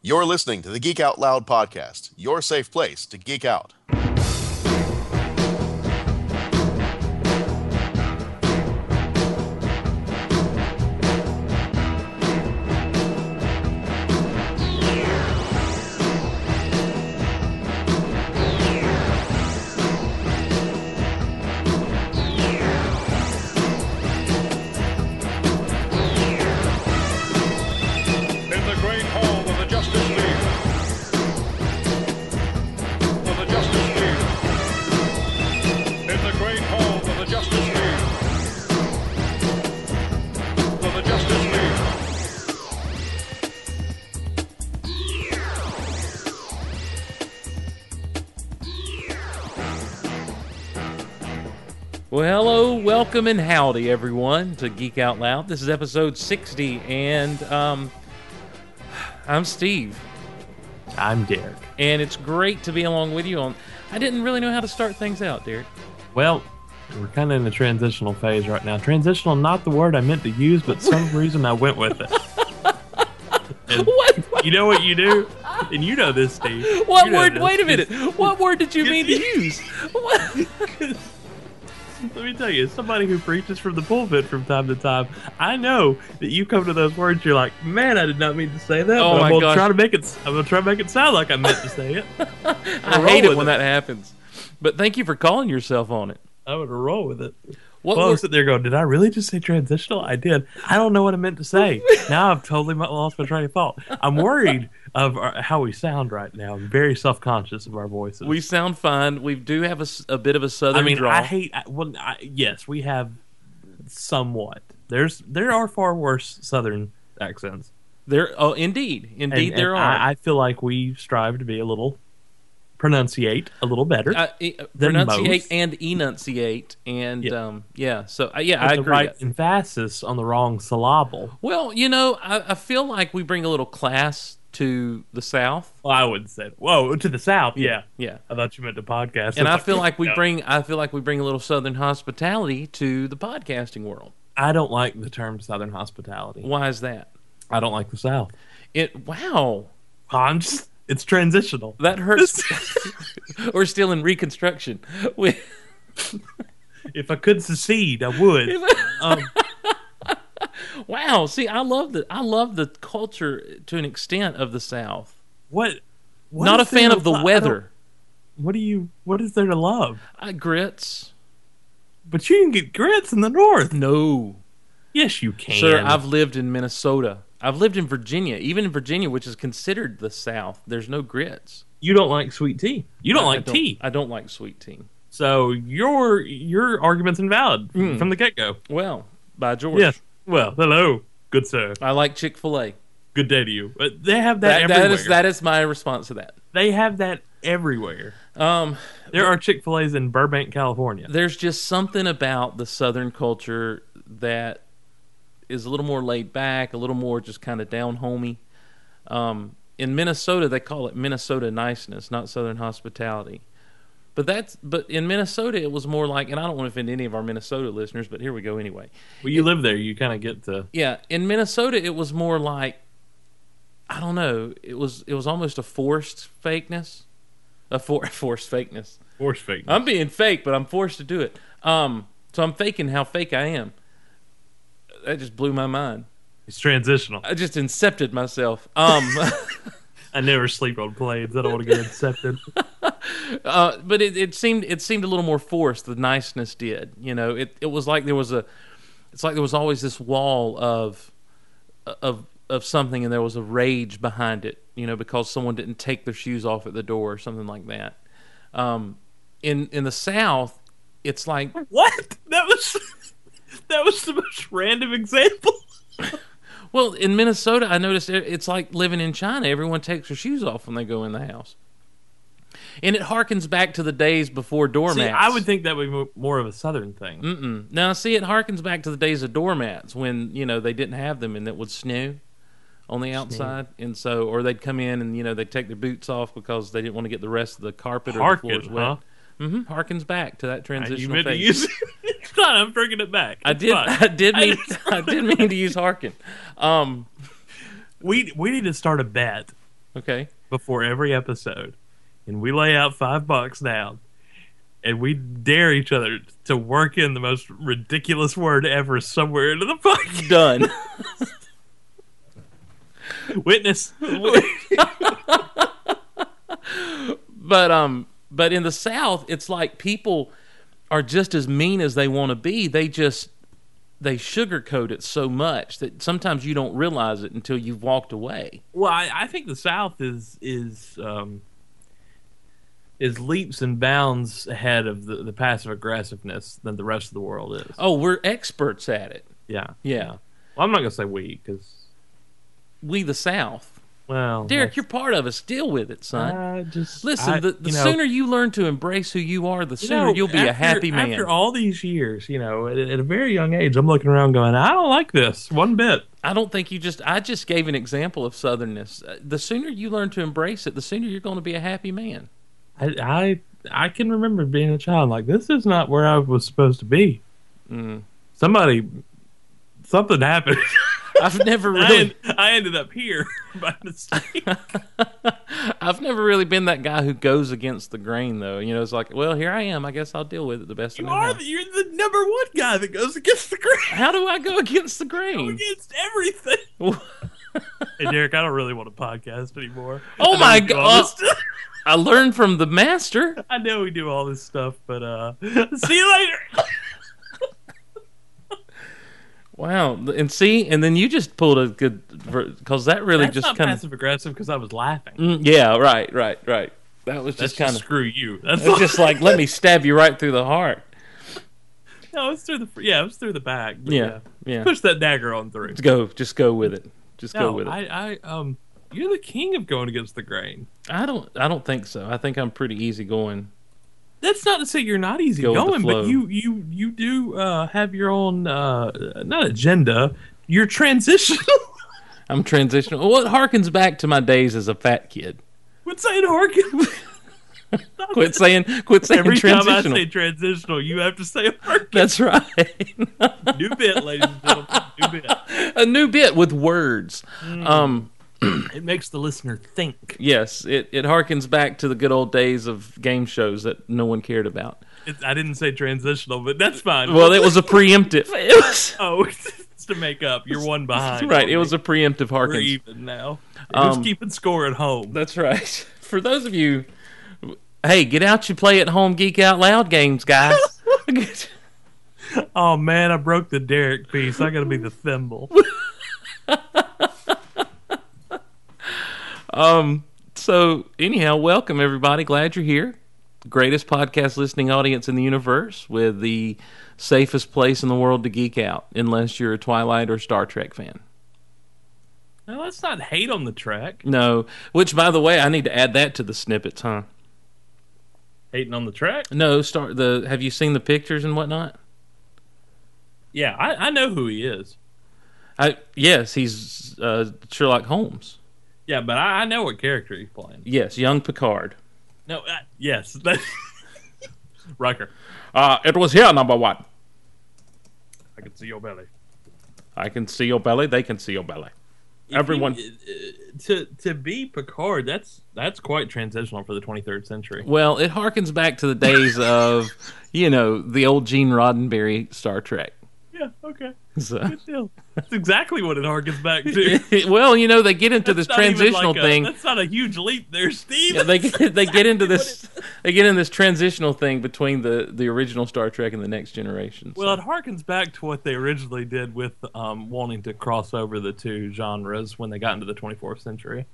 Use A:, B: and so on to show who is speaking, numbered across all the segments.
A: You're listening to the Geek Out Loud podcast, your safe place to geek out.
B: in the great hall of the Justice League. Of the Justice League. In the great hall of the Justice League. Of the Justice League.
C: Well, hello, welcome, and howdy, everyone, to Geek Out Loud. This is episode 60, and um, I'm Steve,
D: I'm Derek.
C: and it's great to be along with you on. I didn't really know how to start things out, Derek.
D: Well, we're kind of in a transitional phase right now. Transitional, not the word I meant to use, but some reason I went with it. And
C: What?
D: You know what you do? And you know this, Steve.
C: What
D: You know
C: word?
D: this.
C: Wait a minute. What word did you mean to use? What?
D: Let me tell you, as somebody who preaches from the pulpit from time to time, I know that you come to those words, you're like, man, I did not mean to say that.
C: Oh
D: but
C: my
D: I'm gonna
C: gosh.
D: try to make it. I'm gonna try to make it sound like I meant to say it.
C: I hate it when that happens. But thank you for calling yourself on it.
D: I'm gonna roll with it.
C: What
D: well, I was
C: word?
D: sitting there going, "Did I really just say transitional? I did. I don't know what I meant to say. now I've totally mu- lost my train of thought. I'm worried of our, how we sound right now. I'm very self conscious of our voices.
C: We sound fine. We do have a, s- a bit of a southern
D: I mean,
C: drawl.
D: I hate. I, well, I, yes, we have somewhat. There's there are far worse Southern accents.
C: there, oh, indeed,
D: And-
C: indeed,
D: and
C: there are.
D: I, I feel like we strive to be a little pronunciate a little better.
C: uh, e-
D: than
C: pronunciate
D: most.
C: and enunciate and
D: Yeah.
C: um yeah so uh, yeah
D: Put
C: i
D: the
C: agree
D: right emphasis on the wrong syllable.
C: well you know I, I feel like we bring a little class to the south
D: Well, I would say, whoa, to the south, yeah.
C: yeah
D: I thought you meant the podcast.
C: and
D: It's
C: i feel like we
D: no.
C: bring i feel like we bring a little southern hospitality to the podcasting world
D: I don't like the term Southern hospitality.
C: why is that
D: I don't like the South.
C: it wow
D: I'm just, it's transitional.
C: that hurts we're still in reconstruction we,
D: If I could secede, I would. um,
C: wow see i love the i love the culture to an extent of the south
D: what? what
C: not a
D: is there
C: fan
D: to
C: of the
D: lo- I don't-
C: weather
D: What do you? What is there to love?
C: uh, grits
D: But you can get grits in the North.
C: no
D: Yes, you can.
C: Sir, I've lived in Minnesota. I've lived in Virginia, even in Virginia, which is considered the South. There's no grits.
D: you don't like sweet tea. You don't
C: I- I
D: like tea.
C: I don't like sweet tea.
D: So your your argument's invalid
C: Hmm.
D: from the get go.
C: Well, by George,
D: Yes. Well, hello, good sir.
C: I like Chick Fil A.
D: Good day to you. Uh, They have that,
C: That, that
D: everywhere.
C: is that is my response to that.
D: They have that everywhere.
C: Um,
D: There are Chick Fil A's in Burbank, California.
C: there's just something about the Southern culture that is a little more laid back, a little more just kind of down homey. Um, in Minnesota, they call it Minnesota niceness, not Southern hospitality. But that's but in Minnesota, it was more like, and I don't want to offend any of our Minnesota listeners, but here we go anyway.
D: Well, you live there, you kind of get to.
C: Yeah, in Minnesota, it was more like, I don't know, it was it was almost a forced fakeness, a for, forced fakeness.
D: Horse fake.
C: I'm being fake, but I'm forced to do it. Um, so I'm faking how fake I am. That just blew my mind.
D: It's transitional.
C: I just incepted myself. Um,
D: I never sleep on planes. I don't want to get accepted.
C: uh, but it, it seemed it seemed a little more forced. The niceness did, you know. It it was like there was a, it's like there was always this wall of, of of something, and there was a rage behind it, you know, because someone didn't take their shoes off at the door or something like that. Um, in in the South, it's like
D: What? That was that was the most random example.
C: Well, in Minnesota, I noticed it- it's like living in China. Everyone takes their shoes off when they go in the house, and it harkens back to the days before doormats.
D: See, I would think that would be mo- more of a southern thing.
C: Mm-mm. Now, see, it harkens back to the days of doormats when you know they didn't have them and it would snow on the outside, and so or they'd come in and you know they'd take their boots off because they didn't want to get the rest of the carpet
D: Harken,
C: or the floors
D: huh? Ah,
C: wet. Mm-hmm. Harkens back to that
D: You
C: transitional
D: meant to
C: phase.
D: use it's not. I'm bringing it back.
C: I
D: It's
C: did.
D: fine.
C: I did mean.
D: It's
C: I did mean to use harken. Um,
D: We we need to start a bet.
C: Okay.
D: before every episode, and we lay out five bucks down, and we dare each other to work in the most ridiculous word ever somewhere into the podcast.
C: Done.
D: Witness.
C: but um but in the south it's like people are just as mean as they want to be they just they sugarcoat it so much that sometimes you don't realize it until you've walked away
D: Well, I, I think the South is is um, is leaps and bounds ahead of the, the passive aggressiveness than the rest of the world is.
C: oh we're experts at it
D: Yeah.
C: yeah
D: Well, I'm not gonna say we because
C: we the south
D: well,
C: derek you're part of us deal with it son
D: I just
C: listen
D: Uh, I-
C: the, the
D: you know,
C: sooner you learn to embrace who you are the
D: you
C: sooner
D: know,
C: you'll be a
D: after-
C: happy man
D: After all these years, you know, at, at a very young age, I'm looking around going, I don't like this one bit.
C: I don't think you just. I just gave an example of southernness. Uh, The sooner you learn to embrace it, the sooner you're going to be a happy man.
D: I I, I can remember being a child like this is not where I was supposed to be.
C: Mm.
D: Somebody, something happened.
C: I've never
D: I,
C: really,
D: en- I ended up here by mistake.
C: I've never really been that guy who goes against the grain, though. You know, it's like, well, here I am. I guess I'll deal with it the best.
D: You
C: I know
D: are
C: how.
D: the, you're the number one guy that goes against the grain,
C: how do I go against the grain?
D: against everything. Mm. Hey, Derek, I don't really want a podcast anymore.
C: Oh
D: I know
C: my
D: we do all
C: God.
D: this stuff-
C: I learned from the master.
D: I know we do all this stuff, but uh, see you later.
C: Wow, and see, and then you just pulled a good because that really
D: That's
C: just
D: not
C: kind of.
D: passive aggressive because I was laughing.
C: Mm, yeah, right, right, right. That was
D: That's
C: just kind of.
D: screw you. That's
C: It's just like let me stab you right through the heart.
D: no, it's through the yeah, it's through the back. but
C: Yeah, yeah.
D: push that dagger on through.
C: Just go, just go with it. Just
D: No,
C: go with it. I,
D: I, I um, you're the king of going against the grain.
C: don't, I don't think so. I think I'm pretty easygoing.
D: That's not to say you're not easy
C: Go with the
D: going,
C: flow.
D: but you you you do uh, have your own uh, not agenda. You're transitional.
C: I'm transitional. Well, it harkens back to my days as a fat kid.
D: Quit saying Harkin.
C: Quit saying, quit saying
D: Every time I
C: transitional.
D: say transitional, you have to say Harkin.
C: That's right.
D: New bit, ladies and gentlemen. New bit.
C: a new bit with words.
D: Mm.
C: Um,
D: It makes the listener think.
C: yes, it, it harkens back to the good old days of game shows that no one cared about.
D: It, I didn't say transitional, but that's fine.
C: Well, it was a preemptive. It was
D: oh, it's to make up. You're one behind.
C: right. It was a preemptive
D: We're
C: harkens.
D: even now. Who's
C: Um,
D: keeping score at home?
C: That's right. For those of you, hey, get out your play at home geek out loud games, guys.
D: Oh man, I broke the Derek piece. I gotta be the thimble.
C: um. So anyhow, welcome everybody. Glad you're here. Greatest podcast listening audience in the universe, with the safest place in the world to geek out, unless you're a Twilight or Star Trek fan.
D: Now, let's not hate on the track.
C: No, which by the way, I need to add that to the snippets, huh?
D: Hating on the track?
C: No, star the. Have you seen the pictures and whatnot?
D: Yeah, I, I know who he is.
C: I yes, he's uh, Sherlock Holmes.
D: Yeah, but I, I know what character he's playing.
C: Yes, young Picard.
D: No, I, yes, that's Riker.
C: Uh, it was here, number one.
D: I can see your belly.
C: I can see your belly. They can see your belly.
D: If
C: Everyone-
D: you- uh, to to be Picard, that's that's quite transitional for the 23rd century.
C: Well, it harkens back to the days of, you know, the old Gene Roddenberry Star Trek.
D: Yeah, okay,
C: So,
D: deal. That's exactly what it harkens back to.
C: well, you know, they get into this
D: Not even
C: transitional
D: like a-
C: thing.
D: That's not a huge leap there, Steve.
C: Yeah, they get, they get into this they get in this transitional thing between the, the original Star Trek and the Next Generation. So-
D: Well, it harkens back to what they originally did with um, wanting to cross over the two genres when they got into the 24th century.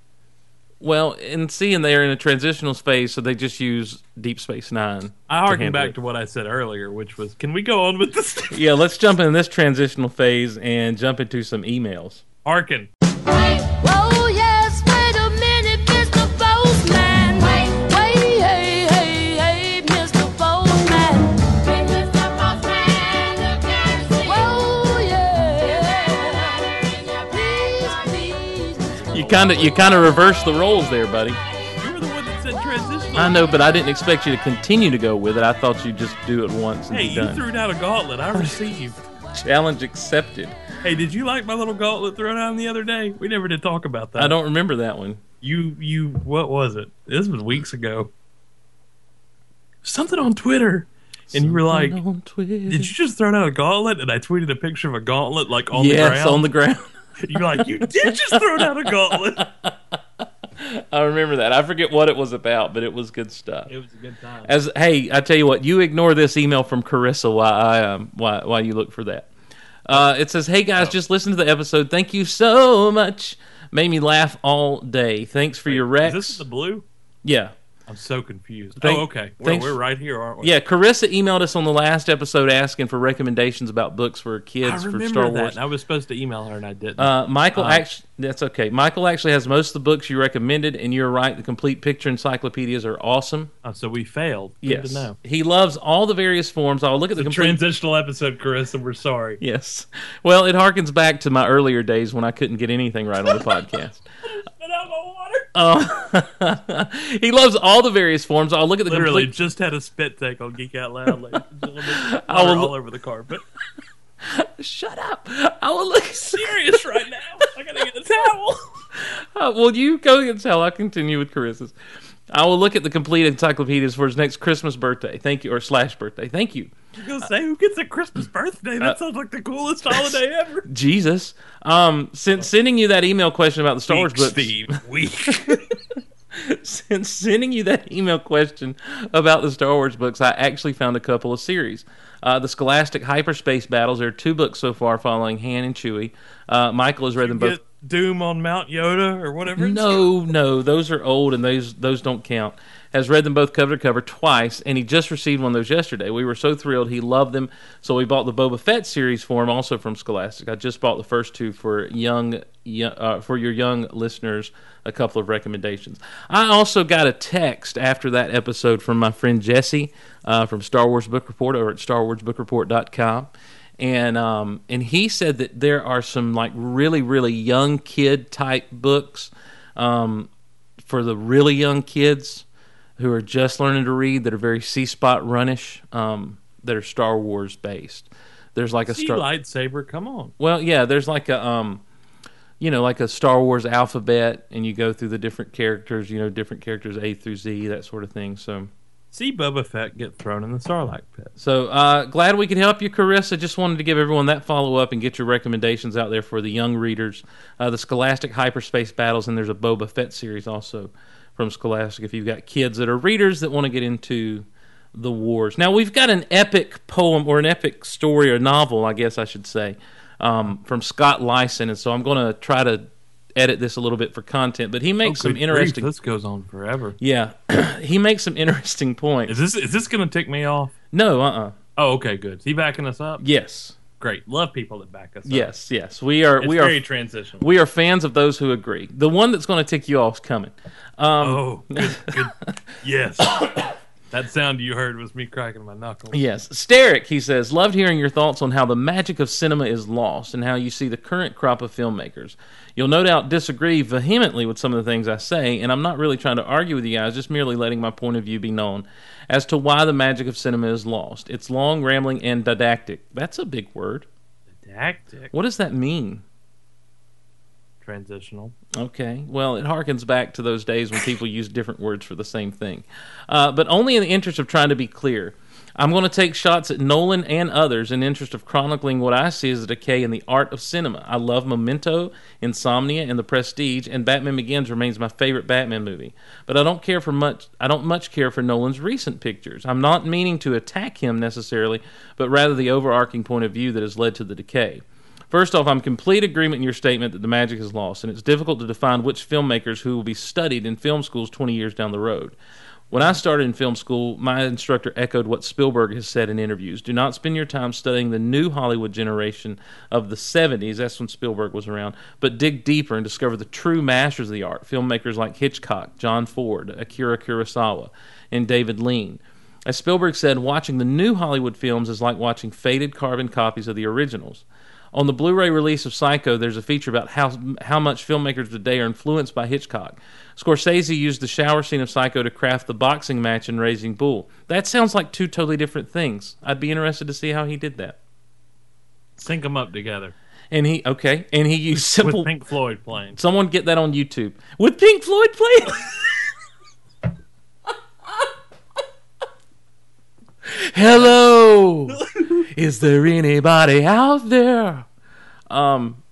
C: well, and seeing they're in a transitional space, so they just use Deep Space Nine.
D: I harken
C: handle
D: back
C: it.
D: to what I said earlier, which was, can we go on with this?
C: Yeah, let's jump in this transitional phase and jump into some emails.
D: harken.
E: Wait, oh yes, wait a minute, Mr. Bozeman. Wait, wait, hey, hey, hey, Mr. Bozeman. Wait, Mr. Bozeman, look at you. Oh yeah. Please, please, Mr.
C: You kind of you kind of reverse the roles there, buddy.
D: You were the one that said transitional.
C: I know, but I didn't expect you to continue to go with it. I thought you'd just do it once and
D: hey,
C: be
D: you
C: done.
D: threw down a gauntlet. I received.
C: Challenge accepted.
D: hey, did you like my little gauntlet thrown down the other day? We never did talk about that.
C: I don't remember that one.
D: you you what was it? This was weeks ago. Something on Twitter, and you were like,
C: Someone on Twitter.
D: "Did you just throw out a gauntlet?" And I tweeted a picture of a gauntlet like on
C: yes,
D: the ground.
C: on the ground.
D: You're like, "You did just throw out a gauntlet."
C: I remember that. I forget what it was about, but it was good stuff.
D: It was a good time.
C: As hey, I tell you what, you ignore this email from Carissa while I um while, while you look for that. Uh, it says, "Hey guys, just listen to the episode. Thank you so much. Made me laugh all day. Thanks for your
D: Is
C: recs.
D: this the blue?
C: yeah,
D: I'm so confused.
C: Thank-
D: oh, okay. We're,
C: thanks-
D: we're right here, aren't we?
C: yeah." Carissa emailed us on the last episode asking for recommendations about books for
D: I
C: kids for
D: remember
C: Star
D: that.
C: Wars.
D: and I was supposed to email her, and I didn't.
C: Uh, Michael
D: Uh,
C: actually, that's okay. Michael actually has most of the books you recommended, and you're right. The complete picture encyclopedias are awesome.
D: Oh, so we failed. Good
C: Yes,
D: to know.
C: he loves all the various forms. I'll look at the complete
D: Transitional episode, Carissa. We're sorry.
C: Yes. Well, it harkens back to my earlier days when I couldn't get anything right on the podcast.
D: Spit out my water.
C: Um, Uh, he loves all the various forms. I'll look at the
D: Literally
C: complete.
D: just had a spit take on Geek Out Loud. Like, water
C: will-
D: all over the carpet.
C: Shut up! I will look.
D: Serious right now. I gotta get a towel.
C: Uh, well, you go and tell. I'll continue with Carissa's. I will look at the complete encyclopedias for his next Christmas birthday. Thank you, or slash birthday. Thank you,
D: You're gonna say who gets a Christmas birthday?
C: Uh,
D: That sounds like the coolest holiday ever.
C: Jesus. Um, since sending you that email question about the Star Wars books,
D: Weak.
C: since sending you that email question about the Star Wars books, I actually found a couple of series. Uh, the Scholastic Hyperspace Battles. There are two books so far following Han and Chewie. Uh, Michael has read them both.
D: Get Doom on Mount Yoda or whatever. it's
C: No, no, those are old and those those don't count. Has read them both cover to cover twice, and he just received one of those yesterday. We were so thrilled; he loved them, so we bought the Boba Fett series for him, also from Scholastic. I just bought the first two for young, yo- uh, for your young listeners. A couple of recommendations. I also got a text after that episode from my friend Jesse uh, from Star Wars Book Report over at StarWarsBookReport.com and um, and he said that there are some like really really young kid type books um, for the really young kids who are just learning to read that are very C spot runnish um, that are Star Wars based. There's like a
D: Sea
C: Star
D: lightsaber, come on.
C: well yeah there's like a um, you know like a Star Wars alphabet and you go through the different characters you know different characters A through Z that sort of thing so.
D: See Boba Fett get thrown in the Sarlacc pit.
C: So uh, glad we could help you, Carissa. Just wanted to give everyone that follow up and get your recommendations out there for the young readers. Uh, the Scholastic Hyperspace Battles, and there's a Boba Fett series also from Scholastic if you've got kids that are readers that want to get into the wars. Now, we've got an epic poem or an epic story or novel, I guess I should say, um, from Scott Lyson. And so I'm going to try to edit this a little bit for content, but he makes some
D: Oh, Good
C: interesting.
D: Grief, this goes on forever.
C: yeah, he makes some interesting
D: Is
C: points.
D: this is this gonna tick me off?
C: No, uh uh
D: Oh, okay, good. Is he backing us up?
C: Yes.
D: Great. Love people that back us up.
C: Yes, yes, we are.
D: It's
C: we
D: very
C: are.
D: transitional.
C: We are fans of those who agree. The one that's going to tick you off is coming. Um,
D: oh, good, good. yes. That sound you heard was me cracking my knuckles.
C: Yes, Sterick. He says, loved hearing your thoughts on how the magic of cinema is lost and how you see the current crop of filmmakers. You'll no doubt disagree vehemently with some of the things I say, and I'm not really trying to argue with you guys, just merely letting my point of view be known as to why the magic of cinema is lost. It's long, rambling, and didactic. That's a big word.
D: Tactic.
C: What does that mean?
D: Transitional.
C: Okay. Well, it harkens back to those days when people used different words for the same thing. Uh, but only in the interest of trying to be clear. I'm going to take shots at Nolan and others in interest of chronicling what I see as a decay in the art of cinema. I love Memento, Insomnia, and The Prestige, and Batman Begins remains my favorite Batman movie. But I don't care for much. I don't much care for Nolan's recent pictures. I'm not meaning to attack him necessarily, but rather the overarching point of view that has led to the decay. First off, I'm complete agreement in your statement that the magic is lost, and it's difficult to define which filmmakers who will be studied in film schools 20 years down the road. When I started in film school, my instructor echoed what Spielberg has said in interviews. Do not spend your time studying the new Hollywood generation of the 70s, that's when Spielberg was around, but dig deeper and discover the true masters of the art, filmmakers like Hitchcock, John Ford, Akira Kurosawa, and David Lean. As Spielberg said, watching the new Hollywood films is like watching faded carbon copies of the originals. On the Blu-ray release of Psycho, there's a feature about how how much filmmakers today are influenced by Hitchcock. Scorsese used the shower scene of Psycho to craft the boxing match in Raising Bull. That sounds like two totally different things. I'd be interested to see how he did that.
D: Sync them up together.
C: and he okay, and he used simple.
D: with Pink Floyd playing.
C: someone get that on YouTube with Pink Floyd playing. Hello, is there anybody out there? Um,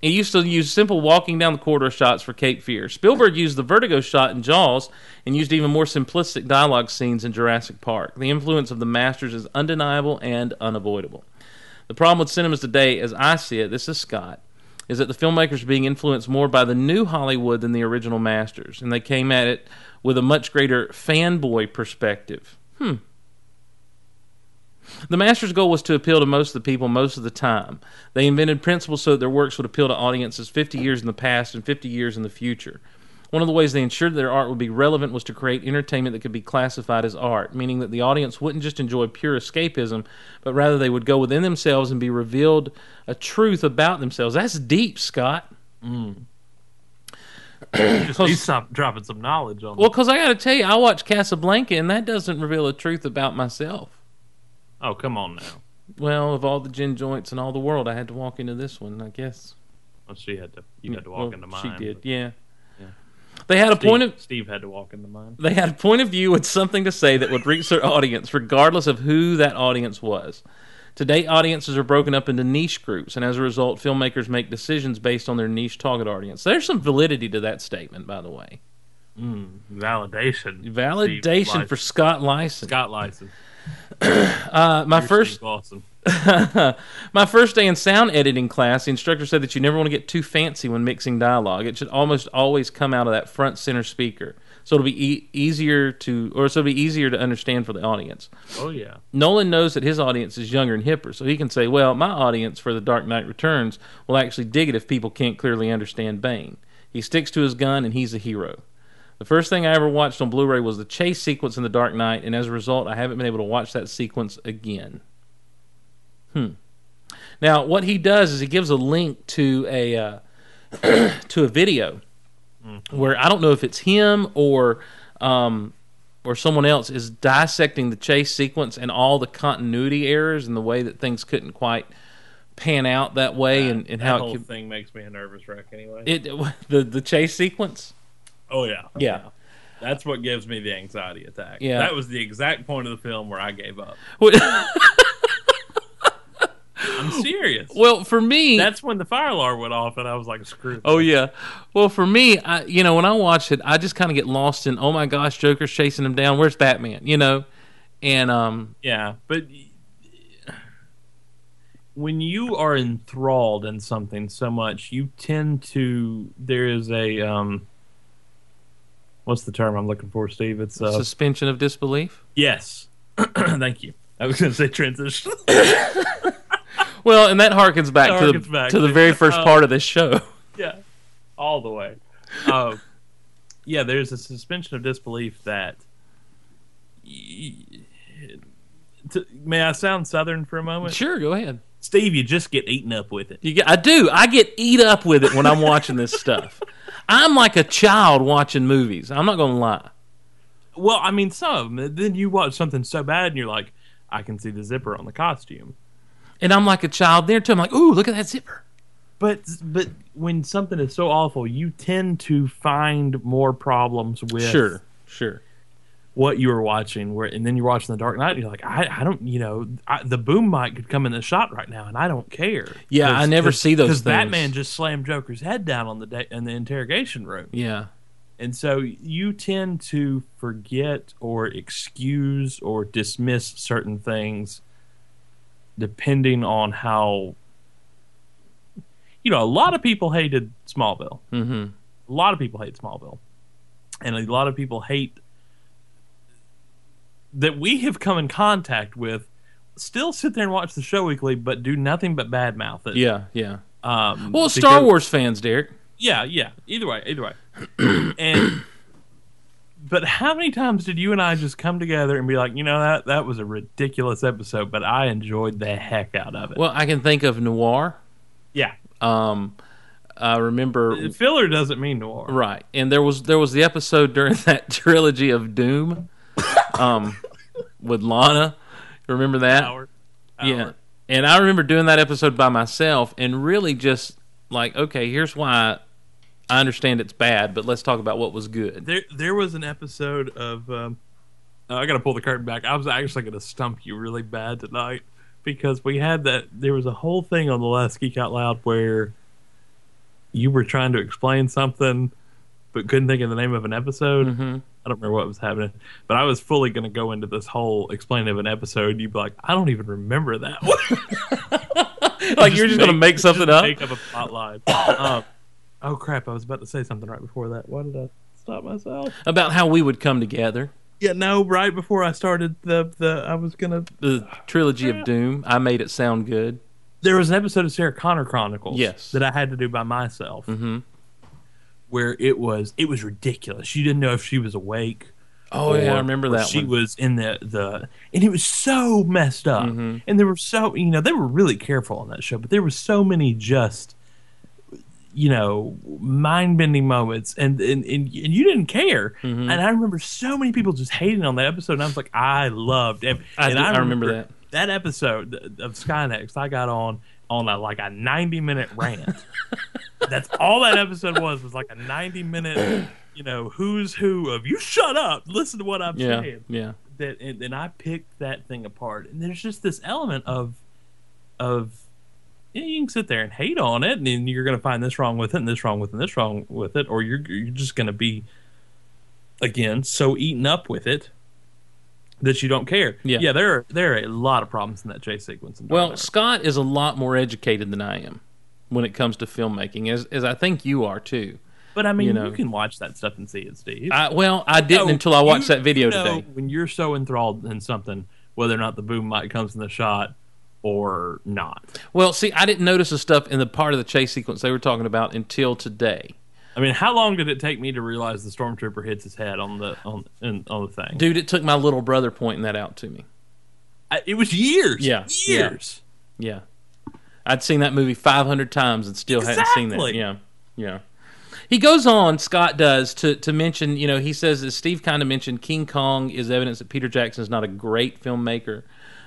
C: he used to use simple walking down the corridor shots for Cape Fear. Spielberg used the vertigo shot in Jaws and used even more simplistic dialogue scenes in Jurassic Park. The influence of the masters is undeniable and unavoidable. The problem with cinemas today, as I see it, this is Scott, is that the filmmakers are being influenced more by the new Hollywood than the original masters, and they came at it with a much greater fanboy perspective. Hmm. The master's goal was to appeal to most of the people most of the time. They invented principles so that their works would appeal to audiences 50 years in the past and 50 years in the future. One of the ways they ensured their art would be relevant was to create entertainment that could be classified as art, meaning that the audience wouldn't just enjoy pure escapism, but rather they would go within themselves and be revealed a truth about themselves. That's deep, Scott.
D: Just he's stop, dropping some knowledge on.
C: Well, because I got to tell you, I watched Casablanca, and that doesn't reveal a truth about myself.
D: them. oh, come on now.
C: Well, of all the gin joints in all the world, I had to walk into this one, I guess.
D: Well, she had to. You had to walk
C: Well,
D: into mine.
C: She did,
D: but
C: yeah. They had a
D: Steve,
C: point of
D: Steve had to walk into mine.
C: they had a point of view and something to say that would reach their audience, regardless of who that audience was. Today, audiences are broken up into niche groups, and as a result, filmmakers make decisions based on their niche target audience. There's some validity to that statement, by the way.
D: Validation.
C: Validation
D: Lyson.
C: for Scott Lyson.
D: Scott license.
C: Uh, my first
D: awesome.
C: My first day in sound editing class, the instructor said that you never want to get too fancy when mixing dialogue. It should almost always come out of that front center speaker, so it'll be e- easier to, or so it'll be easier to understand for the audience.
D: Oh yeah.
C: Nolan knows that his audience is younger and hipper, so he can say, "Well, my audience for The Dark Knight Returns will actually dig it if people can't clearly understand Bane." He sticks to his gun, and he's a hero. The first thing I ever watched on Blu-ray was the chase sequence in The Dark Knight, and as a result, I haven't been able to watch that sequence again. Hmm. Now, what he does is he gives a link to a uh, to a video where I don't know if it's him or um, or someone else is dissecting the chase sequence and all the continuity errors and the way that things couldn't quite pan out that way and, and
D: that
C: how
D: whole
C: it could
D: thing makes me a nervous wreck anyway.
C: it the the chase sequence.
D: oh yeah.
C: Yeah.
D: That's what gives me the anxiety attack.
C: Yeah.
D: That was the exact point of the film where I gave up. I'm serious.
C: Well, for me,
D: That's when the fire alarm went off, and I was like, "Screw!" this.
C: Oh yeah. Well, for me, I you know when I watch it, I just kind of get lost in oh my gosh, Joker's chasing him down. Where's Batman? You know, and um
D: Yeah, but when you are enthralled in something so much, you tend to there is a um what's the term I'm looking for, Steve? It's uh
C: suspension of disbelief.
D: yes. Thank you. I was going to say transition.
C: Well, and that harkens back
D: That
C: to the
D: harkens back
C: to the
D: to-
C: very first
D: uh,
C: part of this show.
D: yeah, all the way. Uh, yeah, there's a suspension of disbelief that. To, may I sound southern for a moment,
C: Sure, go ahead.
D: Steve? You just get eaten up with it.
C: You get, I do. I get eat up with it when I'm watching this stuff. I'm like a child watching movies. I'm not going to lie.
D: Well, I mean, some. Then you watch something so bad, and you're like, I can see the zipper on the costume.
C: And I'm like a child there too. I'm like, "Ooh, look at that zipper."
D: But but when something is so awful, you tend to find more problems with
C: Sure. Sure.
D: what you were watching. Where and then you're watching The Dark Knight, and you're like, I, I don't, you know, I, the boom mic could come in the shot right now, and I don't care.
C: Yeah, I never see those
D: Because
C: things.
D: Batman just slammed Joker's head down on the day in the interrogation room.
C: Yeah.
D: And so you tend to forget or excuse or dismiss certain things depending on how you know, a lot of people hated Smallville.
C: Mhm.
D: A lot of people hate Smallville. And a lot of people hate that we have come in contact with still sit there and watch the show weekly but do nothing but badmouth it.
C: Yeah, yeah.
D: Um,
C: Well, Star
D: because-
C: Wars fans, Derek.
D: yeah, yeah. Either way, either way. and but how many times did you and I just come together and be like, you know that that was a ridiculous episode, but I enjoyed the heck out of it.
C: Well, I can think of noir.
D: yeah.
C: Um, I remember
D: Filler doesn't mean noir.
C: right, and there was there was the episode during that trilogy of Doom, um, with Lana. Remember that?
D: Hour.
C: yeah, And I remember doing that episode by myself and really just like, okay, here's why I understand it's bad, but let's talk about what was good.
D: There, there was an episode of. Um, I got to pull the curtain back. I was actually going to stump you really bad tonight because we had that. There was a whole thing on the last Geek Out Loud where you were trying to explain something, but couldn't think of the name of an episode. I don't remember what was happening, but I was fully going to go into this whole explaining of an episode. You'd be like, I don't even remember that one.
C: like you're just gonna make something up.
D: Make up a plot line. Um, oh crap! I was about to say something right before that. Why did I stop myself?
C: about how we would come together.
D: Yeah, no. Right before I started the the, I was gonna.
C: The trilogy of doom. I made it sound good.
D: There was an episode of Sarah Connor Chronicles.
C: Yes.
D: that I had to do by myself. Mm-hmm. Where it was, it was ridiculous. You didn't know if she was awake.
C: Oh yeah,
D: or-
C: I remember
D: or
C: that
D: she
C: one.
D: was in the the and it was so messed up
C: Mm-hmm.
D: and there were so you know they were really careful on that show but there were so many just you know mind-bending moments and and, and, and you didn't care
C: Mm-hmm.
D: and i remember so many people just hating on that episode and i was like i loved it
C: I
D: and
C: do- I remember that.
D: that episode of skynex i got on on a like a 90 minute rant that's all that episode was was like a 90 minute you know who's who of you shut up listen to what i'm
C: yeah,
D: saying
C: yeah.
D: that and, and I picked that thing apart. And there's just this element of of you, know, you can sit there and hate on it, and then you're going to find this wrong with it, and this wrong with it, and this wrong with it, or you're you're just going to be again so eaten up with it that you don't care.
C: Yeah.
D: yeah. There are there are a lot of problems in that J sequence. in
C: Well,
D: Dark Knight.
C: Scott is a lot more educated than I am when it comes to filmmaking, as as I think you are too.
D: but I mean,
C: you
D: you,
C: know.
D: can watch that stuff and see it, Steve.
C: I, well, I didn't
D: know,
C: until I watched
D: you
C: that video
D: know
C: today.
D: When you're so enthralled in something, whether or not the boom mic comes in the shot or not.
C: Well, see, I didn't notice the stuff in the part of the chase sequence they were talking about until today.
D: I mean, how long did it take me to realize the stormtrooper hits his head on the on in, on the thing?
C: Dude, it took my little brother pointing that out to me.
D: I, it was years.
C: Yeah, yeah.
D: years.
C: Yeah. I'd seen that movie 500 times and still hadn't seen that.
D: Exactly.
C: Yeah. Yeah. He goes on, Scott does, to, to mention, you know, he says, as Steve kind of mentioned, King Kong is evidence that Peter Jackson is not a great filmmaker.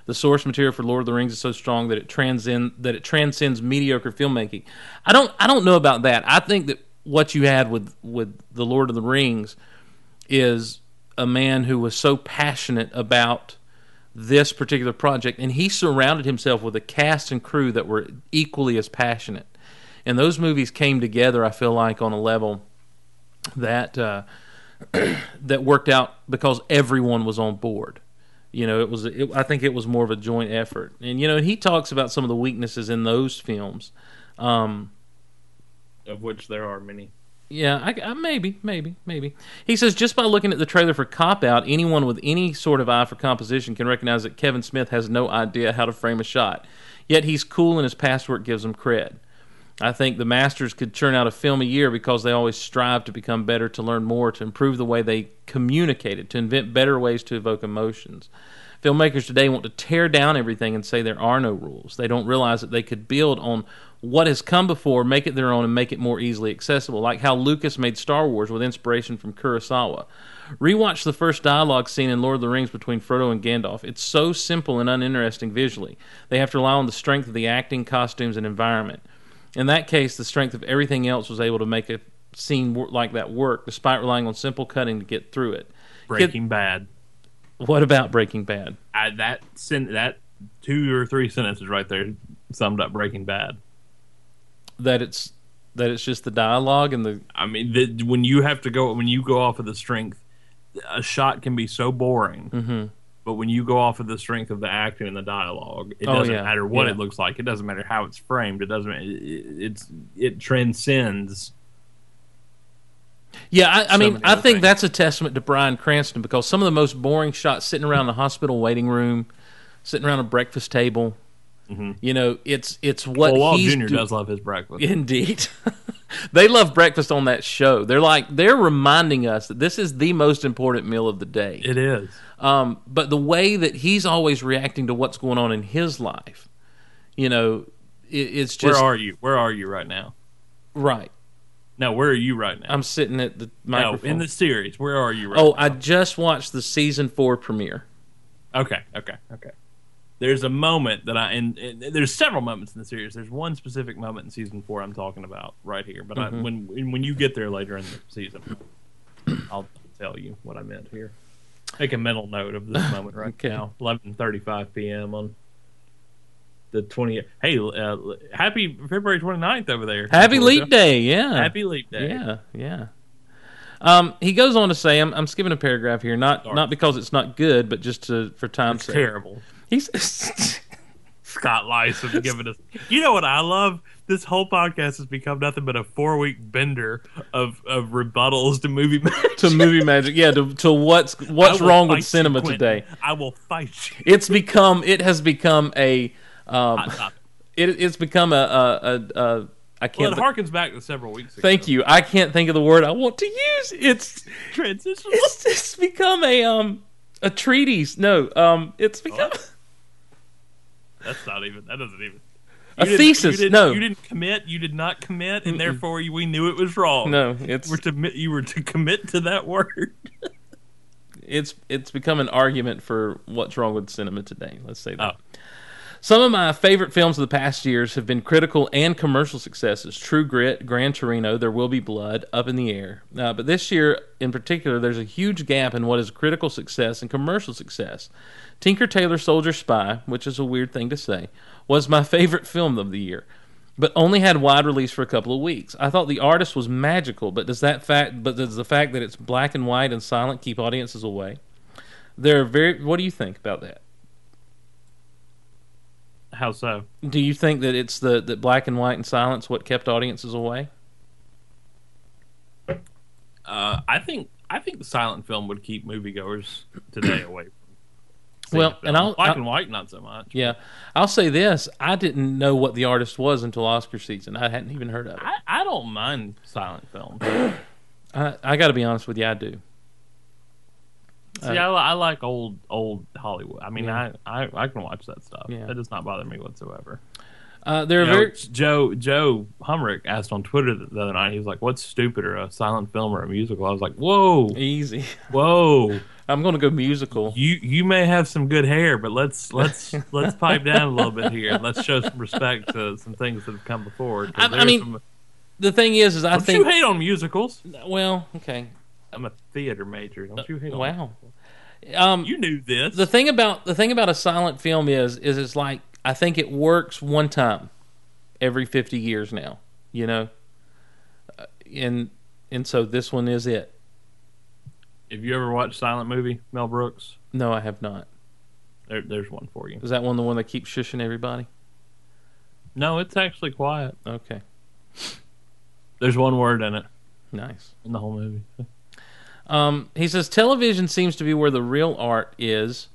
C: The source material for Lord of the Rings is so strong that it transcend that it transcends mediocre filmmaking. I don't I don't know about that. I think that what you had with with the Lord of the Rings is a man who was so passionate about this particular project, and he surrounded himself with a cast and crew that were equally as passionate. And those movies came together, I feel like, on a level that uh, that worked out because everyone was on board. You know, it was. It, I think it was more of a joint effort. And you know, and he talks about some of the weaknesses in those films. Um,
D: Of which there are many.
C: yeah, I, I, maybe, maybe, maybe. He says just by looking at the trailer for Cop Out, anyone with any sort of eye for composition can recognize that Kevin Smith has no idea how to frame a shot. Yet he's cool and his past work gives him cred. I think the masters could churn out a film a year because they always strive to become better, to learn more, to improve the way they communicated, to invent better ways to evoke emotions. Filmmakers today want to tear down everything and say there are no rules. They don't realize that they could build on what has come before, make it their own, and make it more easily accessible, like how Lucas made Star Wars with inspiration from Kurosawa. Rewatch the first dialogue scene in Lord of the Rings between Frodo and Gandalf. It's so simple and uninteresting visually. They have to rely on the strength of the acting, costumes, and environment. In that case, the strength of everything else was able to make a scene wor- like that work, despite relying on simple cutting to get through it.
D: Breaking Bad.
C: What about Breaking Bad?
D: I, that sen- that two or three sentences right there summed up Breaking Bad.
C: That it's that it's just the dialogue and the
D: I mean, the, when you have to go when you go off of the strength, a shot can be so boring.
C: Mm-hmm.
D: But when you go off of the strength of the acting and the dialogue, it
C: Oh,
D: doesn't
C: yeah.
D: matter what
C: Yeah.
D: it looks like. It doesn't matter how it's framed. It doesn't. It, it's it transcends.
C: yeah. I, I mean,
D: many
C: I
D: other
C: think
D: things.
C: that's a testament to Brian Cranston because some of the most boring shots sitting around the hospital waiting room, sitting around a breakfast table. You know, it's it's what
D: Mm-hmm. Well, Wall
C: he's
D: Junior
C: do-
D: does love his breakfast.
C: Indeed. they love breakfast on that show. They're like they're reminding us that this is the most important meal of the day.
D: It is.
C: Um, but the way that he's always reacting to what's going on in his life, you know, it, it's
D: Where
C: just
D: are you? Where are you right now?
C: right.
D: No, where are you right now?
C: I'm sitting at the
D: no,
C: microphone.
D: Oh, in the series. Where are you right?
C: oh, I just watched the season four premiere.
D: now? okay, okay, okay. there's a moment that I and, and there's several moments in the series. There's one specific moment in season four I'm talking about right here. But
C: Mm-hmm.
D: I, when when you get there later in the season, I'll tell you what I meant here. Make a mental note of this moment right
C: Okay.
D: now. 11:35 p.m. on the 20th. Hey, uh, happy February 29th over there.
C: Happy
D: Georgia.
C: Leap Day, yeah.
D: Happy leap day.
C: Yeah, yeah. Um, he goes on to say, "I'm, I'm skipping a paragraph here, not
D: Sorry.
C: not because it's not good, but just to for time's
D: It's
C: sake."
D: terrible.
C: He's
D: Scott Lyson giving us. You know what I love? This whole podcast has become nothing but a four week bender of, of rebuttals to movie magic.
C: to movie magic, yeah. To, to what's what's
D: I will
C: wrong
D: fight
C: with
D: you,
C: cinema
D: Quentin.
C: today?
D: I will fight you.
C: It's become it has become a um,
D: Hot topic.
C: it, it's become a a, a, a I
D: Well,
C: can't.
D: it harkens back to several weeks ago.
C: thank you. I can't think of the word I want to use. It's
D: Transition.
C: it's, it's become a um a treatise. No, um, it's become.
D: What? That's not even. That doesn't even.
C: A
D: you didn't-
C: thesis,
D: You didn't,
C: no.
D: you didn't commit. You did not commit, and therefore you- we knew it was wrong.
C: No,
D: you
C: it's
D: were to you were to commit to that word.
C: it's it's become an argument for what's wrong with cinema today. Let's say that.
D: Oh.
C: Some of my favorite films of the past years have been critical and commercial successes: True Grit, Gran Torino, There Will Be Blood, Up in the Air. Uh, but this year, in particular, there's a huge gap in what is critical success and commercial success. Tinker Tailor Soldier Spy, which is a weird thing to say, was my favorite film of the year but only had wide release for a couple of weeks. I thought the artist was magical, but does that fact but does the fact that it's black and white and silent keep audiences away? There are very what do you think about that?
D: How so?
C: Do you think that it's the that black and white and silence what kept audiences away?
D: Uh, I think I think the silent film would keep moviegoers today away. From
C: Well,
D: seeing the
C: and
D: film.
C: I'll-
D: black
C: I'll-
D: and white, not so much.
C: Yeah. I'll say this, I didn't know what the artist was until Oscar season. I hadn't even heard of it.
D: I, I don't mind silent film.
C: Uh, I, I got to be honest with you, I do.
D: See, I, li- I like old old Hollywood. I mean,
C: Yeah.
D: I, I I can watch that stuff.
C: Yeah.
D: That does not bother me whatsoever.
C: Uh, there are
D: You know,
C: very
D: Joe Joe Humrick asked on Twitter the, the other night. He was like, "What's stupider, a silent film or a musical?" I was like, "Whoa,
C: easy.
D: whoa!
C: I'm going to go musical.
D: You you may have some good hair, but let's let's let's pipe down a little bit here. and Let's show some respect to some things that have come before." 'Cause
C: I- I
D: there's
C: mean,
D: some-
C: The thing is is I
D: don't
C: think
D: you hate on musicals?
C: well, okay.
D: I'm a theater major. Don't you hate? on
C: Wow. Um
D: You knew this.
C: the thing about the thing about a silent film is is it's like I think it works one time every 50 years now, you know. Uh, And and so this one is it.
D: Have you ever watched Silent Movie? Mel Brooks.
C: No, I have not.
D: There, there's one for you.
C: Is that one the one that keeps shushing everybody?
D: No, it's actually quiet.
C: Okay.
D: There's one word in it
C: Nice.
D: in the whole movie.
C: Um, he says television seems to be where the real art is,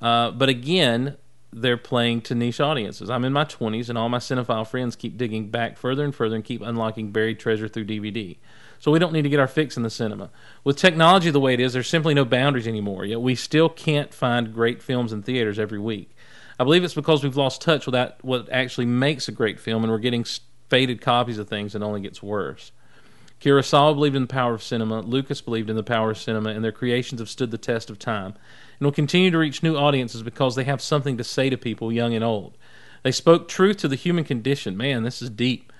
C: uh, but again, they're playing to niche audiences. I'm in my 20s, and all my cinephile friends keep digging back further and further and keep unlocking buried treasure through DVD. So we don't need to get our fix in the cinema. With technology the way it is, there's simply no boundaries anymore. Yet we still can't find great films in theaters every week. I believe it's because we've lost touch with that, what actually makes a great film, and we're getting s- faded copies of things, and only gets worse. Kurosawa believed in the power of cinema, Lucas believed in the power of cinema, and their creations have stood the test of time and will continue to reach new audiences because they have something to say to people, young and old. They spoke truth to the human condition. Man, this is deep.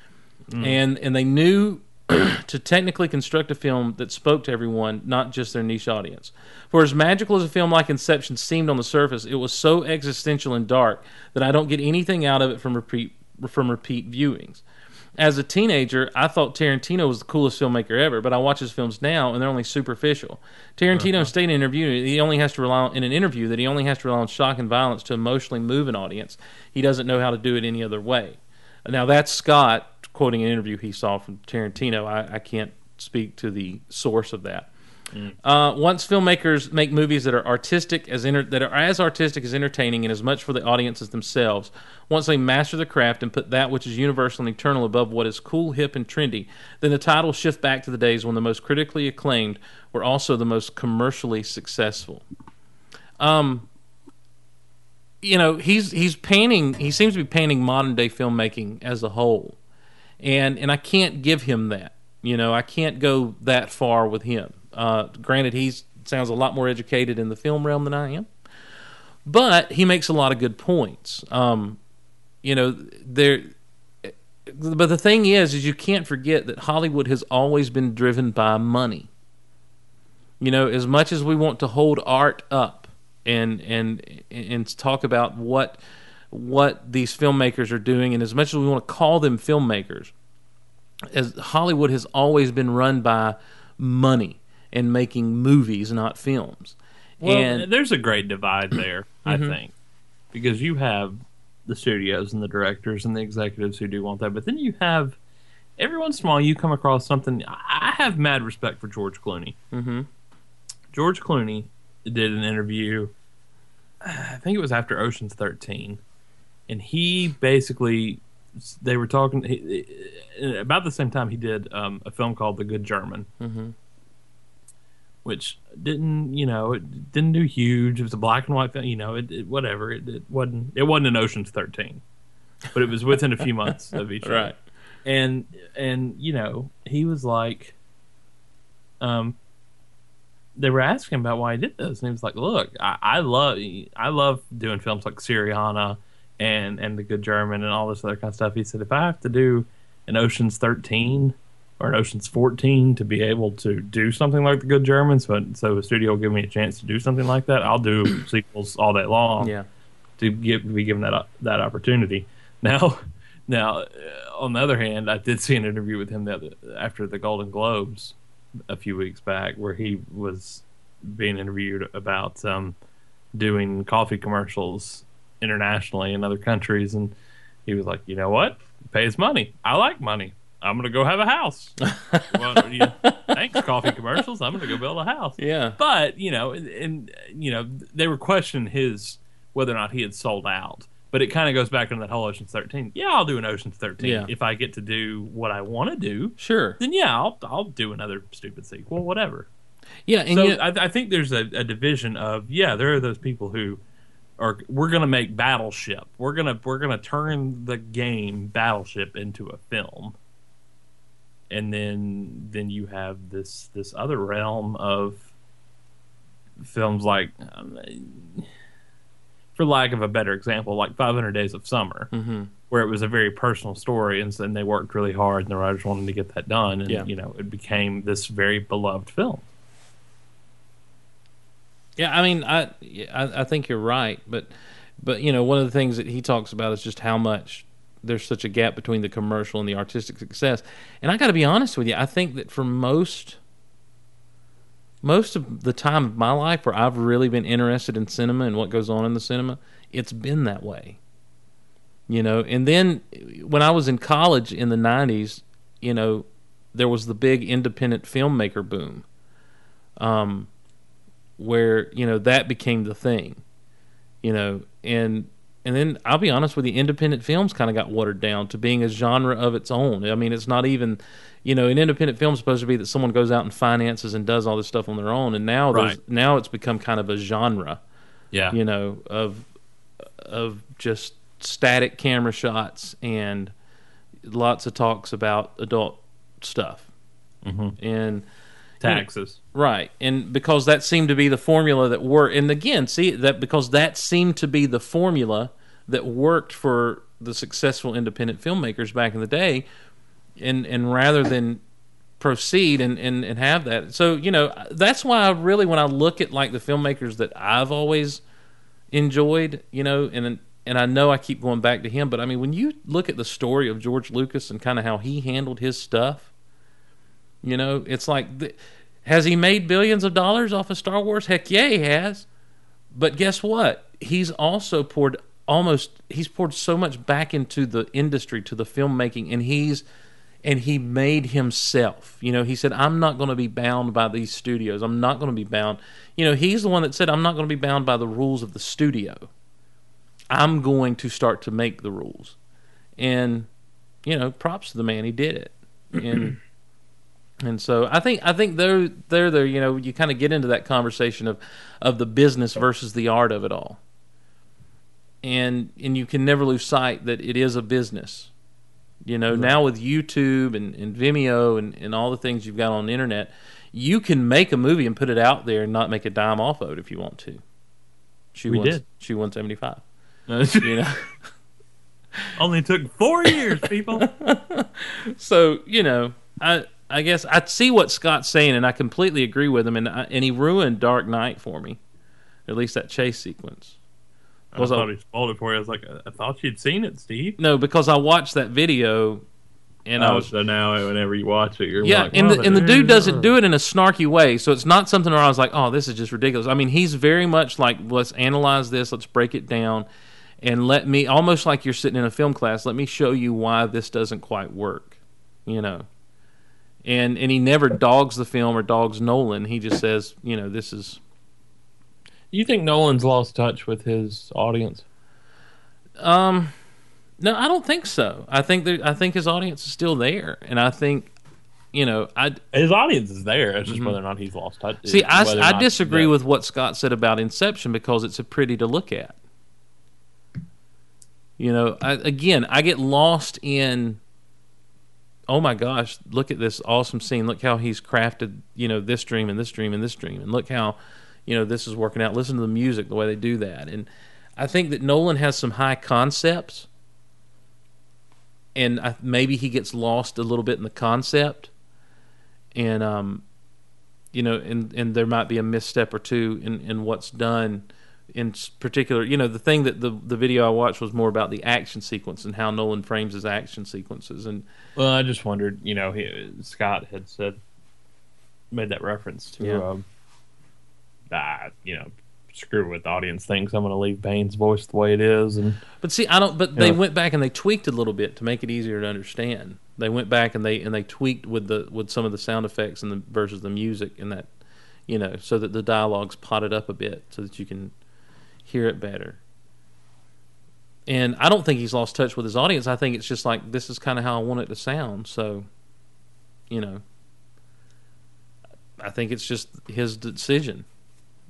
C: And, and they knew to technically construct a film that spoke to everyone, not just their niche audience. For as magical as a film like Inception seemed on the surface, it was so existential and dark that I don't get anything out of it from repeat, from repeat viewings as a teenager, I thought Tarantino was the coolest filmmaker ever, but I watch his films now and they're only superficial. Tarantino stated in an interview he only has to rely on, in an interview that he only has to rely on shock and violence to emotionally move an audience. He doesn't know how to do it any other way. Now that's Scott quoting an interview he saw from Tarantino. I, I can't speak to the source of that. Uh, once filmmakers make movies that are artistic as enter- that are as artistic as entertaining and as much for the audiences themselves, once they master the craft and put that which is universal and eternal above what is cool, hip, and trendy, then the title shift back to the days when the most critically acclaimed were also the most commercially successful. Um, you know, he's he's painting. He seems to be painting modern day filmmaking as a whole, and and I can't give him that. You know, I can't go that far with him. Uh, granted, he sounds a lot more educated in the film realm than I am, but he makes a lot of good points. Um, you know, there. But the thing is, is you can't forget that Hollywood has always been driven by money. You know, as much as we want to hold art up and and and talk about what what these filmmakers are doing, and as much as we want to call them filmmakers, as Hollywood has always been run by money and making movies, not films.
D: Well,
C: and
D: there's a great divide there, I think, because you have the studios and the directors and the executives who do want that, but then you have every once in a while you come across something. I I have mad respect for George Clooney.
C: hmm
D: George Clooney did an interview, I think it was after Ocean's 13, and he basically they were talking he, uh, about the same time he did um, a film called The Good German.
C: Mhm.
D: Which didn't, you know, it didn't do huge. It was a black and white film, you know, it, it whatever. It, it wasn't. It wasn't an Ocean's Thirteen, but it was within a few months of each other
C: right.
D: and and you know he was like um they were asking about why he did this and he was like look i, I love i love doing films like syriana and and the good german and all this other kind of stuff he said if i have to do an oceans 13 or an oceans 14 to be able to do something like the good german so, so a studio will give me a chance to do something like that i'll do sequels all day long
C: Yeah.
D: to give, be given that that opportunity. Now, now, uh, on the other hand, I did see an interview with him the other, after the Golden Globes a few weeks back, where he was being interviewed about um, doing coffee commercials internationally in other countries, and he was like, "You know what? It pays money. I like money." I'm gonna go have a house. well, you know, thanks, coffee commercials. I'm gonna go build a house
C: Yeah.
D: but you know and, and you know they were questioning his whether or not he had sold out but it kind of goes back into that whole oceans 13 yeah i'll do an oceans 13
C: Yeah.
D: if i get to do what i want to do
C: Sure.
D: then yeah I'll, I'll do another stupid sequel whatever
C: Yeah. And
D: so
C: you-
D: I, I think there's a, a division of yeah there are those people who are we're gonna make battleship we're gonna we're gonna turn the game battleship into a film and then then you have this this other realm of films like um, for lack of a better example like 500 days of summer
C: Mhm.
D: where it was a very personal story and, so- and they worked really hard and the writers wanted to get that done and
C: Yeah.
D: you know it became this very beloved film
C: Yeah, I mean, I, yeah, I I think you're right, but but you know, one of the things that he talks about is just how much there's such a gap between the commercial and the artistic success. And I got to be honest with you, I think that for most most of the time of my life where I've really been interested in cinema and what goes on in the cinema, it's been that way. You know, and then when I was in college in the 90s, you know, there was the big independent filmmaker boom um, where you know that became the thing you know and and then i'll be honest with you independent films kind of got watered down to being a genre of its own i mean it's not even you know an independent film's supposed to be that someone goes out and finances and does all this stuff on their own and now there's
D: Right.
C: now it's become kind of a genre
D: yeah
C: you know of of just static camera shots and lots of talks about adult stuff and
D: taxes
C: Right. And because that seemed to be the formula that worked and again, see that because that seemed to be the formula that worked for the successful independent filmmakers back in the day and and rather than proceed and, and, and have that. So, you know, that's why I really when I look at like the filmmakers that I've always enjoyed, you know, and and I know I keep going back to him, but I mean when you look at the story of George Lucas and kind of how he handled his stuff, you know, it's like, th- has he made billions of dollars off of Star Wars? Heck yeah, he has. But guess what? He's also poured almost he's poured so much back into the industry to the filmmaking and he's and he made himself. You know, he said I'm not going to be bound by these studios. I'm not going to be bound. You know, he's the one that said I'm not going to be bound by the rules of the studio. I'm going to start to make the rules. And you know, props to the man, he did it. And and so I think I think they're they're there. You know, you kind of get into that conversation of of the business versus the art of it all, and and you can never lose sight that it is a business. You know, now with YouTube and, and Vimeo and, and all the things you've got on the internet, you can make a movie and put it out there and not make a dime off of it if you want to. She
D: We
C: won,
D: did.
C: She won seventy five. You
D: Only
C: know,
D: took four years, people.
C: so you know, I I guess I see what Scott's saying, and I completely agree with him. And I, and he ruined Dark Knight for me, at least that chase sequence.
D: I
C: Was I-
D: thought he spoiled it for you. I was like, I- I thought you'd seen it, Steve.
C: No, because I watched that video, and I
D: oh,
C: was
D: so now whenever you watch it, you're
C: yeah,
D: like,
C: and
D: well,
C: oh, the and the
D: there
C: dude uh,
D: you
C: doesn't
D: are.
C: do it in a snarky way, so it's not something where I was like, oh, this is just ridiculous. I mean, he's very much like, let's analyze this, let's break it down, and let me almost like you're sitting in a film class. Let me show you why this doesn't quite work, you know. And and he never dogs the film or dogs Nolan. He just says, you know, this is
D: You think Nolan's lost touch with his audience?
C: Um, no, I don't think so. I think there, I think his audience is still there, and I think, you know, I
D: His audience is there. It's just whether or not he's lost touch.
C: Mm-hmm. see. I,
D: whether or
C: I
D: not-
C: disagree
D: yeah.
C: with what Scott said about Inception because it's a pretty to look at. You know, I, again, I get lost in. Oh my gosh! Look at this awesome scene. Look how he's crafted. You know, this dream and this dream and this dream, and look how, you know, this is working out. Listen to the music, the way they do that, and I think that Nolan has some high concepts. and I, maybe he gets lost a little bit in the concept, and um, you know, and and there might be a misstep or two in in what's done. In s- particular, you know, the thing that the the video I watched was more about the action sequence and how Nolan frames his action sequences, and
D: Well, I just wondered. You know, he, Scott had said made that reference to,
C: Yeah.
D: um, ah, you know, screw with the audience thinks I'm going to leave Bane's voice the way it is, and
C: But see, I don't. But they
D: Yeah.
C: went back and they tweaked a little bit to make it easier to understand. They went back and they and they tweaked with the with some of the sound effects and the versus the music and that, you know, so that the dialogues potted up a bit so that you can hear it better. And I don't think he's lost touch with his audience. I think it's just like this is kind of how I want it to sound. So, you know, I think it's just his decision.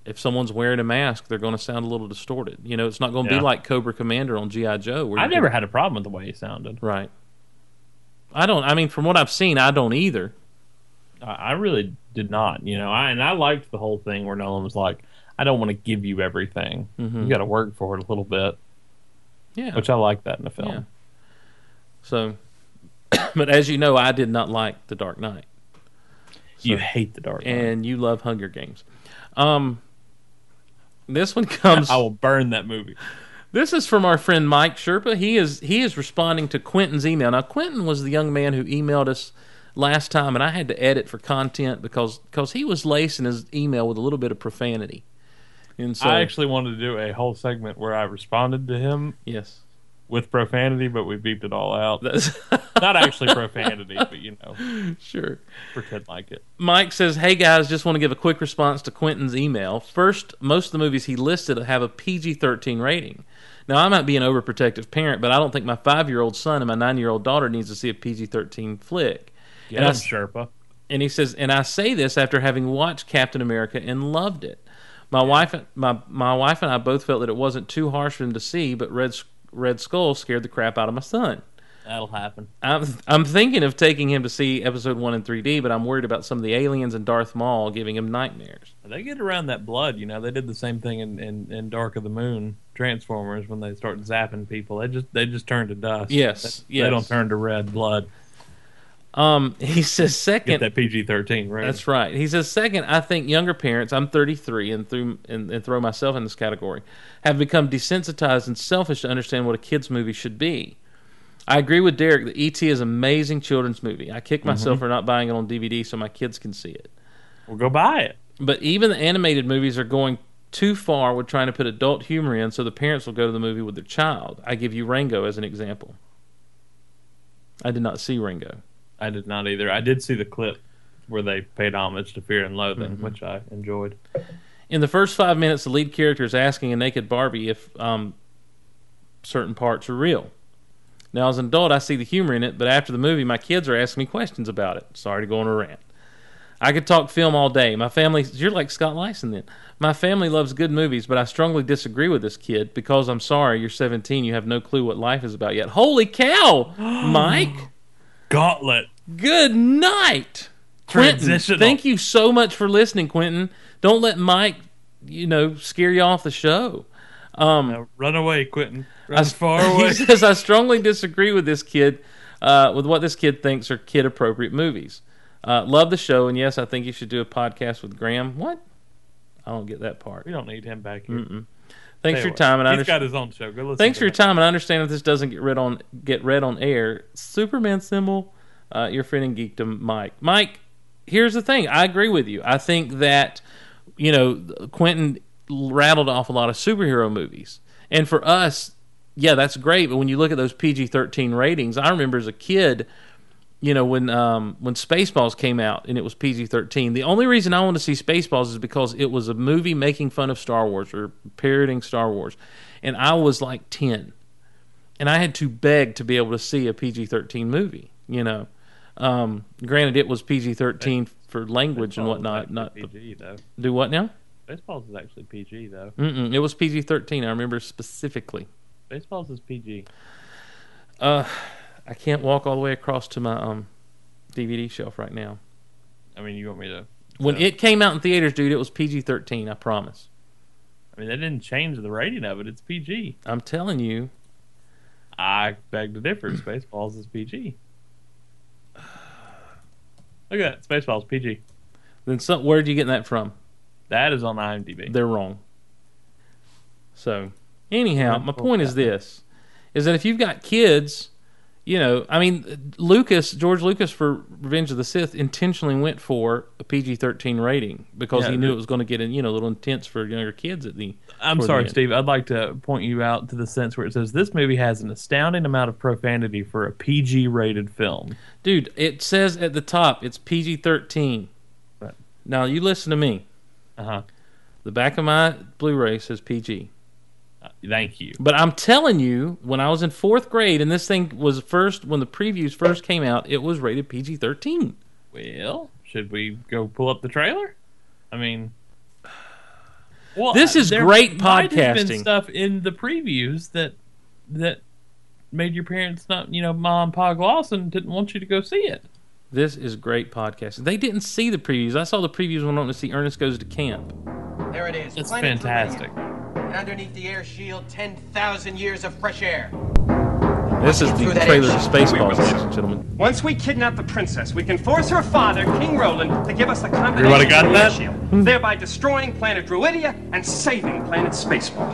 C: If someone's wearing a mask, they're going to sound a little distorted. You know, it's not going to
D: Yeah.
C: be like Cobra Commander on GI Joe. Where
D: I
C: you can-
D: never had a problem with the way he sounded.
C: right. I don't. I mean, from what I've seen, I don't either.
D: I, I really did not. You know, I and I liked the whole thing where Nolan was like, "I don't want to give you everything.
C: Mhm.
D: You got to work for it a little bit,"
C: Yeah.
D: which I like that in a film.
C: yeah. So, but as you know, I did not like The Dark Knight,
D: You hate the dark. Knight.
C: and you love Hunger Games. Um, this one comes.
D: I will burn that movie.
C: This is from our friend Mike Sherpa. He is he is responding to Quentin's email. Now Quentin was the young man who emailed us last time, and I had to edit for content because because he was lacing his email with a little bit of profanity. And so,
D: I actually wanted to do a whole segment where I responded to him
C: yes,
D: with profanity, but we beeped it all out.
C: that's
D: Not actually profanity, but you know,
C: sure.
D: pretend like it.
C: Mike says, "Hey guys, just want to give a quick response to Quentin's email. First, most of the movies he listed have a PG-13 rating. Now, I might be an overprotective parent, but I don't think my five-year-old son and my nine-year-old daughter needs to see a PG-13 flick."
D: Get
C: And I
D: him,
C: s-
D: Sherpa.
C: and he says, and I say this after having watched Captain America and loved it. My wife, my my wife and I both felt that it wasn't too harsh for him to see, but Red S- Red Skull scared the crap out of my son.
D: That'll happen.
C: I'm I'm thinking of taking him to see Episode One in 3D, but I'm worried about some of the aliens and Darth Maul giving him nightmares.
D: They get around that blood, you know. They did the same thing in, in, in Dark of the Moon Transformers when they start zapping people. They just they just turn to dust.
C: Yes,
D: they,
C: yes.
D: they don't turn to red blood.
C: Um, he says
D: Get
C: second.
D: that PG thirteen right.
C: That's right. He says, second, I think younger parents, I'm 33 and, through, and, and throw myself in this category, have become desensitized and selfish to understand what a kid's movie should be. I agree with Derek that E.T. is an amazing children's movie. I
D: Mm-hmm.
C: kick myself for not buying it on DVD so my kids can see it.
D: Well, go buy it.
C: But even the animated movies are going too far with trying to put adult humor in so the parents will go to the movie with their child. I give you Rango as an example. I did not see Rango.
D: I did not either. I did see the clip where they paid homage to Fear and Loathing,
C: Mm-hmm.
D: which I enjoyed.
C: in the first five minutes, the lead character is asking a naked Barbie if um, certain parts are real. Now, as an adult, I see the humor in it, but after the movie, my kids are asking me questions about it. Sorry to go on a rant. I could talk film all day. My family, you're like Scott Lyson then. My family loves good movies, but I strongly disagree with this kid because I'm sorry, you're 17, you have no clue what life is about yet. Holy cow, Mike!
D: Gauntlet.
C: Good night, Quentin.
D: Transitional.
C: Thank you so much for listening, Quentin. Don't let Mike, you know, scare you off the show. Um,
D: Now run away, Quentin. Run
C: I-
D: far away.
C: He says, I strongly disagree with this kid, uh, with what this kid thinks are kid appropriate movies. Uh, love the show, and yes, I think you should do a podcast with Graham. What? I don't get that part.
D: we don't need him back here.
C: Thanks for your time, and I
D: He's
C: understand.
D: got his own show. Go listen.
C: Thanks
D: to
C: for your
D: that.
C: time, and I understand if this doesn't get read on get read on air. Superman symbol, uh, your friend in geekdom, Mike. Mike, here's the thing. I agree with you. I think that you know Quentin rattled off a lot of superhero movies, and for us, yeah, that's great. But when you look at those PG-13 ratings, I remember as a kid you know when um, when Spaceballs came out and it was PG thirteen. The only reason I wanted to see Spaceballs is because it was a movie making fun of Star Wars or parodying Star Wars, and I was like ten, and I had to beg to be able to see a PG thirteen movie. You know, um, granted it was PG thirteen for language and
D: Baseball is
C: whatnot.
D: actually
C: Not
D: PG though.
C: do what now?
D: Baseball's is actually PG though.
C: Mm-mm, it was PG thirteen. I remember specifically.
D: Baseball's is PG.
C: I can't walk all the way across to my um, DVD shelf right now.
D: I mean, you want me to?
C: When
D: Yeah.
C: it came out in theaters, dude, it was PG thirteen. I promise.
D: I mean, they didn't change the rating of it. It's PG.
C: I'm telling you.
D: I beg to differ. Spaceballs is PG. Look at that. Spaceballs PG.
C: Then some, where'd you get that from?
D: That is on IMDb.
C: They're wrong. So, anyhow, my point is this: is that if you've got kids, you know, I mean, Lucas, George Lucas for Revenge of the Sith intentionally went for a PG-13 rating because he
D: Yeah,
C: knew
D: the-
C: it was going to get in, you know, a little intense for younger kids at the.
D: I'm
C: toward the
D: sorry,
C: end.
D: Steve. I'd like to point you out to the sense where it says this movie has an astounding amount of profanity for a PG-rated film.
C: Dude, it says at the top it's PG-13.
D: Right.
C: Now you listen to me.
D: Uh huh.
C: The back of my Blu-ray says PG.
D: Thank you.
C: But I'm telling you, when I was in fourth grade, and this thing was first when the previews first came out, it was rated PG-13.
D: Well, should we go pull up the trailer? I mean, well,
C: This is
D: there
C: great
D: might have
C: podcasting.
D: Been stuff in the previews that that made your parents not, you know, mom, pa, Lawson didn't want you to go see it.
C: This is great podcasting. They didn't see the previews. I saw the previews when I went to see Ernest Goes to Camp.
F: There it is.
D: It's
F: Planet
D: fantastic.
F: Terrain. And underneath the air shield, 10,000 years of fresh air.
C: This is the
F: Through that
C: trailer to
F: air
C: Spaceballs, ladies and gentlemen.
G: Once we kidnap the princess, we can force her father, King Roland, to give us the combination
D: Everybody got
G: to the
D: that?
G: shield, thereby destroying planet Druidia and saving planet Spaceball.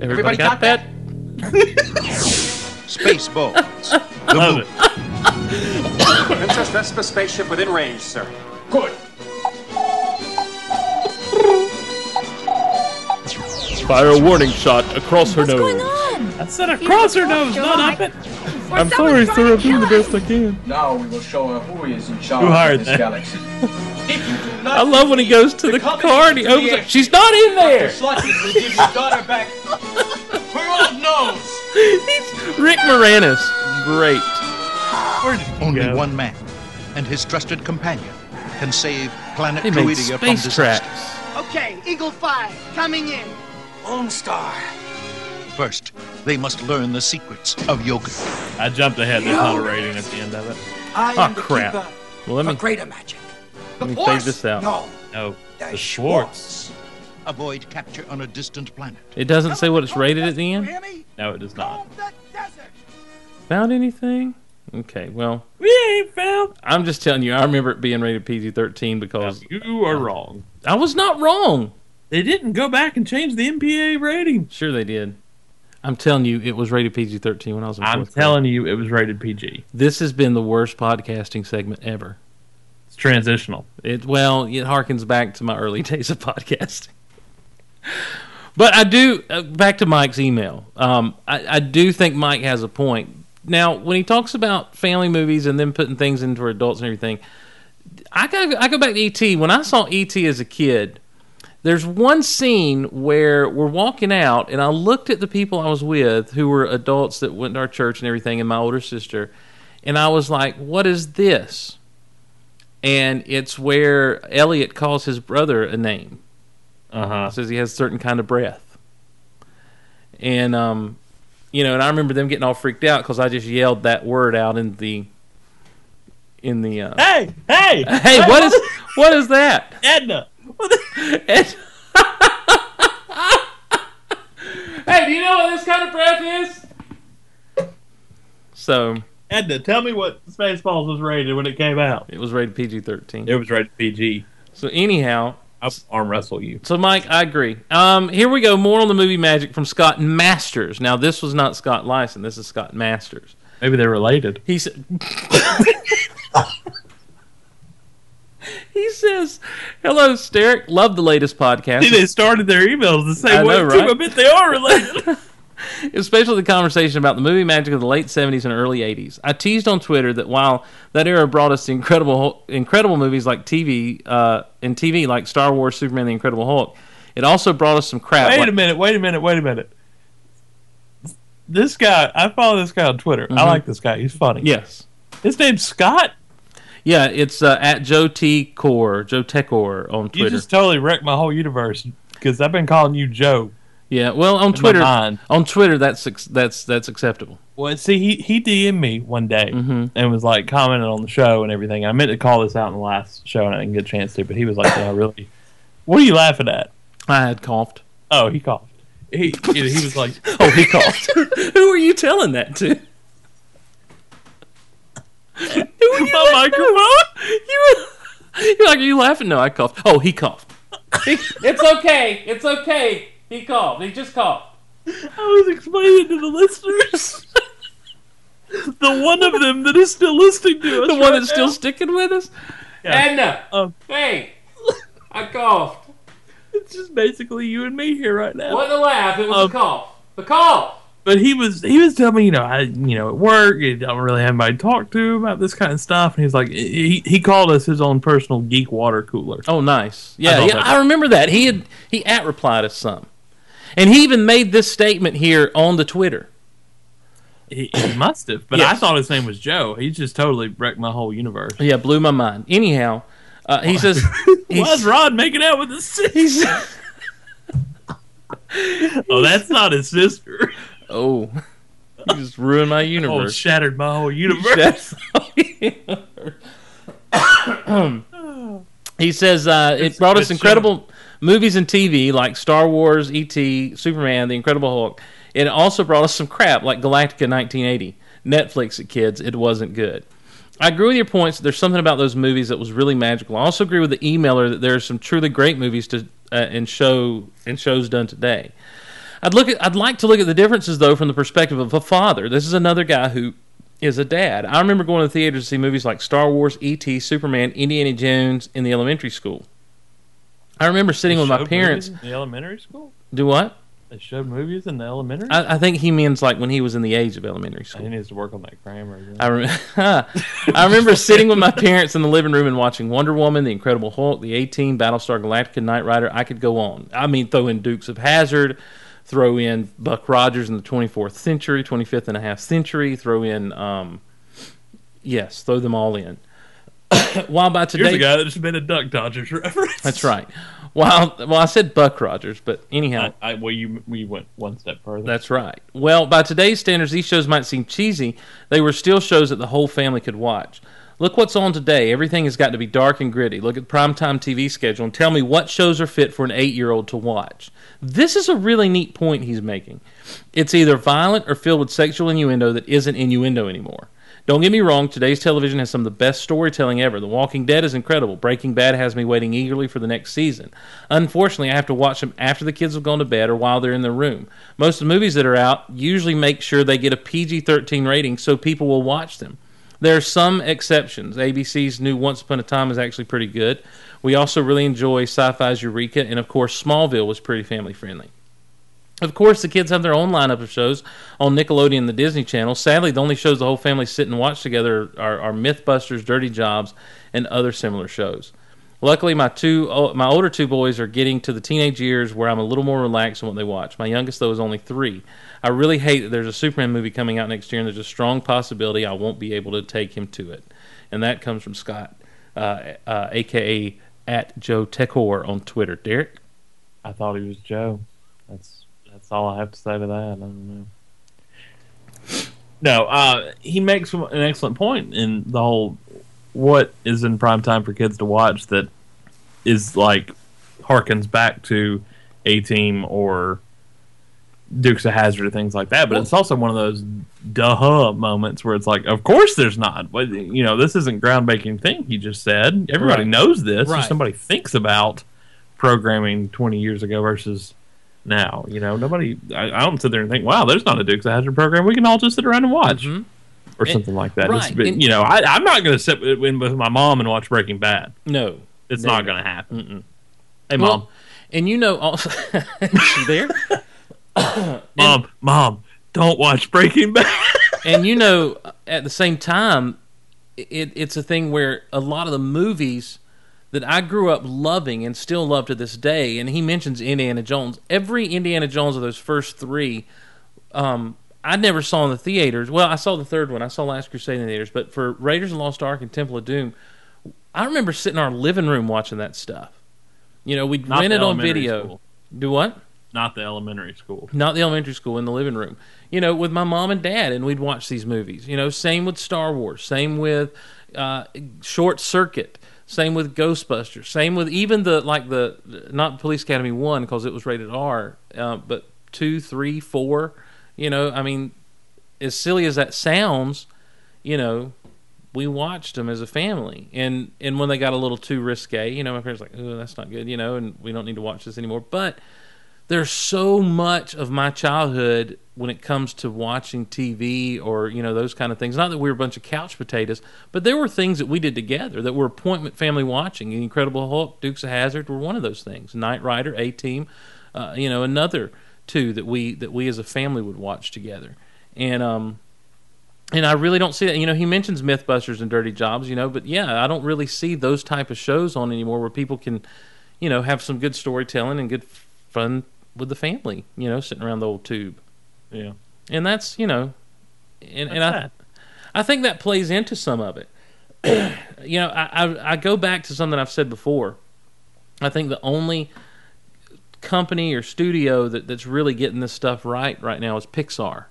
C: Everybody,
F: Everybody
C: got,
F: got
C: that?
A: Spaceballs.
D: Love it.
G: Princess Vespa spaceship within range, sir. Good.
C: Fire a warning shot across her nose.
D: I said across her nose, not up it. I'm sorry, sir. I'm doing the best I can.
F: Now we will show her who is in charge
D: Who hired that?
F: galaxy.
C: I love when he goes to the car and he opens it. She's not in there.
F: Slutty will give your daughter back. Her old nose.
C: Rick Moranis, great.
H: Only
D: Yeah.
H: one man and his trusted companion can save planet
C: They made
H: Druidia from
C: space
H: disaster.
C: tracks.
I: Okay, Eagle 5, coming in.
F: Lone Star.
H: First, they must learn the secrets of yoga.
D: I jumped ahead. There's not a rating at the end of it.
F: I
C: Ah,
F: am the
C: crap.
F: keeper
C: Well, let
F: for
C: me
F: greater magic.
C: let me
F: The
C: fade
F: Force?
C: this out.
F: No,
D: No,
F: the,
D: the Schwartz.
F: Schwartz.
H: Avoid capture on a distant planet.
C: It doesn't say what it's rated at the end.
D: No, it does not.
C: Found anything? Okay, well,
D: We ain't found.
C: I'm just telling you, I remember it being rated PG 13 because
D: You are wrong.
C: I was not wrong.
D: They didn't go back and change the MPA rating.
C: Sure, they did. I'm telling you, it was rated PG 13 when I was in
D: I'm
C: fourth
D: telling you, it was rated PG.
C: grade. This has been the worst podcasting segment ever.
D: It's transitional.
C: It Well, it harkens back to my early days of podcasting. But I do, uh, back to Mike's email, um, I, I do think Mike has a point. Now, when he talks about family movies and then putting things into for adults and everything, I go, I go back to E.T. When I saw E.T. as a kid, there's one scene where we're walking out, and I looked at the people I was with who were adults that went to our church and everything, and my older sister, and I was like, What is this? And it's where Elliot calls his brother a name,
D: Uh huh.
C: says he has a certain kind of breath. And, um, you know, and I remember them getting all freaked out because I just yelled that word out in the. In the uh,
D: Hey, hey,
C: hey, what is what is that?
D: Edna?
C: And- Hey, do you know what this kind of breath is? So
D: Edna, tell me what Spaceballs was rated when it came out.
C: it was rated PG thirteen.
D: It was rated PG.
C: So anyhow,
D: I'll arm wrestle you.
C: So, Mike, I agree. Um, here we go. More on the movie magic from Scott Masters. Now, this was not Scott Lyson. This is Scott Masters.
D: Maybe they're related.
C: He said. he says, "Hello, Steric. Love the latest podcast.
D: See, they started their emails the
C: I
D: same
C: know,
D: way
C: right?
D: too. I bet they are related.
C: especially the conversation about the movie magic of the late 70s and early 80s. I teased on Twitter that while that era brought us the incredible incredible movies like TV uh, and TV like Star Wars, Superman, The Incredible Hulk, it also brought us some crap.
D: wait
C: like-
D: a minute. Wait a minute. Wait a minute. This guy, I follow this guy on Twitter. I like this guy. He's funny.
C: Yes.
D: his name's Scott.
C: Yeah, it's uh, at Joe T Core, Joe Tecor on
D: You
C: Twitter.
D: just totally wrecked my whole universe because I've been calling you Joe.
C: yeah, well, on Twitter,
D: mind.
C: on Twitter, that's ex- that's that's acceptable.
D: Well, see, he he DM'd me one day
C: Mm-hmm.
D: and was like commenting on the show and everything. I meant to call this out in the last show and I didn't get a chance to, but he was like, "Yeah, really, what are you laughing at?"
C: I had coughed.
D: Oh, he coughed. He he was like,
C: Oh, he coughed. Who are you telling that to? Who are you
D: "My
C: laughing at?
D: microphone."
C: You were, you're like, are you laughing? No, I coughed. Oh, he coughed. it's okay. It's okay. He coughed. He just coughed.
D: I was explaining to the listeners, the one of them that is still listening to us,
C: The one that's still sticking with us.
D: Yeah.
C: Edna.
D: Um.
C: hey, I coughed.
D: it's just basically you and me here right now.
C: Wasn't a laugh. It was
D: Um.
C: a cough. The cough.
D: but he was he was telling me, you know, I you know at work, I don't really have anybody to talk to about this kind of stuff. And he's like, he he called us his own personal geek water cooler.
C: Oh, nice. Yeah,
D: love
C: yeah.
D: that.
C: I remember that. He had he at replied us some, and he even made this statement here on the Twitter.
D: He, he must have, but I
C: Yes.
D: thought his name was Joe. He just totally wrecked my whole universe.
C: Yeah, blew my mind. Anyhow, uh, he says he
D: Why's
C: s-
D: Rod making out with his
C: he
D: sister?
C: says-
D: Oh, that's not his sister.
C: oh, you just ruined my
D: Oh,
C: universe.
D: shattered my whole universe.
C: That's- he says uh, it brought
D: good
C: us
D: show.
C: incredible movies and TV like Star Wars, E.T., Superman, The Incredible Hulk. It also brought us some crap like Galactica 1980. Netflix it, kids. It wasn't good. I agree with your points. There's something about those movies that was really magical. I also agree with the emailer that there are some truly great movies to uh, and show and shows done today. I'd look at, I'd like to look at the differences though from the perspective of a father. This is another guy who is a dad. I remember going to the theater to see movies like Star Wars, E.T., Superman, Indiana Jones in the elementary school. I remember sitting with my
D: Showed
C: parents.
D: movies in the elementary school.
C: Do what?
D: They showed movies in the elementary.
C: I, I think he means like when he was in the age of elementary
D: he
C: school.
D: needs to work on that grammar. Again.
C: I, rem- I remember sitting with my parents in the living room and watching Wonder Woman, The Incredible Hulk, The 18, Battlestar Galactica, Knight Rider. I could go on. I mean, throw in Dukes of Hazard, throw in Buck Rogers in the 24th century, 25th and a half century, throw in, um, yes, throw them all in. While by
D: Here's
C: today,
D: a guy that's been a Duck Dodgers reference.
C: that's right. While well, I said Buck Rogers, but anyhow,
D: I, I, well, you we went one step further.
C: That's right. Well, by today's standards, these shows might seem cheesy. They were still shows that the whole family could watch. Look what's on today. Everything has got to be dark and gritty. Look at primetime TV schedule and tell me what shows are fit for an eight year old to watch. This is a really neat point he's making. It's either violent or filled with sexual innuendo that isn't innuendo anymore. Don't get me wrong, today's television has some of the best storytelling ever. The Walking Dead is incredible. Breaking Bad has me waiting eagerly for the next season. Unfortunately, I have to watch them after the kids have gone to bed or while they're in their room. Most of the movies that are out usually make sure they get a PG 13 rating so people will watch them. There are some exceptions. ABC's new Once Upon a Time is actually pretty good. We also really enjoy Sci Fi's Eureka, and of course, Smallville was pretty family friendly. Of course, the kids have their own lineup of shows on Nickelodeon and the Disney Channel. Sadly, the only shows the whole family sit and watch together are, are MythBusters, Dirty Jobs, and other similar shows. Luckily, my two oh, my older two boys are getting to the teenage years where I'm a little more relaxed on what they watch. My youngest though is only three. I really hate that there's a Superman movie coming out next year, and there's a strong possibility I won't be able to take him to it. And that comes from Scott, uh, uh, aka at Joe Techor on Twitter. Derek.
D: I thought he was Joe. That's that's all I have to say to that. I don't know. No, uh, he makes an excellent point in the whole what is in prime time for kids to watch that is like harkens back to A Team or Dukes of Hazard and things like that. But it's also one of those duh moments where it's like, of course there's not. But, You know, this isn't groundbreaking thing he just said. Everybody
C: Right.
D: knows this.
J: Right.
D: If somebody thinks about programming 20 years ago versus now, you know, nobody. I, I don't sit there and think, wow, there's not a Dukes of Hazard program we can all just sit around and watch. Or something like that. It's a
J: right,
D: bit-
C: Mm-hmm. and-
D: you know, I, I'm not going to sit with, with my mom and watch Breaking Bad.
C: No,
D: It's
C: No.
D: not going to happen. Hey,
C: Well,
D: mom,
C: and you know also she there,
D: mom, mom, don't watch Breaking Bad.
C: and you know at the same time, it, it's a thing where a lot of the movies that I grew up loving and still love to this day, and he mentions Indiana Jones. Every Indiana Jones of those first three, um, I never saw in the theaters. Well, I saw the third one. I saw Last Crusade in the theaters, but for Raiders of the Lost Ark and Temple of Doom, I remember sitting in our living room watching that stuff. You know, we'd
D: Not
C: rent
D: the
C: it on
D: elementary
C: video.
D: school.
C: Do what?
D: not the elementary school.
C: not the elementary school in the living room you know with my mom and dad and we'd watch these movies you know same with star wars same with uh, short circuit same with ghostbusters same with even the like the not police academy one because it was rated r uh, but two three four you know i mean as silly as that sounds you know we watched them as a family and and when they got a little too risque you know my parents were like oh that's not good you know and we don't need to watch this anymore but there's so much of my childhood when it comes to watching TV or you know those kind of things. Not that we were a bunch of couch potatoes, but there were things that we did together that were appointment family watching. The Incredible Hulk, Dukes of Hazard were one of those things. Knight Rider, A Team, uh, you know another two that we that we as a family would watch together. And um, and I really don't see that. You know, he mentions MythBusters and Dirty Jobs, you know, but yeah, I don't really see those type of shows on anymore where people can, you know, have some good storytelling and good f- fun with the family, you know, sitting around the old tube.
D: Yeah.
C: And that's, you know, and, and
D: That's
C: I,
D: that.
C: I think that plays into some of it. you know, I, I I go back to something I've said before. I think the only company or studio that, that's really getting this stuff right right now is Pixar.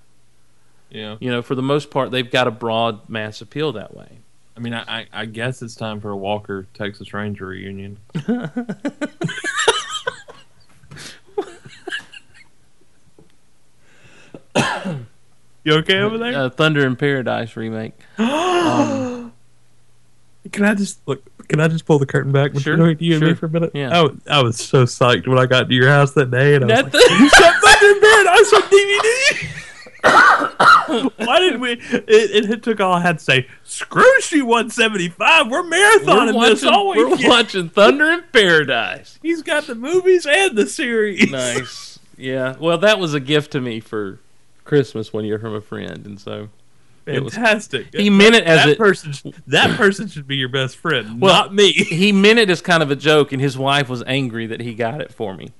D: Yeah.
C: You know, for the most part, they've got a broad mass appeal that way.
D: I mean, I, I, I guess it's time for a Walker Texas Ranger reunion. you okay over there?
C: Uh, Thunder in Paradise remake.
D: Can I just look? Can I just pull the curtain back
C: Sure,
D: between you and me
C: sure.
D: for a minute?
C: Yeah.
D: I, was, I was so psyched when I got to your house that day, and I was
C: That
D: like,
C: thing-
D: "You shot Thunder in Paradise on DVD." Why didn't we? It, it, it took all I had to say. Screw she 175. We're marathoning
C: we're
D: this
C: watching,
D: all
C: we're
D: weekend.
C: watching Thunder in Paradise.
D: He's got the movies and the series.
C: Nice. Yeah. Well, that was a gift to me for Christmas one year from a friend, and so It was-
D: Fantastic.
C: he meant it as
D: that
C: a
D: person. sh- That person should be your best friend,
C: Well-
D: not me.
C: he meant it as kind of a joke, and his wife was angry that he got it for me,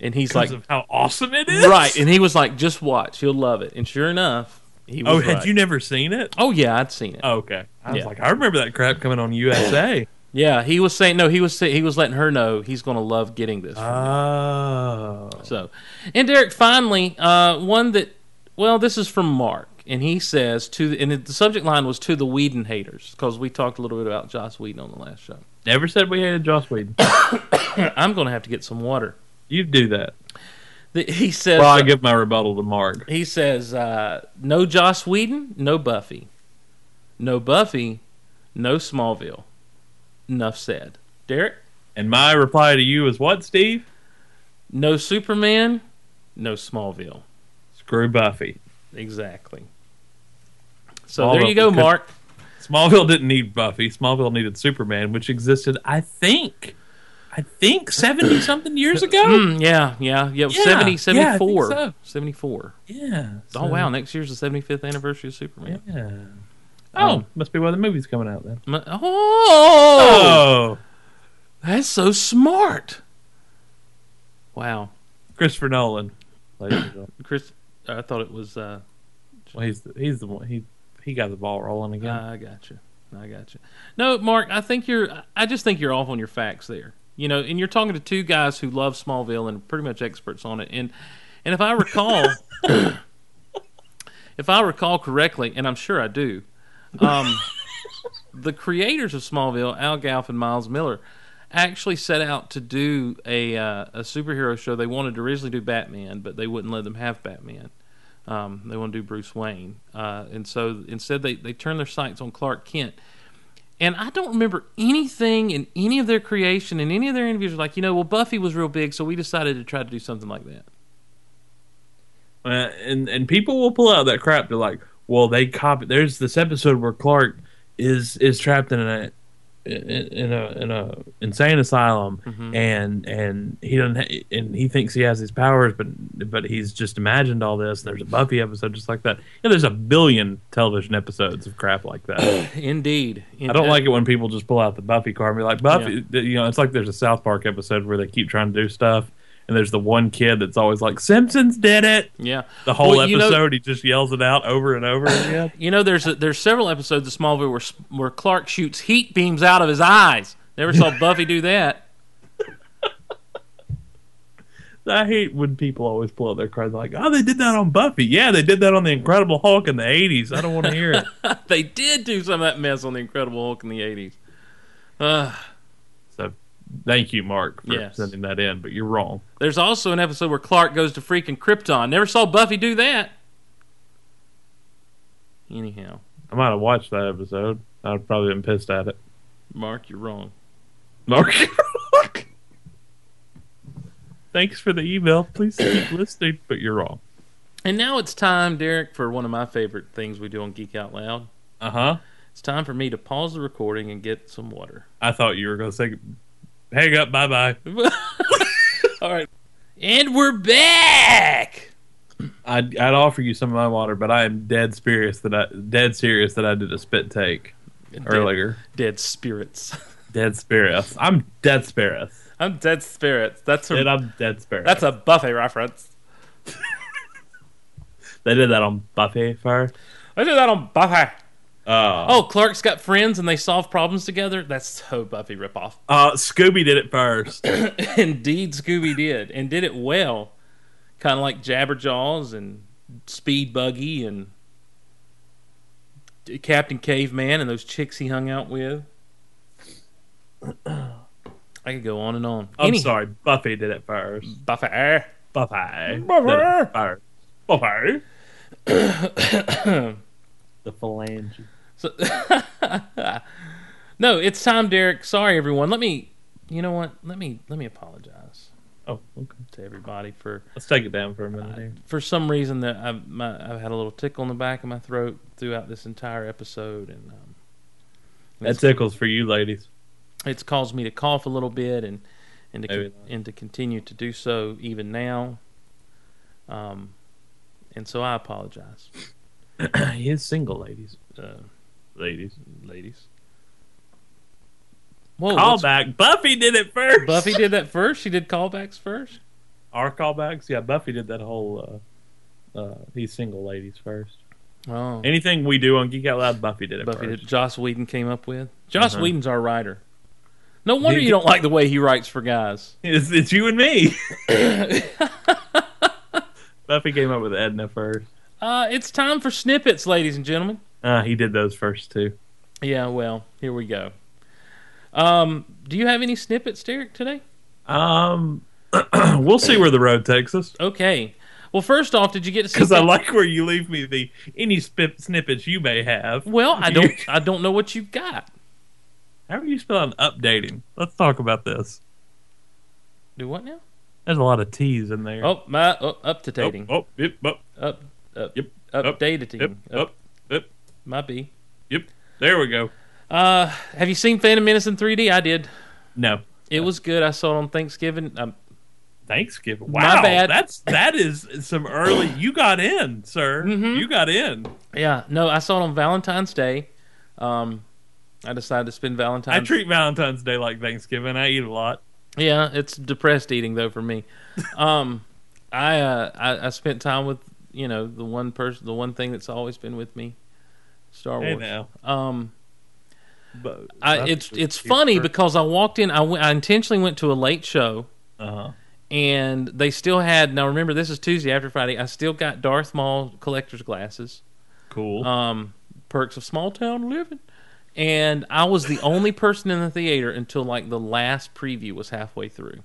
C: and he's like,
D: Because of how awesome it is.
C: right, and he was like, just watch, you'll love it, and sure enough, he was
D: oh,
C: right.
D: had you never seen it?
C: Oh yeah, I'd seen it.
D: Oh, okay. I
C: Yeah.
D: was like, I remember that crap coming on USA.
C: Yeah, he was saying no. He was say, he was letting her know he's going to love getting this.
D: oh.
C: So, and Derek, finally, uh, one that, well, this is from Mark, and he says to, the, and the subject line was to the Whedon haters because we talked a little bit about Joss Whedon on the last show.
D: Never said we hated Joss Whedon.
C: I'm going to have to get some water.
D: you do that.
C: The- He says, uh,
D: Well, I give my rebuttal to Mark.
C: he says, uh, no Joss Whedon, no Buffy, no Buffy, no Smallville. Enough said. Derek,
D: And my reply to you is what, Steve?
C: no Superman, no Smallville.
D: Screw Buffy.
C: Exactly. So
D: All
C: there
D: of
C: you
D: them
C: go,
D: could-
C: Mark.
D: Smallville didn't need Buffy. Smallville needed Superman, which existed, I think, I think 70 something years ago.
C: Mm, yeah, yeah, yeah.
D: Yeah,
C: 70,
D: yeah, I think
C: 74.
D: so.
C: 74.
D: yeah.
C: Oh,
D: so-
C: wow. Next year's the 75th anniversary of Superman.
D: Yeah. Oh, must be why the movie's coming out then.
C: My- oh,
D: Oh,
C: that's so smart. Wow.
D: Christopher Nolan. Ladies and gentlemen.
C: Chris, I thought it was. Uh,
D: Well, he's the, he's the one. He he got the ball rolling again.
C: I got you. I got you. No, Mark, I think you're. I just think you're off on your facts there. You know, and you're talking to two guys who love Smallville and are pretty much experts on it. And and if I recall, if I recall correctly, and I'm sure I do, um, the creators of Smallville, Al Galf and Miles Miller, actually set out to do a uh, a superhero show. They wanted to originally do Batman, but they wouldn't let them have Batman. Um, they want to do Bruce Wayne, uh, and so instead they they turned their sights on Clark Kent. And I don't remember anything in any of their creation in any of their interviews. Like you know, well Buffy was real big, so we decided to try to do something like that.
D: Uh, and and people will pull out that crap. They're like, well, they copy. There's this episode where Clark is is trapped in a in, in a in a insane asylum, and and he doesn't ha- and he thinks he has these powers, but but he's just imagined all this. And there's a Buffy episode just like that. Yeah, there's a billion television episodes of crap like that.
C: Indeed,
D: I don't like it when people just pull out the Buffy card and be like, Buffy, th- you know, it's like there's a South Park episode where they keep trying to do stuff. And there's the one kid that's always like, Simpsons did it.
C: Yeah,
D: The whole
C: Well, you know-
D: episode, he just yells it out over and over again.
C: You know, there's a, there's several episodes of Smallville where S- where Clark shoots heat beams out of his eyes. Never saw Buffy do that.
D: I hate when people always pull out their card like, "Oh, they did that on Buffy. Yeah, they did that on the Incredible Hulk in the '80s. I don't want to hear it."
C: They did do some of that mess on the Incredible Hulk in the eighties.
D: so, thank you, Mark, for
C: Yes.
D: sending that in. But you're wrong.
C: There's also an episode where Clark goes to freaking Krypton. Never saw Buffy do that. Anyhow,
D: I might have watched that episode. I'd probably been pissed at it.
C: Mark, you're wrong.
D: Mark, thanks for the email. Please keep listening, but you're wrong.
C: And now it's time, Derek, for one of my favorite things we do on Geek Out Loud.
D: Uh huh.
C: It's time for me to pause the recording and get some water.
D: I thought you were going to say, "Hang up, bye bye."
C: All right. And we're back.
D: I'd, I'd offer you some of my water, but I am dead serious that I dead serious that I did a spit take earlier.
C: Dead spirits.
D: Dead Spirits. I'm Dead Spirits.
C: I'm dead spirits. That's
D: Dude,
C: a,
D: I'm Dead Spirits.
C: that's a Buffy reference.
D: they did that on Buffy Fire.
C: I did that on Buffy.
D: Uh,
C: Oh, Clark's got friends and they solve problems together. That's so Buffy ripoff.
D: uh, Scooby did it first.
C: Indeed, Scooby did and did it well. Kind of like Jabberjaws and Speed Buggy and Captain Caveman and those chicks he hung out with. I could go on and on.
D: I'm
C: Any-
D: sorry, Buffy did it first.
C: Buffy. Buffy.
D: Buffy. did it first. Buffy. the phalange.
C: No, it's time, Derek. Sorry, everyone. Let me, you know what? Let me let me apologize
D: Oh, okay.
C: to everybody for
D: Let's take it down for a minute here.
C: for some reason that I've my, I've had a little tickle in the back of my throat throughout this entire episode, and um,
D: That tickles for you, ladies.
C: it's caused me to cough a little bit and and to
D: Maybe
C: con- and to continue to do so even now. Um, and so I apologize,
D: he is single, ladies.
C: uh,
D: Ladies.
C: ladies. Whoa, what's-
D: Callback. Buffy did it first.
C: Buffy did that first. She did callbacks first.
D: Our callbacks. Yeah, Buffy did that whole. Uh, uh, he's single, ladies first.
C: Oh,
D: Anything we do on Geek Out Loud, Buffy did it
C: Buffy
D: first.
C: that Joss Whedon came up with. Joss
D: Uh-huh.
C: Whedon's our writer. No wonder
D: He-
C: you don't like the way he writes for guys.
D: It's, it's you and me. Buffy came up with Edna first.
C: Uh, it's time for snippets, ladies and gentlemen.
D: Uh, he did those first too.
C: Yeah, well, here we go. Um, do you have any snippets, Derek, today?
D: Um, we'll see where the road takes us.
C: Okay. Well, first off, did you get to see?
D: Because I like where you leave me the any spip, snippets you may have.
C: Well, I don't. I don't know what you've got.
D: How are you spelling updating? Let's talk about this.
C: Do what now?
D: There's a lot of T's in there.
C: Oh, my oh, up to dating.
D: Oh, yep, up,
C: Up, up,
D: yep, up,
C: updated.
D: yep, up, up,
C: might be.
D: yep. There we go.
C: Uh, have you seen Phantom Menace in 3D? I did.
D: No.
C: It was good. I saw it on Thanksgiving. Um,
D: Thanksgiving.
C: My
D: Wow,
C: bad.
D: that's that is some early. You got in, sir.
C: Mm-hmm.
D: You got in.
C: Yeah, no, I saw it on Valentine's Day. Um, I decided to spend
D: I
C: Valentine's.
D: treat Valentine's Day like Thanksgiving. I eat a lot.
C: yeah, it's depressed eating though for me. um, I, uh, I I spent time with you know the one person, the one thing that's always been with me, Star
D: Hey
C: Wars.
D: now,
C: Um,
D: but
C: I, it's it's funny because I walked in. I went, I intentionally went to a late show,
D: uh
C: and they still had. Now remember, this is Tuesday after Friday. I still got Darth Maul collector's glasses.
D: cool.
C: um, perks of small town living. and I was the only person in the theater until like the last preview was halfway through.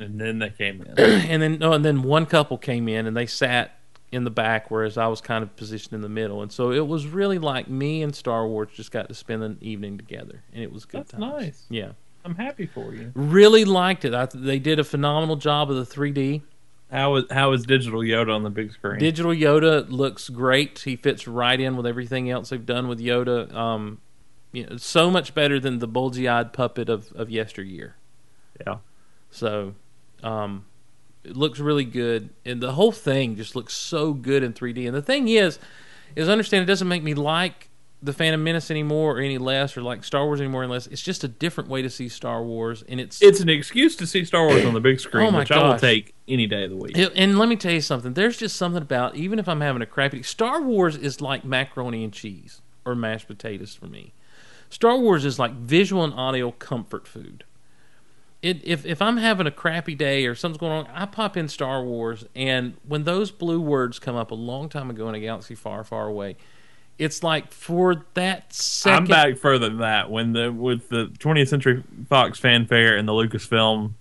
D: and then they came in.
C: and then no, and then one couple came in and they sat in the back, whereas I was kind of positioned in the middle. And so it was really like me and Star Wars just got to spend an evening together, and it was good.
D: That's
C: times.
D: nice.
C: Yeah,
D: I'm happy for you.
C: really liked it. I, th- they did a phenomenal job of the 3D.
D: How is how is Digital Yoda on the big screen?
C: Digital Yoda looks great. He fits right in with everything else they've done with Yoda. Um, you know, so much better than the bulgy-eyed puppet of of yesteryear.
D: yeah.
C: So, um, it looks really good, and the whole thing just looks so good in 3D. And the thing is, is understand it doesn't make me like the Phantom Menace anymore, or any less, or like Star Wars anymore, unless it's just a different way to see Star Wars, and it's
D: It's an excuse to see Star Wars on the big screen,
C: Oh my
D: which I will
C: gosh.
D: take any day of the week.
C: It- and let me tell you something. There's just something about even if I'm having a crappy Star Wars is like macaroni and cheese or mashed potatoes for me. Star Wars is like visual and audio comfort food. It, if if I'm having a crappy day or something's going on, I pop in Star Wars, and when those blue words come up a long time ago in a galaxy far, far away, it's like for that second.
D: I'm back further than that when the with the 20th Century Fox fanfare and the Lucasfilm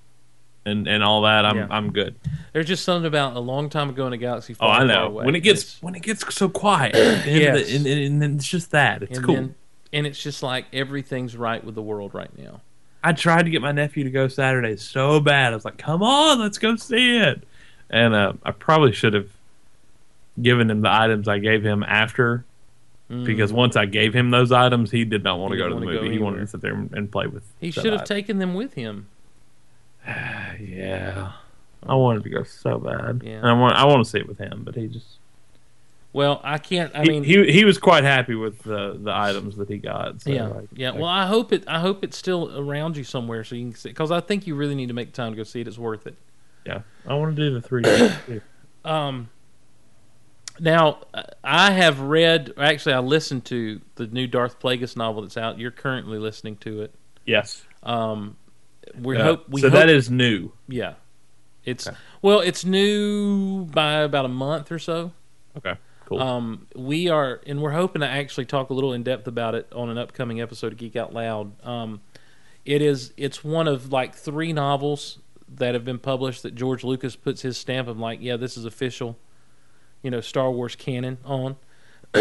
D: and and all that. I'm
C: Yeah.
D: I'm good.
C: There's just something about a long time ago in a galaxy
D: Oh,
C: far,
D: I
C: far
D: know.
C: away.
D: When it gets
C: It's-
D: when it gets so quiet, at the end of the-
C: Yes.
D: and, and, and then it's just that. It's
C: and
D: cool.
C: then- and it's just like everything's right with the world right now.
D: I tried to get my nephew to go Saturday so bad. I was like, "Come on, let's go see it." And uh, I probably should have given him the items I gave him after, because once I gave him those items, he did not want to
C: Mm. He
D: go to
C: didn't
D: the
C: wanna go
D: movie. He wanted
C: anywhere.
D: to sit there and, and play with.
C: He
D: that
C: should have
D: item.
C: taken them with him.
D: Yeah, I wanted to go so bad.
C: Oh. Yeah.
D: and I want I want to see it with him, but he just.
C: Well, I can't. I
D: he-
C: mean,
D: he he was quite happy with the the items that he got. So
C: yeah,
D: like,
C: yeah.
D: like,
C: Well, I hope it. I hope it's still around you somewhere so you can see. Because I think you really need to make time to go see it. It's worth it.
D: yeah. I want to do the three. too.
C: Um. Now, uh, I have read. or Actually, I listened to the new Darth Plagueis novel that's out. You're currently listening to it.
D: yes.
C: Um, we
D: Uh,
C: hope. We
D: so
C: hope,
D: that is new.
C: Yeah. It's well. It's new by about a month or so.
D: Okay. Cool.
C: Um, we are, and we're hoping to actually talk a little in depth about it on an upcoming episode of Geek Out Loud. Um, it is, it's one of like three novels that have been published that George Lucas puts his stamp of like, yeah, this is official, you know, Star Wars canon on.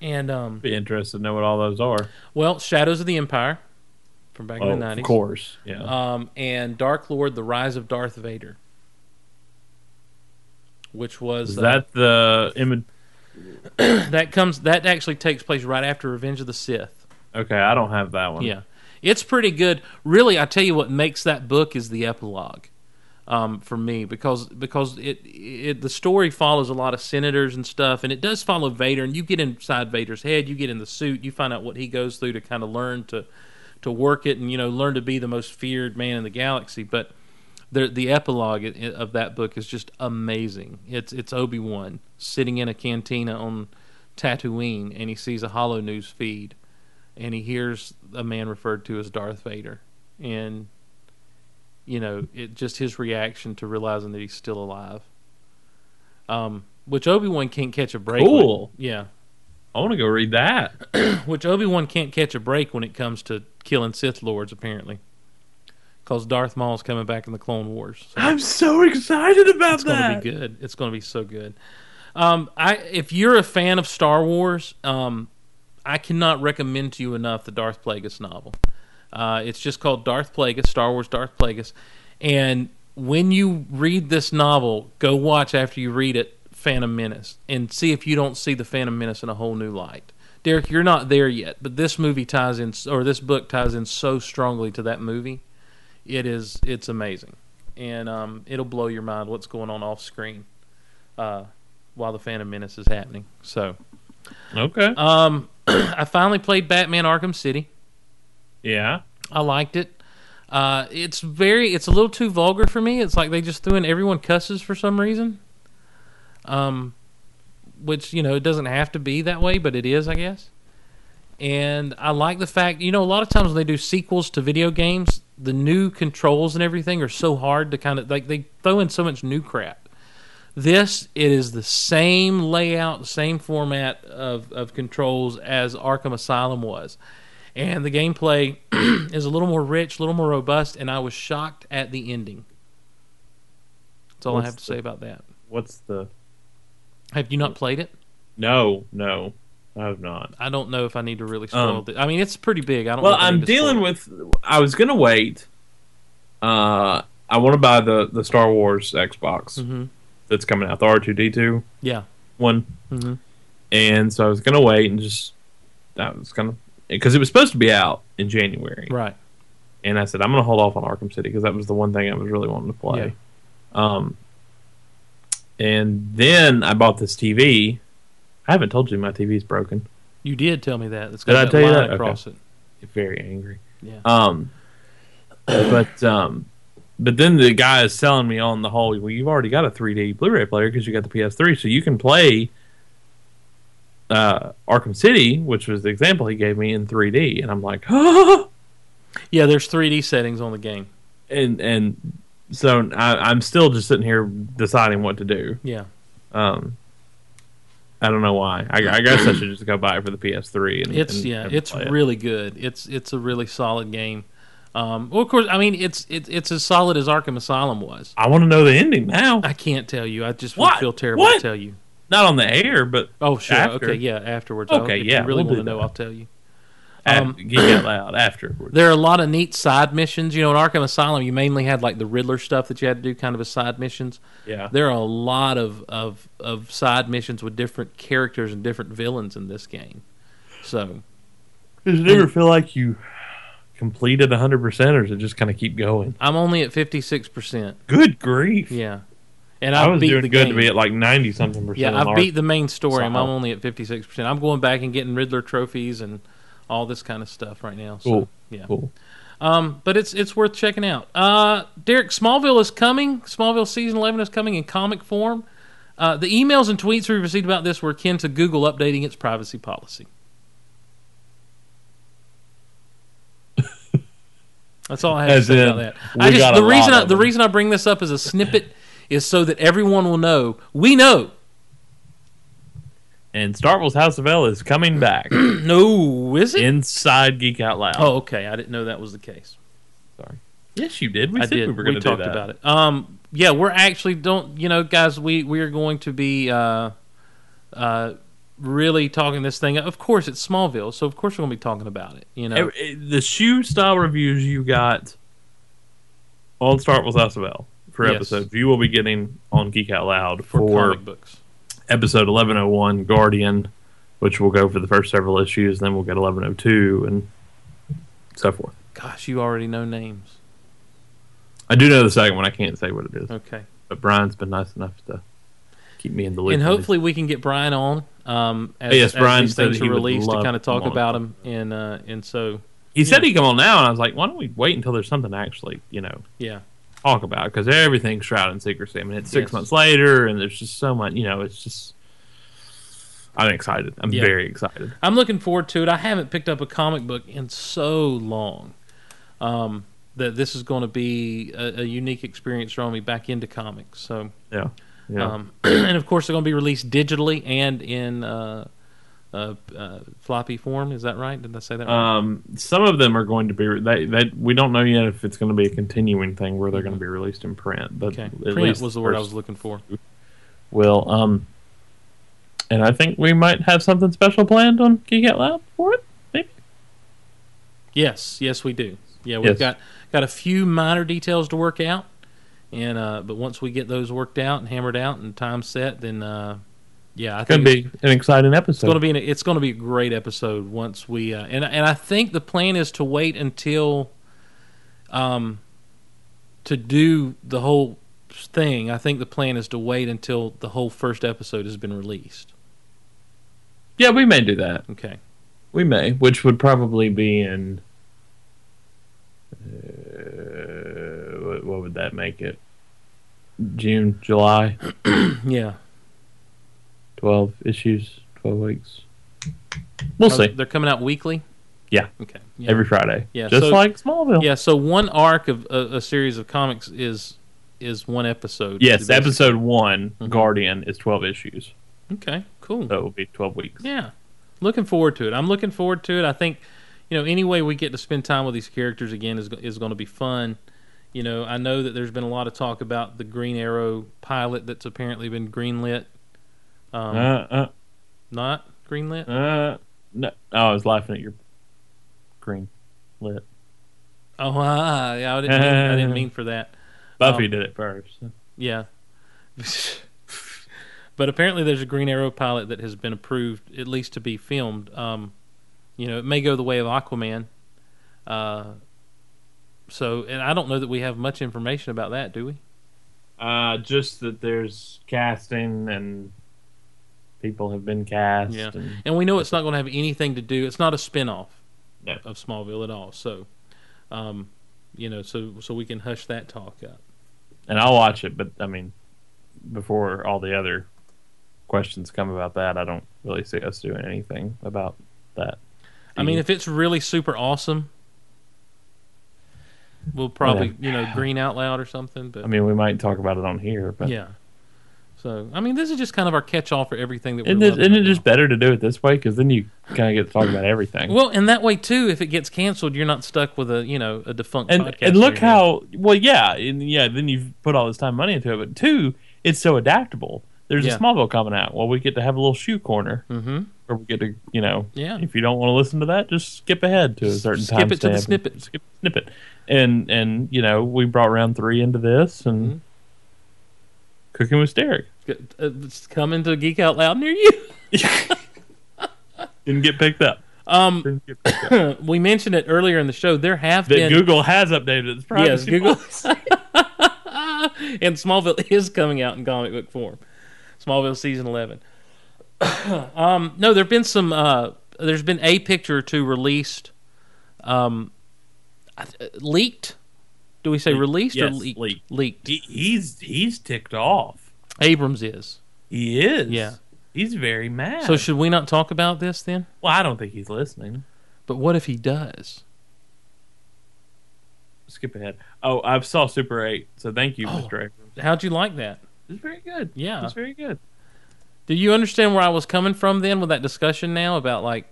C: and um,
D: be interested to know what all those are.
C: well, Shadows of the Empire from back in the nineties,
D: Oh, of course. Yeah.
C: um, and Dark Lord: The Rise of Darth Vader, which was
D: is
C: uh,
D: that the image?
C: that comes that actually takes place right after Revenge of the Sith.
D: Okay, I don't have that one.
C: Yeah, it's pretty good. Really, I tell you what makes that book is the epilogue um, for me because because it, it the story follows a lot of senators and stuff, and it does follow Vader, and you get inside Vader's head, you get in the suit, you find out what he goes through to kind of learn to to work it, and you know learn to be the most feared man in the galaxy, but. The, the epilogue i- of that book is just amazing. It's it's Obi Wan sitting in a cantina on Tatooine, and he sees a hollow news feed, and he hears a man referred to as Darth Vader, and you know, it just his reaction to realizing that he's still alive. Um, which Obi Wan can't catch a break. when-
D: Cool.
C: yeah.
D: I want to go read that.
C: Which Obi Wan can't catch a break when it comes to killing Sith lords, apparently, because Darth Maul's coming back in the Clone Wars. So
D: I'm so excited about
C: it's going to be good. It's going to be so good. Um, I if you're a fan of Star Wars, um, I cannot recommend to you enough the Darth Plagueis novel. Uh, it's just called Darth Plagueis, Star Wars Darth Plagueis, and when you read this novel, go watch after you read it Phantom Menace and see if you don't see the Phantom Menace in a whole new light. Derek, you're not there yet, but this movie ties in, or this book ties in so strongly to that movie. It is, it's amazing and um, it'll blow your mind what's going on off screen uh, while the Phantom Menace is happening. So,
D: Okay.
C: um, I finally played Batman: Arkham City.
D: yeah.
C: I liked it. Uh, it's very, it's a little too vulgar for me. It's like they just threw in everyone cusses for some reason. Um, which you know it doesn't have to be that way, but it is, I guess. And I like the fact, you know, a lot of times when they do sequels to video games, the new controls and everything are so hard to kind of like they throw in so much new crap. This it is the same layout, same format of, of controls as Arkham Asylum was and the gameplay is a little more rich, a little more robust, and I was shocked at the ending. That's all I
D: What's
C: have to
D: the-
C: say about that.
D: What's the?
C: Have you not played it?
D: No, no, I have not.
C: I don't know if I need to really spoil
D: Um,
C: it. I mean, it's pretty big. I don't.
D: Well,
C: know if I
D: I'm
C: need to spoil
D: dealing
C: it.
D: with. I was gonna wait. Uh, I want to buy the the Star Wars Xbox
C: Mhm.
D: that's coming out, the R2D2
C: Yeah.
D: one,
C: Mhm.
D: and so I was gonna wait and just I was gonna because it was supposed to be out in January,
C: Right.
D: and I said I'm gonna hold off on Arkham City because that was the one thing I was really wanting to play. Um, and then I bought this TV. I haven't told you my TV's broken.
C: You did tell me that. It's
D: Did
C: got
D: I
C: that
D: tell you
C: line
D: that? Okay.
C: across it.
D: Very angry.
C: Yeah.
D: Um, but um, but then the guy is telling me on the whole, well, you've already got a 3D Blu-ray player because you got the PS3, so you can play uh, Arkham City, which was the example he gave me in 3D, and I'm like,
C: yeah. There's 3D settings on the game.
D: and and so I, I'm still just sitting here deciding what to do.
C: Yeah.
D: Um, I don't know why. I, I guess I should just go buy it for the PS3. And,
C: It's
D: and-
C: yeah.
D: and
C: It's
D: play it.
C: really good. It's it's a really solid game. Um, well, of course, I mean it's it's it's as solid as Arkham Asylum was.
D: I want to know the ending now.
C: I can't tell you. I just
D: What?
C: would feel terrible to
D: What?
C: tell you.
D: Not on the air, but
C: Oh sure.
D: After.
C: Okay. Yeah. Afterwards.
D: Okay,
C: I'll, if
D: yeah,
C: You really
D: we'll do
C: want to know?
D: that.
C: I'll tell you.
D: um,
C: Um,
D: geek out loud afterwards.
C: There are a lot of neat side missions. You know, in Arkham Asylum, you mainly had like the Riddler stuff that you had to do, kind of as side missions.
D: Yeah.
C: There are a lot of, of, of side missions with different characters and different villains in this game. So,
D: Does it ever feel like you completed 100 percent, or does it just kind of keep going?
C: I'm only at 56%.
D: Good grief!
C: Yeah. And I,
D: I was
C: beat
D: doing
C: the
D: good
C: game.
D: to be at like 90 something percent.
C: yeah,
D: on
C: I
D: our-
C: beat the main story. and I'm
D: Solid.
C: only at 56%. I'm going back and getting Riddler trophies and all this kind of stuff right now. So,
D: Cool.
C: yeah.
D: Cool.
C: Um, but it's it's worth checking out. Uh, Derek, Smallville is coming. Smallville season eleven is coming in comic form. Uh, the emails and tweets we received about this were akin to Google updating its privacy policy. That's all I have
D: As
C: to say
D: in,
C: about that.
D: we
C: I just
D: got
C: the
D: a
C: reason
D: lot
C: I,
D: of
C: the
D: them.
C: reason I bring this up as a snippet is so that everyone will know we know.
D: And Star Wars House of L is coming back
C: No, is it?
D: inside Geek Out Loud.
C: oh, okay. I didn't know that was the case.
D: yes, you did. We
C: I
D: said
C: did.
D: we were
C: We,
D: going to do
C: talked
D: that.
C: about it. Um, yeah, we're actually don't you know, guys. We we are going to be uh, uh, really talking this thing. Of course, it's Smallville, so of course we're going to be talking about it. You know,
D: Every- eh, the shoe style reviews you got on Start with Us Bell for
C: Yes.
D: episodes, you will be getting on Geek Out Loud
C: for
D: for,
C: comic books.
D: episode 1101 Guardian, which will go for the first several issues, then we'll get 1102 and so forth.
C: Gosh, you already know names.
D: I do know the second one. I can't say what it is,
C: Okay,
D: but Brian's been nice enough to keep me in the loop.
C: and
D: on these.
C: hopefully we can get Brian on. Um, as,
D: Oh, Yes,
C: as
D: Brian
C: these
D: said
C: things
D: he
C: are
D: would
C: released to
D: love
C: kind of
D: to
C: talk
D: come on.
C: about them, and uh, and so
D: he said he'd come on now, and I was like, why don't we wait until there's something actually, you know,
C: yeah,
D: talk about because everything's shrouded in secrecy. I mean, it's six
C: Yes.
D: months later, and there's just so much. You know, it's just. I'm excited. I'm
C: Yeah.
D: very excited.
C: I'm looking forward to it. I haven't picked up a comic book in so long um, that this is going to be a, a unique experience drawing me back into comics. So,
D: Yeah. Yeah.
C: um, and of course, they're going to be released digitally and in uh, uh, uh, floppy form. Is that right? Did I say that right?
D: Um, some of them are going to be they, they we don't know yet if it's going to be a continuing thing where they're going to be released in print, but
C: okay,
D: at
C: print
D: least
C: was the word I
D: first
C: was looking for.
D: will um, and I think we might have something special planned on Geek Out Loud for it. Maybe
C: Yes, yes, we do. Yeah, we've
D: Yes.
C: got got a few minor details to work out, and uh, but once we get those worked out and hammered out and time set, then uh, yeah, I
D: it's going
C: think
D: to be an exciting
C: It's going to
D: episode.
C: be an, it's going to be a great episode once we uh, and and I think the plan is to wait until um to do the whole thing. I think the plan is to wait until the whole first episode has been released.
D: yeah, we may do that.
C: Okay.
D: We may, which would probably be in. Uh, what, what would that make it? June, July,
C: Yeah.
D: twelve issues, twelve weeks. We'll
C: Are
D: see.
C: they- They're coming out weekly.
D: Yeah.
C: Okay. Yeah.
D: every Friday.
C: Yeah,
D: just
C: so-
D: like Smallville.
C: yeah, so one arc of uh, a, a series of comics is is one episode.
D: Yes,
C: Basically.
D: episode one,
C: Mm-hmm.
D: Guardian, is twelve issues.
C: Okay. Cool.
D: So it will be twelve weeks.
C: Yeah. Looking forward to it. I'm looking forward to it. I think, you know, any way we get to spend time with these characters again is go- is going to be fun. You know, I know that there's been a lot of talk about the Green Arrow pilot that's apparently been greenlit. Um,
D: Uh,
C: not greenlit.
D: uh, uh, no. Oh, I was laughing at your green lit.
C: oh, ah, yeah, I didn't, mean, I didn't mean for that.
D: Buffy
C: Um,
D: did it first.
C: Yeah. but apparently there's a Green Arrow pilot that has been approved at least to be filmed. Um, you know, it may go the way of Aquaman. Uh, so, and I don't know that we have much information about that, do we?
D: Uh, just that there's casting and people have been cast.
C: Yeah.
D: and-
C: And we know it's not going to have anything to do. It's not a spinoff
D: No.
C: of Smallville at all. So, um, you know, so so we can hush that talk up.
D: and I'll watch it, but I mean, before all the other questions come about that, I don't really see us doing anything about that.
C: I mean, if it's really super awesome, we'll probably you know green out loud or something. But
D: I mean, we might talk about it on here, but
C: yeah. So I mean, this is just kind of our catch-all for everything that we're.
D: isn't it,
C: loving
D: isn't
C: right
D: it
C: now.
D: just better to do it this way? Because then you kind of get to talk about everything.
C: well, and that way too, if it gets canceled, you're not stuck with a you know a defunct
D: and
C: podcast.
D: and look
C: here.
D: how well, yeah, and yeah. Then you've put all this time, and money into it, but two, it's so adaptable. There's
C: Yeah.
D: a Smallville coming out. Well, we get to have a little shoe corner,
C: Mhm.
D: or we get to, you know,
C: Yeah.
D: If you don't want to listen to that, just skip ahead to a certain
C: skip
D: time.
C: it to the
D: stamp and
C: snippet.
D: Skip the snippet, and and you know, we brought round three into this, and
C: Mm-hmm.
D: cooking with Derek
C: uh, it's coming to Geek Out Loud near you.
D: didn't get picked up.
C: Um,
D: Didn't get picked up.
C: we mentioned it earlier in the show. There have
D: that
C: been
D: Google has updated its privacy.
C: yes, Google
D: policy.
C: and Smallville is coming out in comic book form. Smallville season eleven. um, no, there've been some. Uh, there's been a picture or two released, um, I th- uh, leaked. Do we say released or
D: Yes,
C: leaked?
D: leaked.
C: Leaked.
D: He, he's he's ticked off.
C: Abrams is.
D: He is.
C: Yeah.
D: He's very mad.
C: So should we not talk about this then?
D: well, I don't think he's listening.
C: But what if he does?
D: Skip ahead. Oh, I saw Super Eight. So thank you, Mr. Abrams.
C: How'd you like that?
D: It's very good.
C: Oh. Yeah.
D: it's very good.
C: Do you understand where I was coming from then with that discussion now about like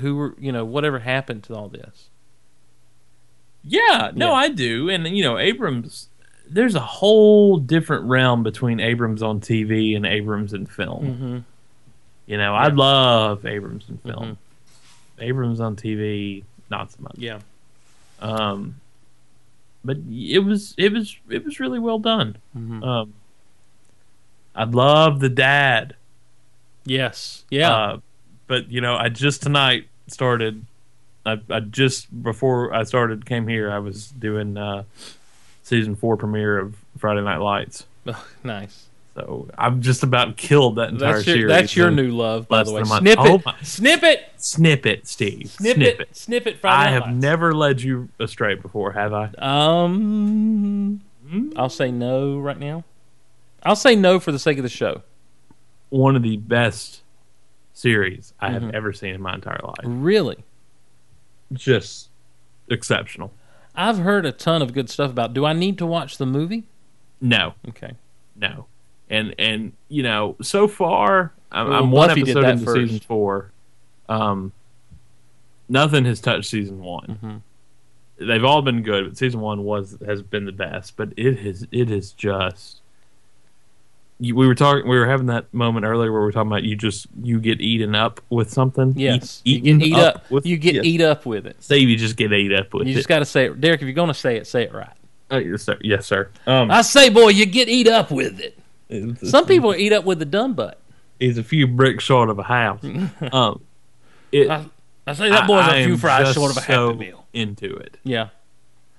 C: who were you know whatever happened to all this?
D: Yeah, no,
C: Yeah.
D: I do. And you know, Abrams there's a whole different realm between Abrams on TV and Abrams in film.
C: Mm-hmm.
D: You know, I love Abrams in film. Abrams on TV, not so much.
C: Mm-hmm. Yeah.
D: Um, but it was it was it was really well done.
C: Mm-hmm.
D: Um, I love the dad.
C: Yes. Yeah.
D: Uh, but you know, I just tonight started. I, I just before I started came here, I was doing uh, season four premiere of Friday Night Lights.
C: Ugh, nice.
D: So I've just about killed that entire
C: That's your,
D: series.
C: that's your
D: in
C: new love, by
D: less
C: the way.
D: than a month.
C: Snippet,
D: Oh my-
C: snippet,
D: snippet, Steve.
C: snippet, snippet, snippet. Friday
D: I have
C: Night Lights.
D: never led you astray before, have I?
C: Um,
D: Hmm?
C: I'll say no right now. I'll say no for the sake of the show.
D: One of the best series I have
C: Mm-hmm.
D: ever seen in my entire life.
C: Really,
D: Just exceptional.
C: I've heard a ton of good stuff about. Do I need to watch the movie?
D: No,
C: Okay.
D: no. And and you know, so far I'm,
C: Well,
D: I'm one
C: Buffy did
D: episode
C: that
D: into
C: first.
D: season four. Um, nothing has touched season one.
C: Mm-hmm.
D: They've all been good, but season one was has been the best. But it is it is just. You, we were talking. We were having that moment earlier where we were talking about you just you get eaten up with something.
C: Yes.
D: Eat-
C: you get
D: eaten
C: eat up.
D: with-
C: you get
D: yes.
C: eat up with it.
D: Say you just get ate up with
C: You
D: it.
C: just got to say it, Derek. If you're going to say it, say it right.
D: Oh, yes, sir. Yes, sir. Um,
C: I say, boy, you get eat up with it.
D: it's-
C: Some people eat up with the dumb butt.
D: he's a few bricks short of a house. um, it,
C: I- I say that boy's
D: I-
C: a
D: I
C: few
D: am
C: fries
D: just
C: short of a
D: so
C: happy meal.
D: Into it,
C: Yeah.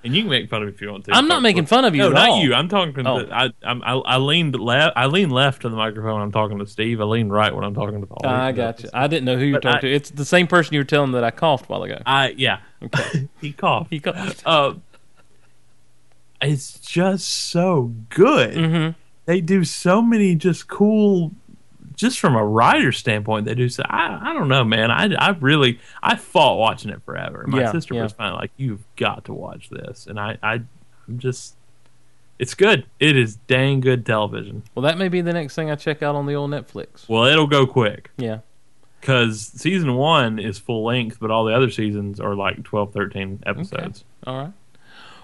D: and you can make fun of me if you want to.
C: I'm not making fun of you
D: No,
C: at
D: not
C: all.
D: you. I'm talking.
C: Oh.
D: To, I, I'm, I I leaned left. I lean left to the microphone. When I'm talking to Steve. I lean right when I'm talking to the. audience.
C: I got you. I didn't know who you were
D: But
C: talking
D: I-
C: to. It's the same person you were telling that I coughed while ago.
D: I yeah. he coughed.
C: He coughed.
D: Uh, it's just so good.
C: Mm-hmm.
D: They do so many just cool. Just from a writer standpoint, they do so. I, I don't know, man. I, I really I fought watching it forever. My
C: Yeah,
D: sister
C: yeah.
D: was finally like, "You've got to watch this," and I, I I'm just. It's good. It is dang good television.
C: Well, that may be the next thing I check out on the old Netflix.
D: Well, it'll go quick.
C: Yeah.
D: because season one is full length, but all the other seasons are like 12, 13 episodes.
C: All right.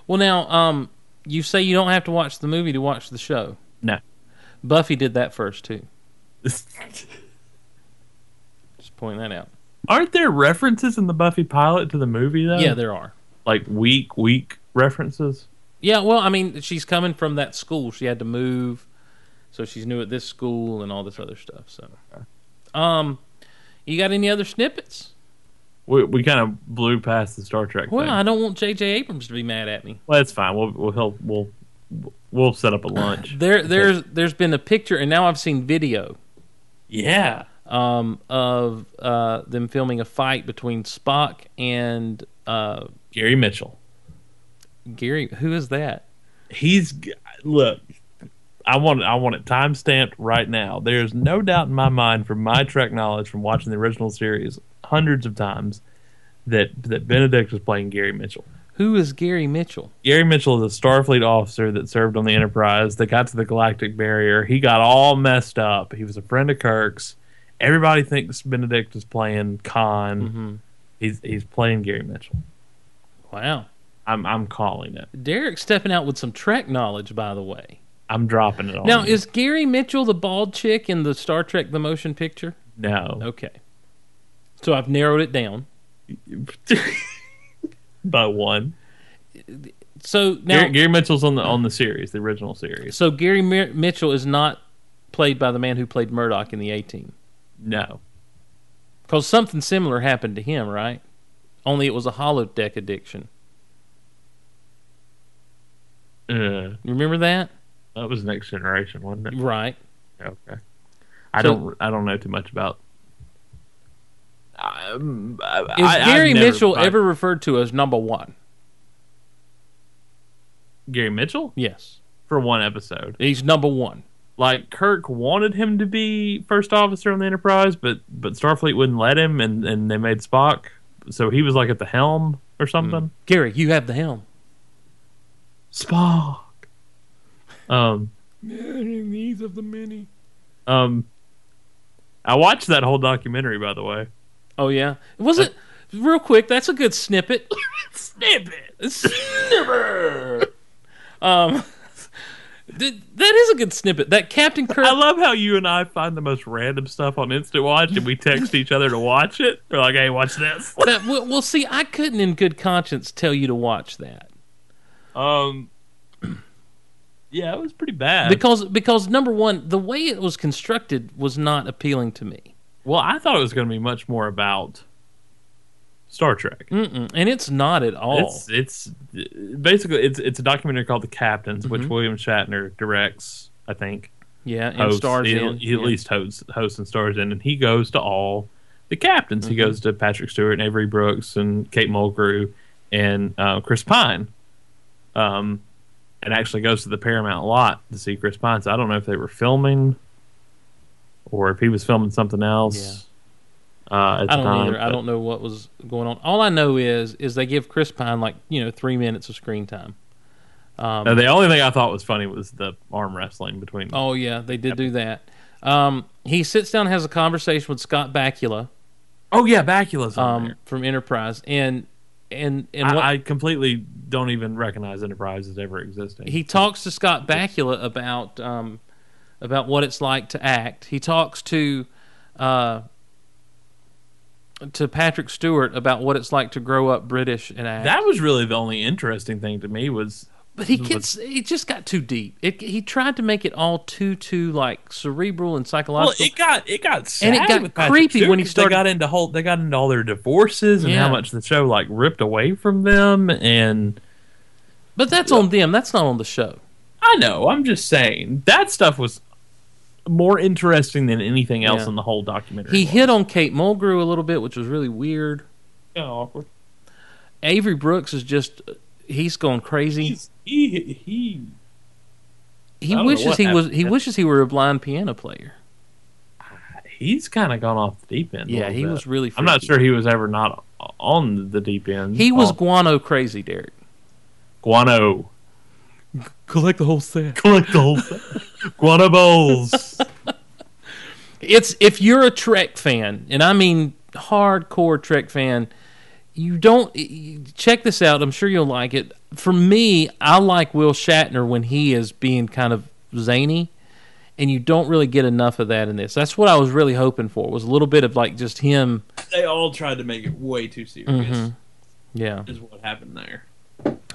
C: Well, now, um, you say you don't have to watch the movie to watch the show.
D: No.
C: Buffy did that first too. Just point that out.
D: Aren't there references in the Buffy pilot to the movie though?
C: Yeah, there are.
D: like weak, weak references.
C: Yeah, well, I mean, she's coming from that school. She had to move, so she's new at this school and all this other stuff. So, um, you got any other snippets?
D: We we kind of blew past the Star Trek.
C: Well,
D: thing.
C: I don't want J.J. Abrams to be mad at me.
D: Well, that's fine. We'll we'll help, we'll we'll set
C: Uh,
D: up a lunch.
C: There, there's, there's been a picture, and now I've seen video
D: yeah,
C: um, of uh, them filming a fight between Spock and uh,
D: Gary Mitchell.
C: Gary. Who is that?
D: He's g- look. I want it, I want it time stamped right now. There's no doubt in my mind, from my Trek knowledge, from watching the original series hundreds of times, that that Benedict was playing Gary Mitchell.
C: Who is Gary Mitchell?
D: Gary Mitchell is a Starfleet officer that served on the Enterprise. They got to the Galactic Barrier. He got all messed up. He was a friend of Kirk's. Everybody thinks Benedict is playing Khan.
C: Mm-hmm.
D: He's he's playing Gary Mitchell.
C: Wow,
D: I'm I'm calling it.
C: Derek's stepping out with some Trek knowledge, by the way.
D: I'm dropping it on
C: Now,
D: you.
C: is Gary Mitchell the bald chick in the Star Trek the motion picture?
D: no
C: Okay. So I've narrowed it down.
D: by one.
C: So now,
D: Gary, Gary Mitchell's on the on the series, the original series.
C: so Gary Mir- Mitchell is not played by the man who played Murdoch in the A Team,
D: No,
C: because something similar happened to him, right? Only it was a holodeck addiction.
D: uh,
C: You Remember that?
D: that was Next Generation, wasn't it?
C: Right.
D: Okay. I
C: So-
D: don't. I don't know too much about. Um, I,
C: Is
D: I- I've
C: Gary
D: never-
C: Mitchell
D: I-
C: ever referred to as number one?
D: Gary Mitchell
C: Yes,
D: for one episode?
C: he's number one.
D: Like Kirk wanted him to be first officer on the Enterprise, but but Starfleet wouldn't let him, and and they made Spock, so he was like at the helm or something.
C: Gary, you have the helm.
D: Spock. Um.
C: Knees of the many.
D: Um. I watched that whole documentary, by the way.
C: Oh yeah, was it real quick? That's a good snippet. snippet, snippet. um, th- that is a good snippet. That Captain Kirk.
D: I love how you and I find the most random stuff on Instant Watch, and we text each other to watch it. We're like, "Hey, watch this."
C: that, well, well, see, I couldn't in good conscience tell you to watch that
D: Um, yeah, it was pretty bad.
C: because because number one, the way it was constructed was not appealing to me,
D: well, I thought it was going to be much more about Star Trek.
C: Mm-mm. and it's not at all.
D: Mm. It's it's basically it's it's a documentary called The Captains, which William Shatner directs, I think.
C: yeah, and
D: hosts.
C: stars
D: he,
C: in
D: he oh, at
C: yeah.
D: least hosts, hosts and stars in, and he goes to all the captains.
C: Mm-hmm.
D: He goes to Patrick Stewart and Avery Brooks and Kate Mulgrew and uh, Chris Pine, um, and actually goes to the Paramount lot to see Chris Pine. So I don't know if they were filming or if he was filming something else. Uh, at
C: I
D: the
C: don't
D: time,
C: either. I
D: but-
C: don't know what was going on. All I know is is they give Chris Pine like you know three minutes of screen time. Um,
D: No, uh, the only thing I thought was funny was the arm wrestling between.
C: Oh yeah, they did do that. Um, he sits down, and has a conversation with Scott Bakula
D: Oh, yeah, Bacula's on
C: um,
D: there.
C: from Enterprise, and and and
D: I,
C: what,
D: I completely don't even recognize Enterprise as ever existing.
C: he talks to Scott Bakula about um, about what it's like to act. He talks to uh, to Patrick Stewart about what it's like to grow up British and act.
D: That was really the only interesting thing to me was
C: but he gets it just got too deep. It, he tried to make it all too too like cerebral and
D: well,
C: psychological.
D: it got it got sad
C: it got
D: with Patrick
C: creepy
D: Stewart
C: when he
D: 'cause
C: started-
D: They got into whole they got into all their divorces and
C: Yeah.
D: how much the show like ripped away from them. And
C: but that's on them. That's not on the show.
D: I know I'm just saying that stuff was more interesting than anything else
C: Yeah.
D: in the whole documentary.
C: He
D: was.
C: hit on Kate Mulgrew a little bit, which was really weird.
D: Kinda awkward.
C: Avery Brooks is just he's going crazy.
D: He's, he he.
C: he
D: I don't know
C: wishes
D: what
C: he was
D: happened.
C: he wishes he were a blind piano player.
D: He's kind of gone off the deep end. a
C: Yeah,
D: little
C: he
D: bit.
C: was really
D: I'm not
C: freaky.
D: sure he was ever not on the deep end.
C: He was
D: Oh,
C: guano crazy, Derek.
D: guano.
C: Collect the whole set.
D: collect the whole thing. Guano bowls.
C: it's if you're a Trek fan, and I mean hardcore Trek fan, you don't you- check this out. I'm sure you'll like it. For me, I like Will Shatner when he is being kind of zany, and you don't really get enough of that in this. That's what I was really hoping for. Was a little bit of like just him.
J: They all tried to make it way too serious.
C: Mm-hmm. Yeah.
J: Is what happened there.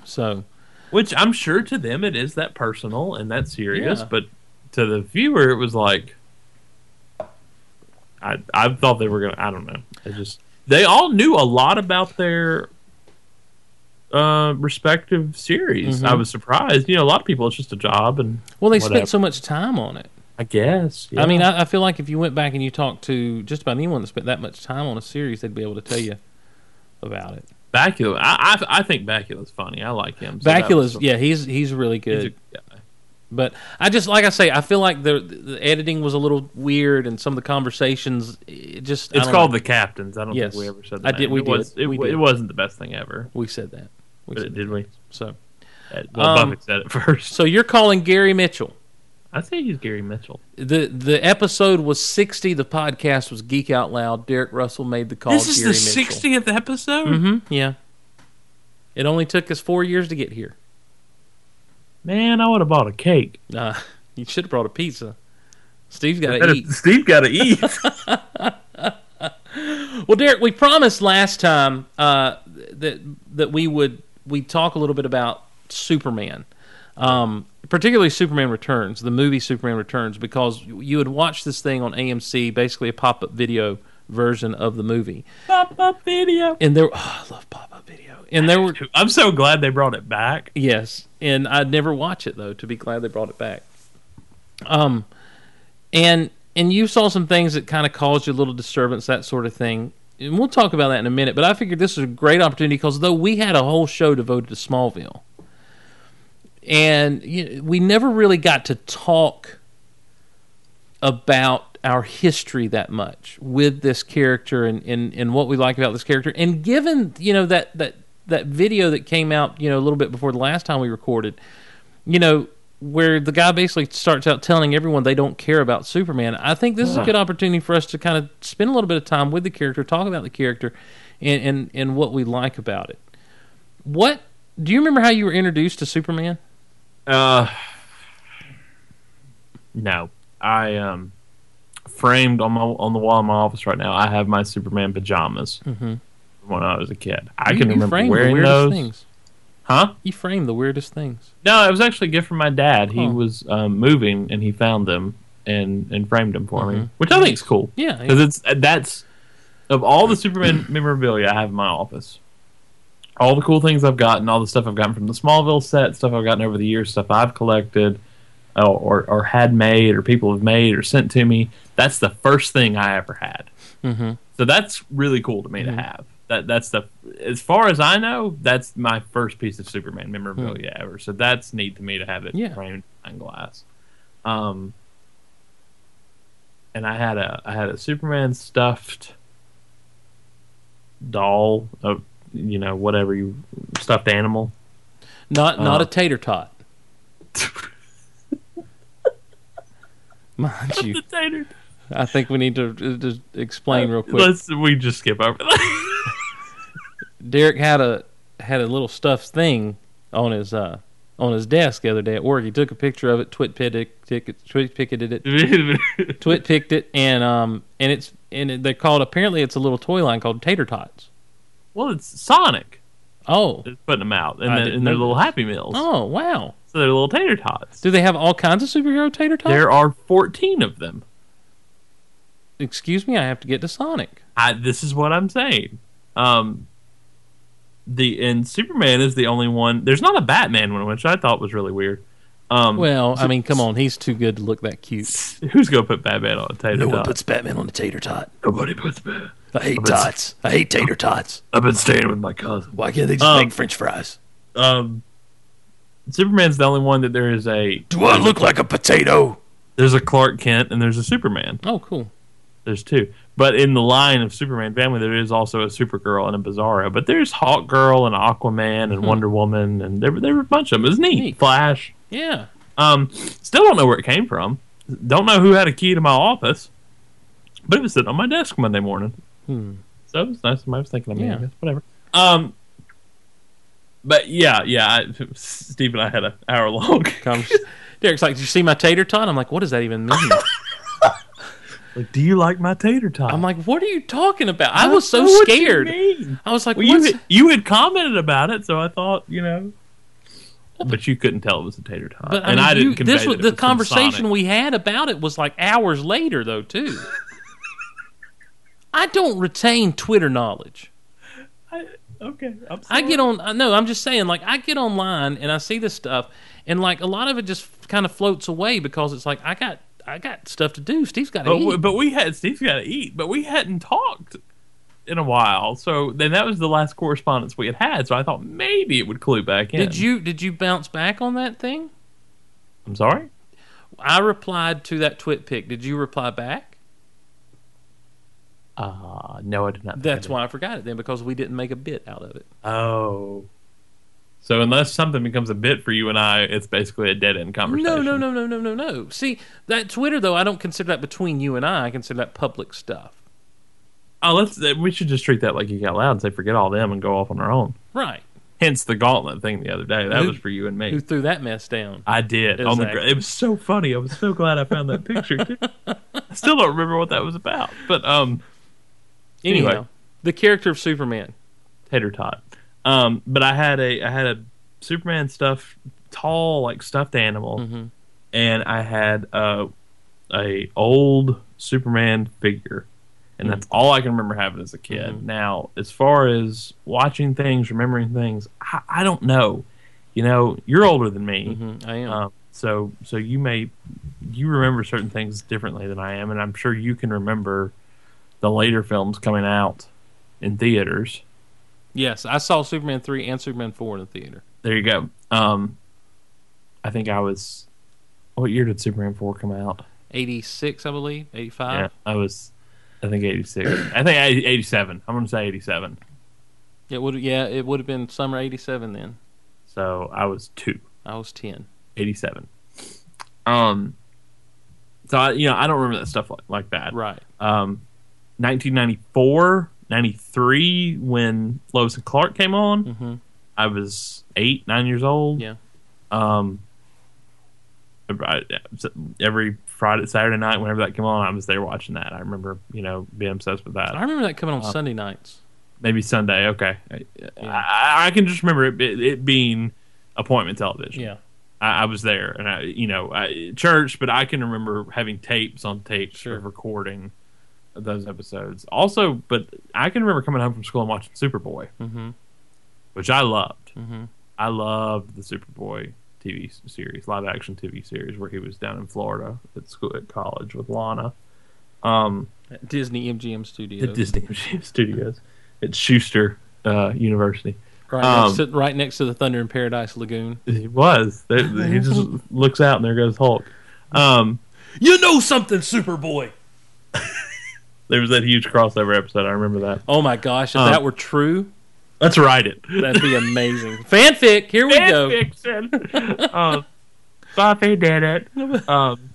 C: So
D: Which I'm sure to them it is that personal and that serious,
C: Yeah.
D: but to the viewer it was like I I thought they were gonna I don't know. They just they all knew a lot about their uh respective series. I was surprised. You know, a lot of people it's just a job and
C: Mm-hmm. well, they
D: Whatever.
C: spent so much time on it.
D: I guess.
C: I mean, I, I feel like if you went back and you talked to just about anyone that spent that much time on a series, they'd be able to tell you about it.
D: Bacula I I, I think Bacula's funny. I like him. so that was-
C: Bacula's, yeah, he's he's really
D: he's
C: good.
D: a good guy.
C: But I just like I say, I feel like the, the editing was a little weird, and some of the conversations it just I
D: It's
C: don't
D: called
C: know.
D: the captains. I don't
C: Yes.
D: think we ever said
C: I
D: that.
C: did- we
D: it Was,
C: did.
D: it,
C: We
D: wa-
C: did.
D: it wasn't the best thing ever.
C: we said that we
D: But
C: said
D: did we?
C: that. so
D: Uh, Well,
C: Um,
D: Buffett said it first.
C: so you're calling Gary Mitchell.
D: I say he's Gary Mitchell.
C: The the episode was sixty. The podcast was Geek Out Loud. Derek Russell made the call. Gary Mitchell.
D: episode.
C: Mm-hmm, yeah. It only took us four years to get here.
D: Man, I would have bought a cake.
C: Uh, you should have brought a pizza. Steve's got to
D: Gotta-
C: eat.
D: Steve got to eat.
C: Well, Derek, we promised last time uh, that that we would we talk a little bit about Superman, um, particularly Superman Returns, the movie Superman Returns, because you had watched this thing on AMC, basically a pop up video version of the movie,
D: Pop up video.
C: and there oh, I love pop up video, and there were
D: I'm so glad they brought it back.
C: Yes, and I'd never watch it though. To be glad they brought it back. Um, and and you saw some things that kind of caused you a little disturbance, that sort of thing. And we'll talk about that in a minute. But I figured this was a great opportunity because though we had a whole show devoted to Smallville, and you we never really got to talk about our history that much with this character and, and, and what we like about this character. And given, you know, that, that, that video that came out, you know, a little bit before the last time we recorded, you know, where the guy basically starts out telling everyone they don't care about Superman, I think this is a good opportunity for us to kind of spend a little bit of time with the character, talk about the character and, and, and what we like about it. What do you remember how you were introduced to Superman?
D: Uh, no, I um framed on my on the wall of my office right now. I have my Superman pajamas from when I was a kid.
C: Mm-hmm.
D: I
C: You-
D: can
C: you
D: remember
C: framed the
D: wearing
C: weirdest
D: those.
C: things.
D: Huh?
C: You framed the weirdest things.
D: No, it was actually a gift from my dad. He
C: Huh.
D: was um, moving and he found them and and framed them for me, which I think is cool.
C: Mm-hmm. Yeah, yeah.
D: because it's uh, that's of all the Superman memorabilia I have in my office. All the cool things I've gotten, all the stuff I've gotten from the Smallville set, stuff I've gotten over the years, stuff I've collected, uh, or or had made, or people have made, or sent to me. That's the first thing I ever had.
C: Mm-hmm.
D: So that's really cool to me to have. That that's the as far as I know, that's my first piece of Superman memorabilia ever. So that's neat to me to have it
C: Hmm. Yeah.
D: framed on glass. Um, and I had a I had a Superman stuffed doll of you know whatever you stuffed animal.
C: Not not
D: Uh.
C: a tater tot. Mind you,
D: Tater.
C: I think we need to uh, just explain real quick.
D: Let's we just skip over that.
C: Derek had a had a little stuffed thing on his uh on his desk the other day at work. He took a picture of it, twit pitted, ticket, twit picketed it, twit picked it, and um and it's and it, they called apparently it's a little toy line called Tater Tots.
D: well, it's Sonic.
C: Oh,
D: It's putting them out, and
C: I
D: then
C: didn't
D: and their
C: know
D: little Happy Meals.
C: oh wow!
D: So they're little tater tots.
C: Do they have all kinds of superhero Tater Tots?
D: There are 14 of them.
C: Excuse me, I have to get to Sonic.
D: I, this is what I'm saying. Um, the and Superman is the only one. There's not a Batman one, which I thought was really weird. Um,
C: Well, I mean, come on, he's too good to look that cute.
D: who's gonna put Batman on a tater tot?
C: Batman on a tater tot.
D: Nobody puts Batman.
C: I hate
D: puts-
C: tots. I hate tater tots.
D: I've been staying with my cousin.
C: Why can't they just
D: Um, make
C: French fries?
D: Um, Superman's the only one that there is a
C: Do I look like a potato?
D: there's a Clark Kent and there's a Superman.
C: Oh, cool.
D: There's two. But in the line of Superman family, there is also a Supergirl and a Bizarro. But there's Hawk Girl and Aquaman and Wonder Woman, and there, there were a bunch of them. It was neat.
C: Mm-hmm. Neat.
D: Flash.
C: Yeah.
D: Um, still don't know where it came from. Don't know who had a key to my office. but it was sitting on my desk Monday morning.
C: Hmm.
D: So it was nice. I was thinking, I mean,
C: Yeah.
D: I guess, whatever. Um, but yeah, yeah. I, Steve and I had an hour long.
C: Comes, Derek's like, "Did you see my tater tot?" I'm like, "What does that even mean?"
D: like, do you like my tater tot?
C: I'm like, "What are you talking about?" I was so
D: know what you
C: scared.
D: mean.
C: I was like,
D: Well, you
C: "What's-"
D: had, you had commented about it, so I thought, you know. But you couldn't tell it was a tater tot,
C: But I
D: and
C: mean,
D: I didn't.
C: you-
D: convey
C: this
D: that
C: was
D: it
C: the
D: from
C: conversation
D: Sonic.
C: we had about it was like hours later, though. Too. I don't retain Twitter knowledge.
D: Okay, I'm
C: I
D: sorry.
C: get on. I No, I'm just saying. Like, I get online and I see this stuff, and like a lot of it just kind of floats away because it's like I got I got stuff to do. Steve's got to
D: But,
C: eat.
D: we- but we had Steve's got to eat, but we hadn't talked in a while. So then that was the last correspondence we had had. So I thought maybe it would clue back in.
C: did you did you bounce back on that thing?
D: I'm sorry.
C: I replied to that twit pic. Did you reply back?
D: Uh no, I did not. think I
C: That's
D: did.
C: why I forgot it then because we didn't make a bit out of it.
D: Oh. So unless something becomes a bit for you and I, it's basically a dead end conversation.
C: No, no, no, no, no, no, no. See, that Twitter though, I don't consider that between you and I. I consider that public stuff.
D: Oh, let's. uh, We should just treat that like you got loud and say forget all them and go off on our own.
C: Right.
D: Hence the gauntlet thing the other day. That
C: Who-
D: was for you and me.
C: Who threw that mess down?
D: I did. On the gr-
C: Exactly.
D: it was so funny. I was so glad I found that picture. Too. I still don't remember what that was about. But um,
C: Anyhow,
D: anyway.
C: the character of Superman.
D: tater tot. Um, but I had a I had a Superman stuffed tall like stuffed animal,
C: Mm-hmm.
D: and I had uh, a old Superman figure, and
C: Mm.
D: that's all I can remember having as a kid.
C: Mm-hmm.
D: Now, as far as watching things, remembering things, I, I don't know. You know, you're older than me.
C: Mhm, I am.
D: Um, so so you may you remember certain things differently than I am, and I'm sure you can remember the later films coming out in theaters.
C: yes, I saw Superman three and Superman four in the theater.
D: There you go. Um, I think I was. What year did Superman four come out?
C: Eighty six, I believe. Eighty five.
D: yeah, I was. I think eighty six. I think eighty seven. I'm gonna say eighty seven.
C: It would. Yeah, it would have been summer eighty seven. Then
D: So I was two.
C: I was ten.
D: 87. Um, so I, you know, I don't remember that stuff like, like that.
C: Right.
D: Um, 1994, 93, when Lois and Clark came on,
C: Mhm.
D: I was eight, nine years old.
C: Yeah.
D: Um, I- every Friday, Saturday night, whenever that came on, I was there watching that. I remember, you know, being obsessed with that
C: I remember that coming on
D: Uh.
C: Sunday nights.
D: maybe Sunday. Okay, I I, I can just remember it, it, it being appointment television.
C: Yeah.
D: I, I was there, and I, you know, I, church, but I can remember having tapes on tapes
C: Sure.
D: of recording those episodes. Also, but I can remember coming home from school and watching Superboy,
C: Mhm.
D: which I loved.
C: Mhm.
D: I loved the Superboy TV s- series, live action TV series, where he was down in Florida at school at college with Lana. Um,
C: At Disney MGM Studios.
D: at Disney Studios at Schuster uh, University.
C: right,
D: um,
C: next to, right next to the Thunder in Paradise Lagoon.
D: He was. There- He just looks out and there goes Hulk. Um,
C: You know something, Superboy.
D: there was that huge crossover episode. I remember that.
C: Oh my gosh, if
D: Um,
C: that were true,
D: Let's write it.
C: that'd be amazing. Fanfic, here we go.
D: fiction. um, Buffy did it. Um,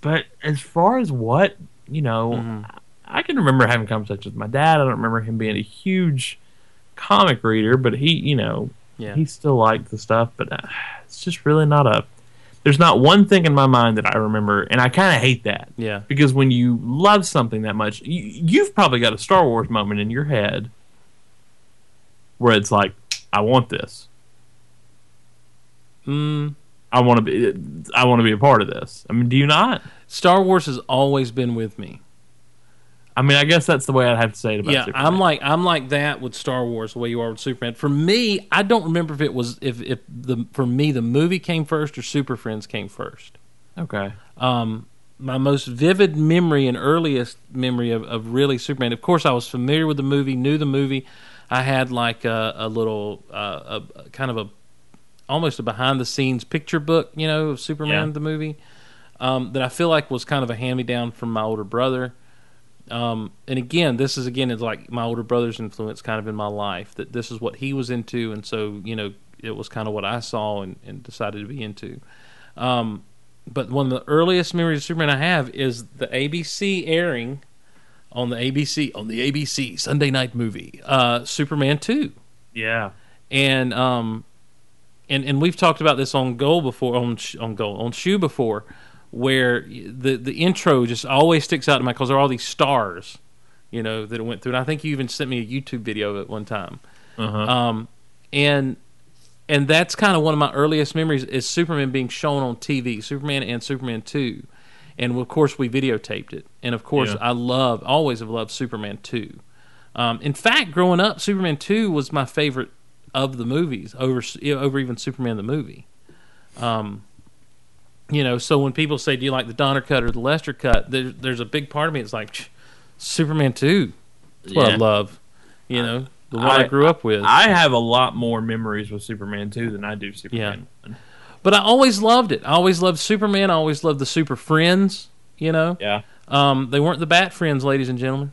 D: but as far as what you know,
C: Mm-hmm.
D: I can remember having conversations with my dad. I don't remember him being a huge comic reader, but he, you know,
C: Yeah.
D: he still liked the stuff. But uh, it's just really not a. There's not one thing in my mind that I remember, and I kind of hate that.
C: Yeah.
D: because when you love something that much, you, you've probably got a Star Wars moment in your head where it's like, I want this.
C: Mm,
D: I want to be. I want to be a part of this. I mean, do you not?
C: Star Wars has always been with me.
D: I mean, I guess that's the way I'd have to say it about.
C: yeah,
D: Superman.
C: I'm like I'm like that with Star Wars the way you are with Superman. For me, I don't remember if it was if if the for me the movie came first or Super Friends came first.
D: okay,
C: um, my most vivid memory and earliest memory of, of really Superman. Of course, I was familiar with the movie, knew the movie. I had like a, a little, uh, a, a kind of a, almost a behind the scenes picture book, you know, of Superman
D: Yeah.
C: the movie, um, that I feel like was kind of a hand me down from my older brother. Um, and again, this is again is like my older brother's influence kind of in my life that this is what he was into, and so you know it was kind of what I saw and, and decided to be into. Um, but one of the earliest memories of Superman I have is the ABC airing on the ABC on the ABC Sunday night movie, uh, Superman two,
D: Yeah.
C: and um, and and we've talked about this on goal before on Sh- on goal on shoe before, where the the intro just always sticks out in my because there are all these stars, you know, that it went through, and I think you even sent me a YouTube video of it one time, um, and and that's kind of one of my earliest memories is Superman being shown on TV, Superman and Superman two, and of course we videotaped it, and of course
D: Yeah.
C: I love always have loved Superman two. Um, in fact, growing up, Superman two was my favorite of the movies over over even Superman the movie. Um, you know, so when people say, "Do you like the Donner cut or the Lester cut?" There, there's a big part of me that's like, "Psh, Superman two. That's what I
D: Yeah.
C: love. You know, the one I,
D: I-
C: grew up with.
D: I have a lot more memories with Superman 2 than I do Superman 1.
C: but I always loved it. I always loved Superman. I always loved the Super Friends. You know,
D: Yeah.
C: um, they weren't the Bat Friends, ladies and gentlemen.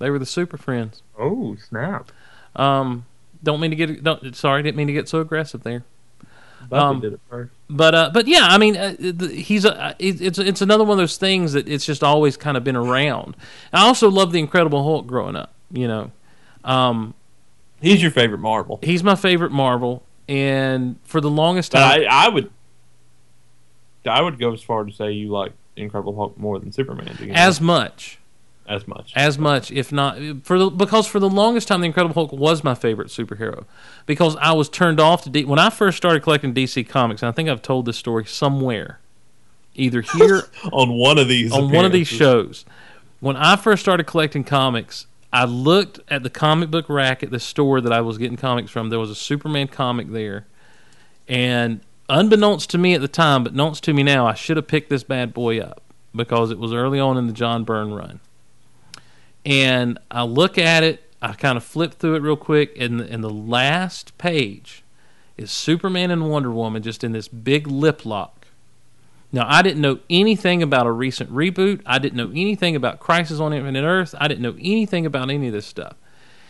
C: They were the Super Friends.
D: Oh, snap.
C: Um, don't mean to get don't sorry, didn't mean to get so aggressive there.
D: Buffy
C: Um,
D: did it first.
C: But uh, but yeah, I mean, uh, the- he's a uh, it- it's it's another one of those things that it's just always kind of been around. I also love the Incredible Hulk growing up. You know, um,
D: He's your favorite Marvel.
C: he's my favorite Marvel, and for the longest
D: But
C: time,
D: I, I would I would go as far to say you like Incredible Hulk more than Superman do you
C: as much.
D: know? as much.
C: as much, if not for the, because for the longest time, the Incredible Hulk was my favorite superhero because I was turned off to D, when I first started collecting DC comics, and I think I've told this story somewhere, either here
D: on one of these
C: on one of these
D: appearances.
C: shows. When I first started collecting comics, I looked at the comic book rack at the store that I was getting comics from. There was a Superman comic there, and unbeknownst to me at the time, but known to me now, I should have picked this bad boy up because it was early on in the John Byrne run. And I look at it, I kind of flip through it real quick, and and the last page is Superman and Wonder Woman just in this big lip lock. Now, I didn't know anything about a recent reboot. I didn't know anything about Crisis on Infinite Earth. I didn't know anything about any of this stuff.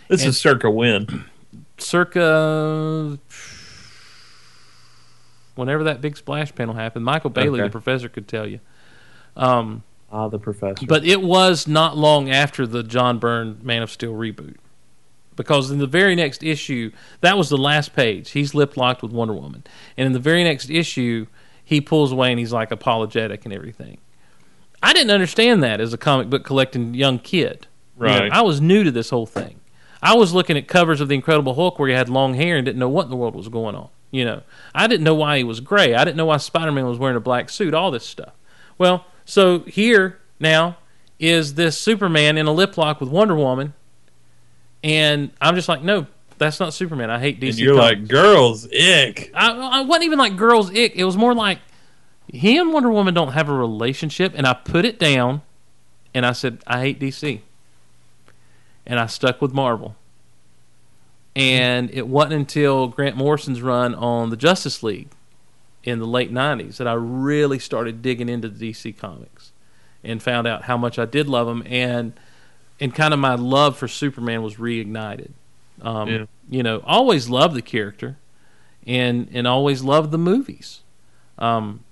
D: This
C: and-
D: is circa win.
C: Circa whenever that big splash panel happened, Michael Bailey,
D: Okay.
C: the professor, could tell you.
D: Ah, the professor.
C: But it was not long after the John Byrne Man of Steel reboot. Because in the very next issue, that was the last page. He's lip locked with Wonder Woman. And in the very next issue, he pulls away and he's like apologetic and everything. I didn't understand that as a comic book collecting young kid. You know,
D: Right.
C: I was new to this whole thing. I was looking at covers of The Incredible Hulk where he had long hair and didn't know what in the world was going on. You know, I didn't know why he was gray. I didn't know why Spider Man was wearing a black suit, all this stuff. Well, so here now is this Superman in a lip lock with Wonder Woman. And I'm just like, no, that's not Superman. I hate DC.
D: and you're
C: comics.
D: like, girls, ick.
C: I, I wasn't even like girls ick. It was more like he and Wonder Woman don't have a relationship, and I put it down, and I said I hate DC, and I stuck with Marvel. And it wasn't until Grant Morrison's run on the Justice League in the late '90s that I really started digging into the DC comics and found out how much I did love them, and and kind of my love for Superman was reignited. Um,
D: Yeah.
C: You know, always loved the character and and always loved the movies. Um,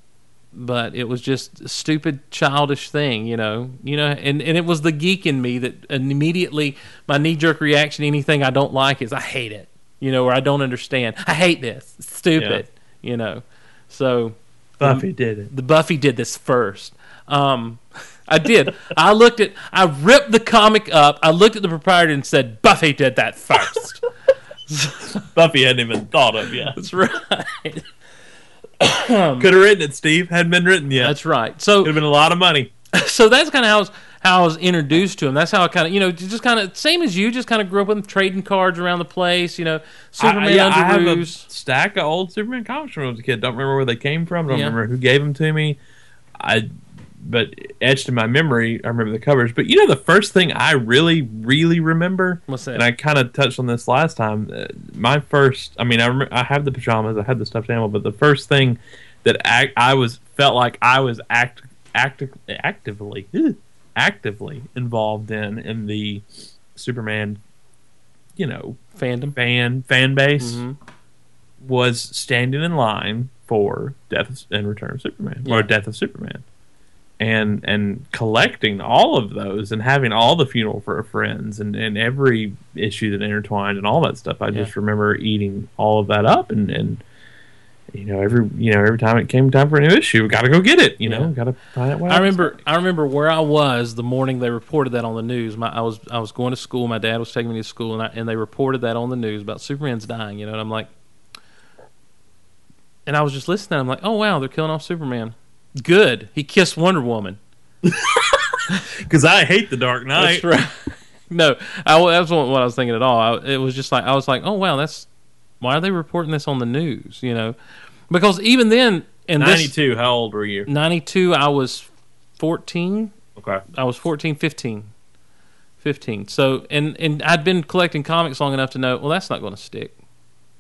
C: but it was just a stupid, childish thing, you know, you know, and, and it was the geek in me that and immediately my knee jerk reaction, to anything I don't like is I hate it, you know, or I don't understand. I hate this. It's stupid, you know. So
D: Buffy did it.
C: the Buffy did this first. Um, I did. I looked at. I ripped the comic up. I looked at the proprietor and said, "Buffy did that first.
D: Buffy hadn't even thought of yet.
C: That's right.
D: Could have written it, Steve. Hadn't been written yet.
C: That's right. So
D: Could have been a lot of money.
C: so that's kind of how I was, how I was introduced to him. That's how I kind of you know just kind of same as you, just kind of grew up with him trading cards around the place. You know, Superman
D: I, yeah, I have
C: under
D: a
C: ruse.
D: stack of old Superman comics from when I was a kid. Don't remember where they came from. Don't
C: Yeah.
D: remember who gave them to me. I, but etched in my memory, I remember the covers. But you know, the first thing I really, really remember,
C: What's that?
D: and I kind of touched on this last time. Uh, my first, I mean, I remember, I have the pajamas, I had the stuffed animal, but the first thing that I, I was felt like I was act, act actively, actively involved in in the Superman, you know,
C: fandom.
D: fan fan base
C: Mhm.
D: was standing in line for Death and Return of Superman
C: Yeah.
D: or Death of Superman, and and collecting all of those and having all the funeral for friends and, and every issue that intertwined and all that stuff. I just remember eating all of that up and, and you know every you know every time it came time for a new issue, we got to go get it. You know,
C: Yeah.
D: got to find out. What
C: I
D: happens.
C: remember I remember where I was the morning they reported that on the news. My I was I was going to school. My dad was taking me to school, and I, and they reported that on the news about Superman's dying. You know, and I'm like, and I was just listening. I'm like, oh wow, they're killing off Superman. Good. He kissed Wonder Woman.
D: because I hate the Dark Knight.
C: That's right. no, I, wa- that wasn't what I was thinking at all. I, it was just like I was like, oh wow, that's why are they reporting this on the news? You know, because even then, in
D: Ninety
C: this
D: two. How old were you?
C: 92 I was 14.
D: Okay.
C: I was 14, 15. 15. So, and, and I'd been collecting comics long enough to know, well, that's not going to stick.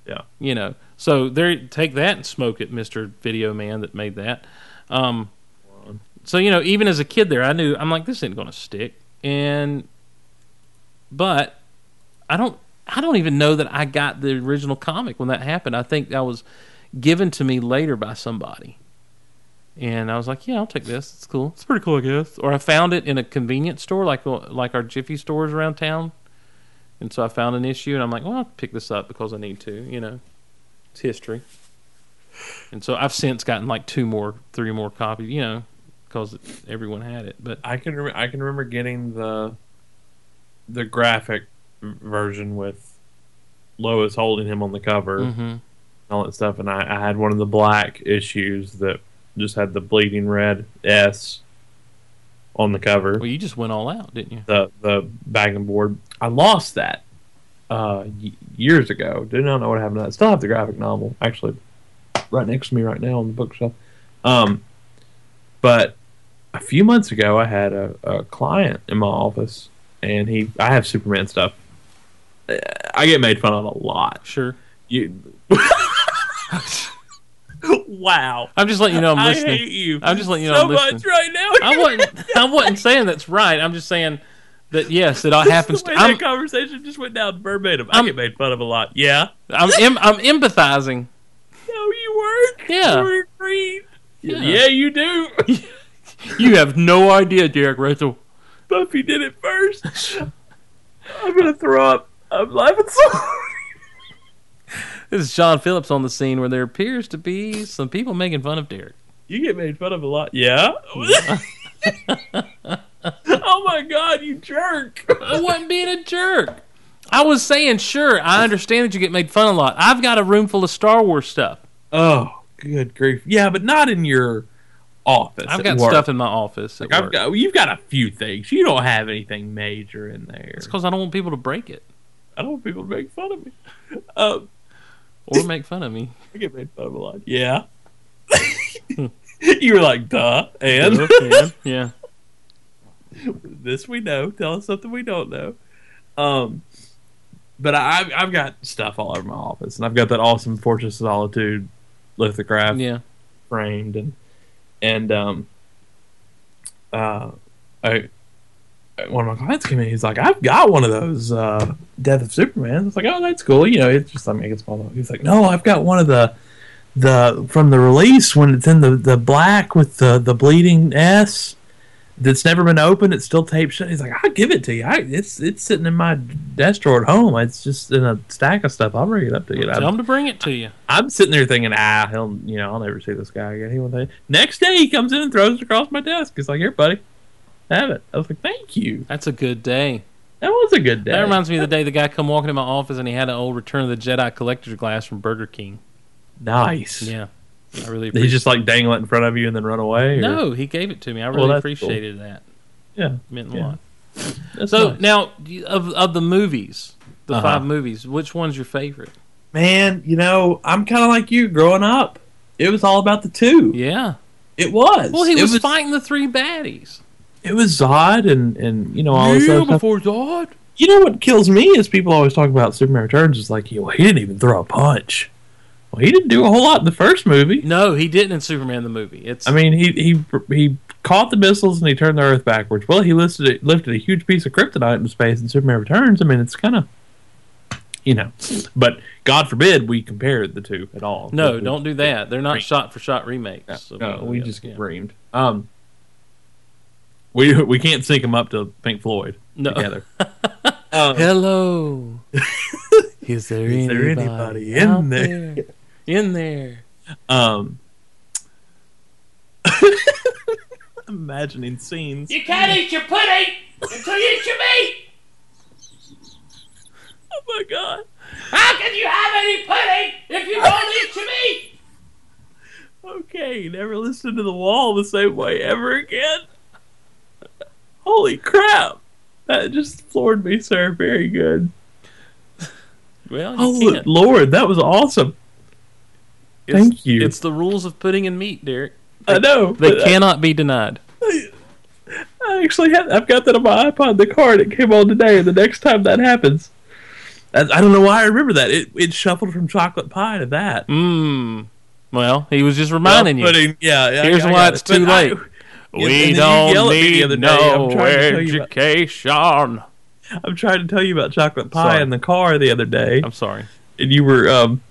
D: Yeah.
C: You know, so there, take that and smoke it, Mr. Video Man that made that. Um, so, you know, even as a kid there, I knew, I'm like, this ain't going to stick. And, but I don't, I don't even know that I got the original comic when that happened. I think that was given to me later by somebody. And I was like, "Yeah, I'll take this. It's cool. It's pretty cool, I guess." Or I found it in a convenience store, like uh, like our Jiffy stores around town. And so I found an issue, and I'm like, "Well, I'll pick this up because I need to." You know, it's history. And so I've since gotten like two more, three more copies. You know, because everyone had it. But
D: I can rem I can remember getting the the graphic version with Lois holding him on the cover and
C: Mhm.
D: all that stuff, and I, I had one of the black issues that just had the bleeding red S on the cover.
C: well, you just went all out, didn't you?
D: The the bag and board. I lost that uh, y- years ago. Did not know what happened to that. Still have the graphic novel actually right next to me right now on the bookshelf. Um, but a few months ago, I had a, a client in my office, and he I have Superman stuff. Uh, I get made fun of a lot.
C: Sure.
D: You. wow.
C: I'm just letting you know I'm
D: I
C: listening.
D: hate you.
C: I'm just letting you know
D: so
C: I'm
D: much
C: listening.
D: right now.
C: I wasn't. I wasn't saying that's right. I'm just saying that yes, it all
D: This is
C: happens.
D: The
C: To,
D: way
C: I'm,
D: that conversation just went down verbatim. I
C: I'm-
D: get made fun of a lot. Yeah.
C: I'm em- I'm empathizing.
D: No, you work.
C: Yeah.
D: You work green.
C: Yeah.
D: Yeah. you do.
C: You have no idea, Derek Rachel.
D: Buffy did it first. I'm gonna throw up. I'm laughing so hard.
C: This is Sean Phillips on the scene where there appears to be some people making fun of Derek.
D: You get made fun of a lot. Yeah. oh my god, you jerk.
C: I wasn't being a jerk. I was saying, sure, I understand that you get made fun a lot. I've got a room full of Star Wars stuff.
D: Oh, good grief. Yeah, but not in your office.
C: I've
D: at
C: got
D: work.
C: stuff in my office. At
D: Like, I've
C: work.
D: got, you've got a few things. You don't have anything major in there.
C: It's because I don't want people to break it
D: I don't want people to make fun of me. Uh,
C: or make fun of me.
D: I get made fun of a lot. Yeah. you were like, duh. And
C: yeah.
D: this we know. Tell us something we don't know. Um, but I, I've, I've got stuff all over my office, and I've got that awesome Fortress of Solitude lithograph
C: Yeah.
D: framed, and and um, uh, I. One of my clients came in. He's like, "I've got one of those uh, Death of Superman." It's like, "Oh, that's cool." You know, it's just like make it small. He's like, "No, I've got one of the the from the release when it's in the the black with the the bleeding S." that's never been opened. It's still taped shut. He's like, I'll give it to you. I, it's it's sitting in my desk drawer at home. It's just in a stack of stuff. I'll bring it up to you.
C: Tell
D: I'm,
C: them to bring it to you.
D: I'm sitting there thinking, ah, he'll you know I'll never see this guy again. He will think. Next day he comes in and throws it across my desk. He's like, here, buddy, have it. I was like, thank you.
C: That's a good day.
D: That was a good day.
C: That reminds me of the day the guy come walking in my office and he had an old Return of the Jedi collector's glass from Burger King.
D: Nice.
C: Yeah. I really
D: Did
C: appreciate
D: he just like dangle it in front of you and then run away? or-
C: No, he gave it to me. I
D: Well,
C: really
D: that's
C: appreciated that.
D: Yeah.
C: It meant a
D: Yeah.
C: lot.
D: That's
C: So
D: nice.
C: now, you- of of the movies, the
D: Uh-huh.
C: five movies, which one's your favorite?
D: man, you know I'm kind of like you. Growing up, it was all about the two.
C: Yeah.
D: It was.
C: Well, he
D: It
C: was, fighting the three baddies.
D: it was Zod and and you know all this other stuff.
C: Zod.
D: You know what kills me is people always talk about Superman Returns is like, yeah, well, he didn't even throw a punch. Well, he didn't do a whole lot in the first movie.
C: No, he didn't in Superman the movie. It's
D: I mean, he he he caught the missiles and he turned the Earth backwards. Well, he lifted it, lifted a huge piece of kryptonite into space in Superman Returns. I mean, it's kind of you know, but God forbid we compare the two at all.
C: no,
D: We-
C: don't do that. They're not shot for shot remakes.
D: No,
C: of one
D: we
C: another.
D: just
C: Yeah.
D: get reamed. Um, We we can't sync them up to Pink Floyd
C: No.
D: together.
C: Hello. Is there,
D: Is there anybody in
C: out
D: there?
C: In there.
D: Um, imagining scenes.
E: You can't eat your pudding until you eat your meat.
D: Oh my god!
E: How can you have any pudding if you don't eat your meat?
D: Okay, never listen to the wall the same way ever again. Holy crap! That just floored me, sir. Very good.
C: Well, you
D: Holy
C: can't.
D: Lord, that was awesome.
C: It's-
D: thank you.
C: It's the rules of pudding and meat, Derek.
D: I know
C: They
D: but uh, I-
C: cannot be denied.
D: I actually had. I've got that on my iPod in the car. And it came on today. And the next time that happens, I, I don't know why I remember that. It it shuffled from chocolate pie to that.
C: Mmm. Well, he was just reminding you.
D: Putting- yeah, yeah,
C: Here's
D: I- I
C: why
D: got
C: it's
D: it. But
C: too
D: I-
C: late.
D: and then
C: We
D: you
C: don't
D: yelled at me the
C: need
D: other day.
C: no
D: I'm trying to tell you about-
C: education.
D: I'm trying to tell you about chocolate pie
C: Sorry.
D: in the car the other day,
C: I'm sorry.
D: and you were um,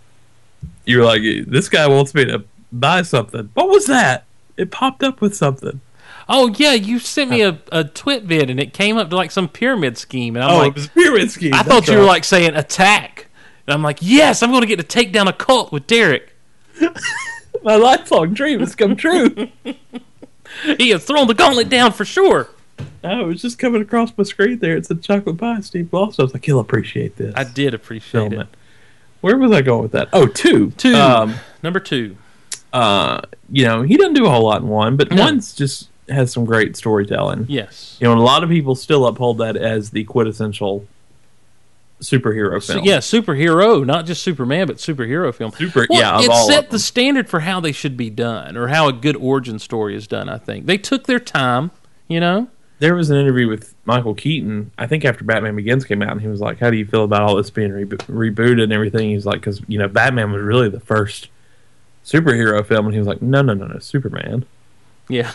D: you were like, "This guy wants me to buy something." What was that? It popped up with something.
C: Oh yeah, you sent me a, a twit vid and it came up to like some pyramid scheme and I'm
D: oh,
C: like
D: it was pyramid scheme.
C: I
D: That's
C: thought you were
D: right.
C: like saying attack. And I'm like, Yes, I'm gonna get to take down a cult with Derek.
D: my lifelong dream has come true.
C: He has thrown the gauntlet down for sure.
D: I was Oh, just coming across my screen there. It said chocolate pie, Steve Ballston. I was like, he'll appreciate this.
C: I did appreciate
D: Film it.
C: it.
D: Where was I going with that? Oh, two.
C: Two
D: Um,
C: number two.
D: uh, you know, he doesn't do a whole lot in one, but
C: No.
D: one's just has some great storytelling.
C: Yes.
D: You know, and a lot of people still uphold that as the quintessential superhero
C: So,
D: film.
C: yeah, superhero, not just Superman, but superhero film.
D: Super-
C: Well,
D: yeah, of
C: it
D: all of
C: set the
D: them.
C: standard for how they should be done, or how a good origin story is done. I think they took their time. You know,
D: There was an interview with Michael Keaton, I think after Batman Begins came out, and he was like, How do you feel about all this being rebo rebooted and everything? He was like, Because, you know, Batman was really the first superhero film. And he was like, No, no, no, no, Superman.
C: yeah.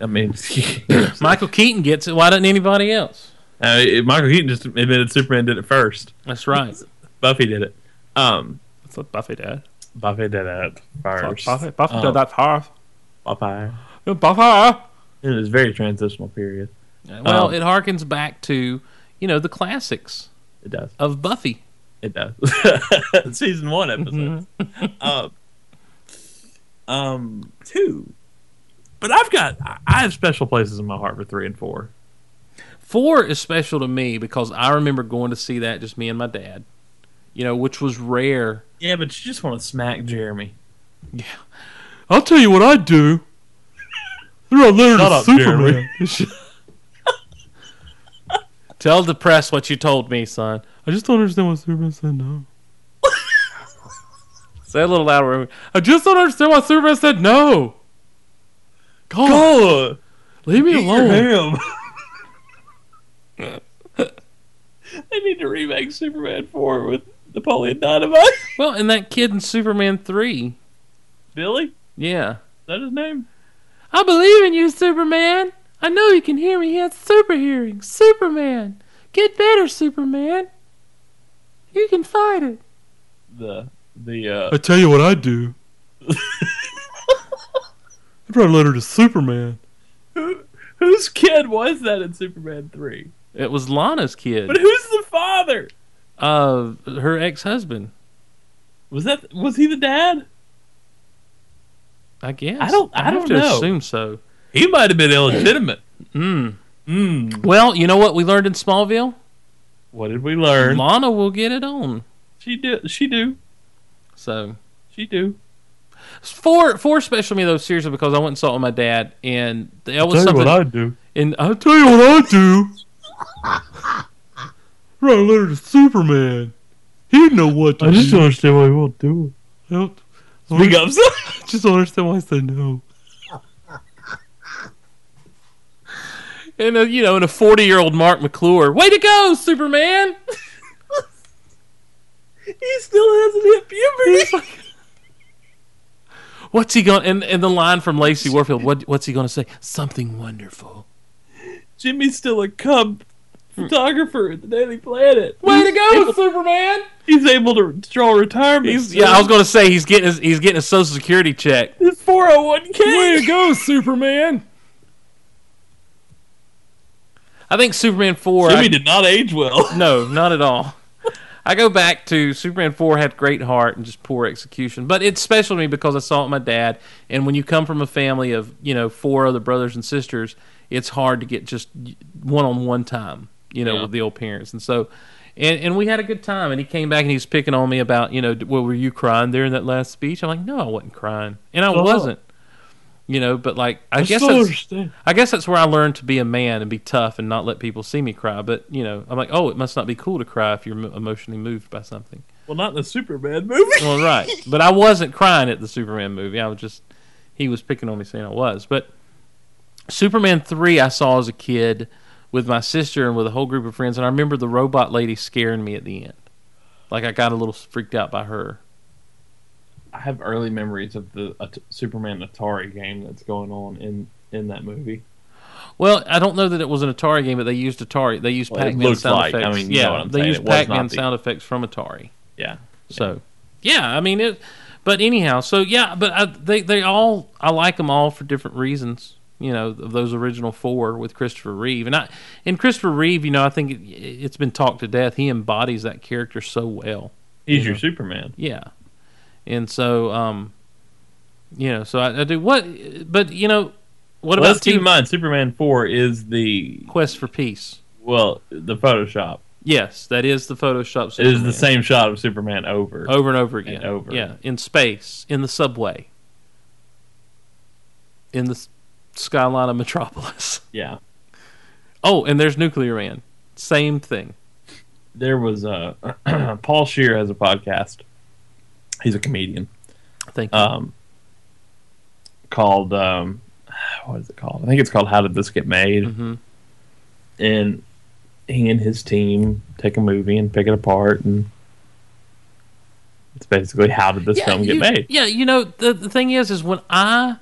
D: I mean,
C: Michael Keaton gets it. Why doesn't anybody else?
D: Uh, it- Michael Keaton just admitted Superman did it first.
C: That's right.
D: Buffy did it. Um,
C: That's what Buffy did.
D: Buffy did it first. Um,
C: Buffy
D: did
C: that half.
D: Oh, Buffy.
C: Buffy.
D: It was a very transitional period.
C: Well,
D: Um,
C: it harkens back to you know the classics
D: It does.
C: of Buffy.
D: It does. Season one episode. um, um, two. But I've got I- I have special places in my heart for three and four.
C: Four is special to me because I remember going to see that just me and my dad. You know, which was rare.
D: Yeah, but you just want to smack Jeremy.
C: I'll tell you what I do. They're out there
D: Shut up, Jeremy.
C: Tell the press what you told me, son. I just don't understand why Superman said no. Say it a little louder. I just don't understand why Superman said no. God,
D: Oh,
C: leave me alone.
D: Ham. they need to remake Superman four with Napoleon Dynamite.
C: Well, and that kid in Superman 3.
D: Billy, is
C: Yeah.
D: that his name?
C: I believe in you, Superman. I know you can hear me. He has super hearing. Superman. Get better, Superman. You can fight it.
D: The the uh,
C: I tell you what I do. I write a letter to Superman.
D: Who, whose kid was that in Superman 3?
C: It was Lana's
D: But
C: kid.
D: who's the father?
C: Uh, her ex-husband,
D: Was that was he the dad?
C: I guess.
D: I don't- I
C: have
D: don't
C: to
D: know.
C: assume so.
D: He might have been illegitimate. Hmm.
C: Mm.
D: Mm.
C: Well, you know what we learned in Smallville?
D: What did we learn?
C: Lana will get it on.
D: She do she do.
C: So
D: She do.
C: four four special to me though seriously because I went and saw it with my dad and that was something.
D: do.
C: and I'll tell you what I do. Write a letter to Superman. He'd know what to do.
D: understand why he won't do
C: Yep.
D: it. Speak up, son.
C: just don't understand why I said no. And a, you know, and a forty-year-old Mark McClure, way to go, Superman!
D: he still hasn't hit puberty.
C: What's he going? And, and the line from Lacey Warfield, what, what's he going to say? Something wonderful.
D: Jimmy's still a cub photographer at the Daily Planet.
C: Way to go, Superman!
D: He's able to draw retirement.
C: He's, yeah, I was going to say he's getting his, he's getting a social security
D: oh
C: check.
D: his 401k.
C: go, Superman! I think Superman four. I-
D: Jimmy did not age well.
C: no, not at all. I go back to Superman 4 had great heart and just poor execution. But it's special to me because I saw it with my dad. And when you come from a family of, you know, four other brothers and sisters, it's hard to get just one on one time, you know,
D: Yeah.
C: with the old parents. And so, and, and we had a good time. And he came back and he was picking on me about, you know, well, were you crying there in that last speech? I'm like, no, I wasn't crying. And I
D: Oh.
C: wasn't. You know, but like, I,
D: I
C: guess
D: still
C: that's-
D: understand.
C: I guess that's where I learned to be a man and be tough and not let people see me cry. But you know, I'm like, oh, it must not be cool to cry if you're mo- emotionally moved by something.
D: Well, not in the Superman movie.
C: Well, right. but I wasn't crying at the Superman movie. I was just he was picking on me saying I was. But Superman three I saw as a kid with my sister and with a whole group of friends, and I remember the robot lady scaring me at the end. Like I got a little freaked out by her.
D: I have early memories of the At- Superman Atari game that's going on in in that movie.
C: Well, I don't know that it was an Atari game, but they used Atari. They used
D: Well, it
C: Pac-Man
D: looked
C: sound
D: like- I
C: effects.
D: mean, you
C: yeah,
D: know what I'm
C: they
D: saying.
C: used
D: It was not
C: Pac-Man
D: the-
C: sound effects from Atari.
D: Yeah,
C: So, yeah, I mean it. But anyhow, so yeah, but I, they they all I like them all for different reasons. You know, of those original four with Christopher Reeve, and I and Christopher Reeve, you know, I think it, it's been talked to death. He embodies that character so well.
D: he's
C: Yeah.
D: your Superman.
C: Yeah, and so um, you know, so I, I do what, but you know, what
D: Well,
C: about
D: let's keep in
C: Team
D: mind Superman Four is the
C: Quest for Peace?
D: well the Photoshop.
C: Yes, that is the Photoshop.
D: It is
C: Superman. Oh.
D: the same shot of Superman over.
C: over and over again.
D: And over.
C: Yeah, in space, in the subway, in the s- skyline of Metropolis.
D: Yeah,
C: Oh, and there's Nuclear Man. Same thing.
D: there was uh, Paul Shear has a podcast. He's a comedian.
C: Thank you.
D: um, called um, what is it called? I think it's called How Did This Get Made?
C: Mhm.
D: And he and his team take a movie and pick it apart, and it's basically how did this film get
C: you,
D: made?
C: Yeah, you know the the thing is, is when I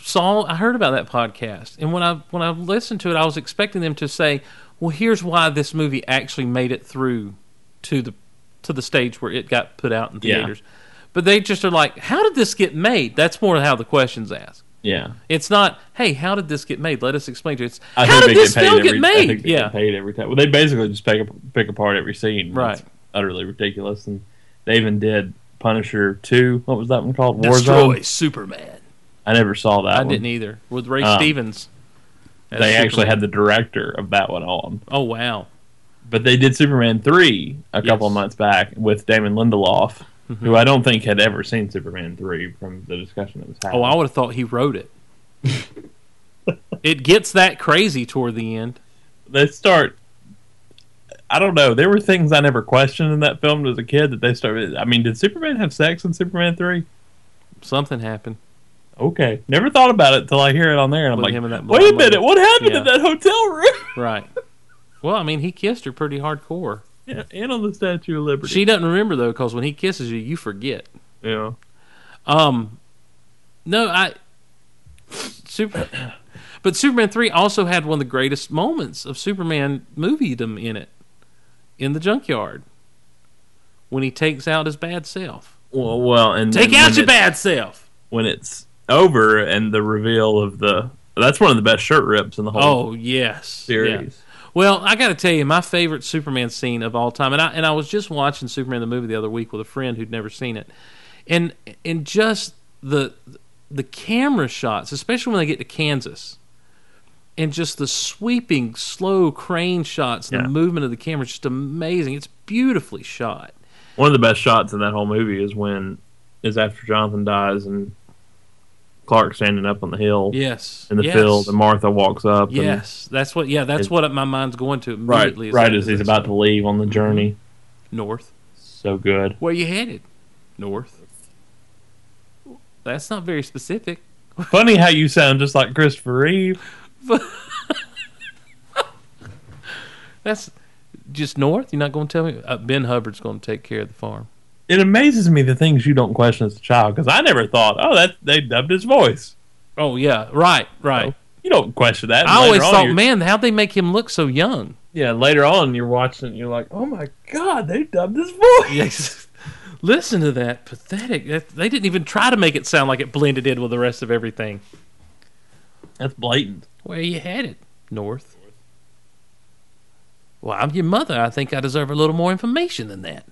C: saw, I heard about that podcast, and when I when I listened to it, I was expecting them to say, "Well, here's why this movie actually made it through to the to the stage where it got put out in
D: Yeah.
C: theaters." But they just are like, "How did this get made?" That's more how the questions asked.
D: Yeah,
C: It's not, hey, how did this get made? Let us explain to you. It's,
D: I
C: how
D: think
C: did
D: they
C: this
D: paid
C: film get
D: every- I
C: made?
D: think they
C: Yeah.
D: get paid every time. Well, they basically just pick up, pick apart every scene.
C: Right.
D: It's utterly ridiculous, and they even did Punisher Two. What was that one called?
C: Destroy
D: Warzone.
C: Superman.
D: I never saw that.
C: I
D: one.
C: didn't either. With Ray
D: Um,
C: Stevens. as
D: They actually
C: Superman.
D: had the director of that one on.
C: Oh, wow.
D: but they did Superman three a couple
C: Yes. Mm-hmm.
D: months back with Damon Lindelof, who I don't think had ever seen Superman three from the discussion that was having.
C: Oh, I would have thought he wrote it. it gets that crazy toward the end.
D: they start. I don't know. There were things I never questioned in that film as a kid that they started. I mean, did Superman have sex in Superman three?
C: Something happened.
D: Okay, never thought about it till I hear it on there, and I'm
C: With
D: like,
C: him and that
D: wait a
C: blonde lady."
D: minute, what happened
C: Yeah.
D: in that hotel room?
C: Right. well, I mean, he kissed her pretty hardcore.
D: yeah, and on the Statue of Liberty.
C: She doesn't remember, though, because when he kisses you, you forget.
D: yeah.
C: Um, no, I super, but Superman three also had one of the greatest moments of Superman moviedom in it, in the junkyard, when he takes out his bad self.
D: Well, well, and
C: Take
D: then
C: out
D: when
C: your
D: it-
C: bad self.
D: when it's over and the reveal of the. That's one of the best shirt rips in the whole
C: Oh yes, Yeah.
D: series.
C: Well, I got to tell you, my favorite Superman scene of all time, and I and I was just watching Superman the movie the other week with a friend who'd never seen it, and and just the the camera shots, especially when they get to Kansas, and just the sweeping slow crane shots, and
D: Yeah.
C: the movement of the camera, is just amazing. It's beautifully shot.
D: One of the best shots in that whole movie is when is after Jonathan dies and Clark standing up on the hill
C: Yes,
D: in the
C: yes.
D: field and Martha walks up.
C: Yes, that's what. Yeah, that's
D: It-
C: what my mind's going to
D: and right,
C: immediately.
D: right as he's about to leave on the
C: Mm-hmm.
D: journey.
C: north.
D: So good.
C: Where you headed? North. That's not very specific.
D: Funny how you sound just like Christopher Reeve.
C: That's just north. You're not going to tell me uh, Ben Hubbard's going to take care of the farm.
D: It amazes me the things you don't question as a child because I never thought, oh, that they dubbed his voice.
C: Oh yeah, right, right.
D: You don't question that.
C: Oh. I
D: Later
C: always
D: on,
C: thought,
D: you're-
C: man, how'd they make him look so young?
D: Yeah, later on you're watching, and you're like, oh my god, they dubbed his voice.
C: Yes. Listen to that pathetic. That, they didn't even try to make it sound like it blended in with the rest of everything.
D: That's blatant.
C: Where you headed? North. Well, I'm your mother. I think I deserve a little more information than that.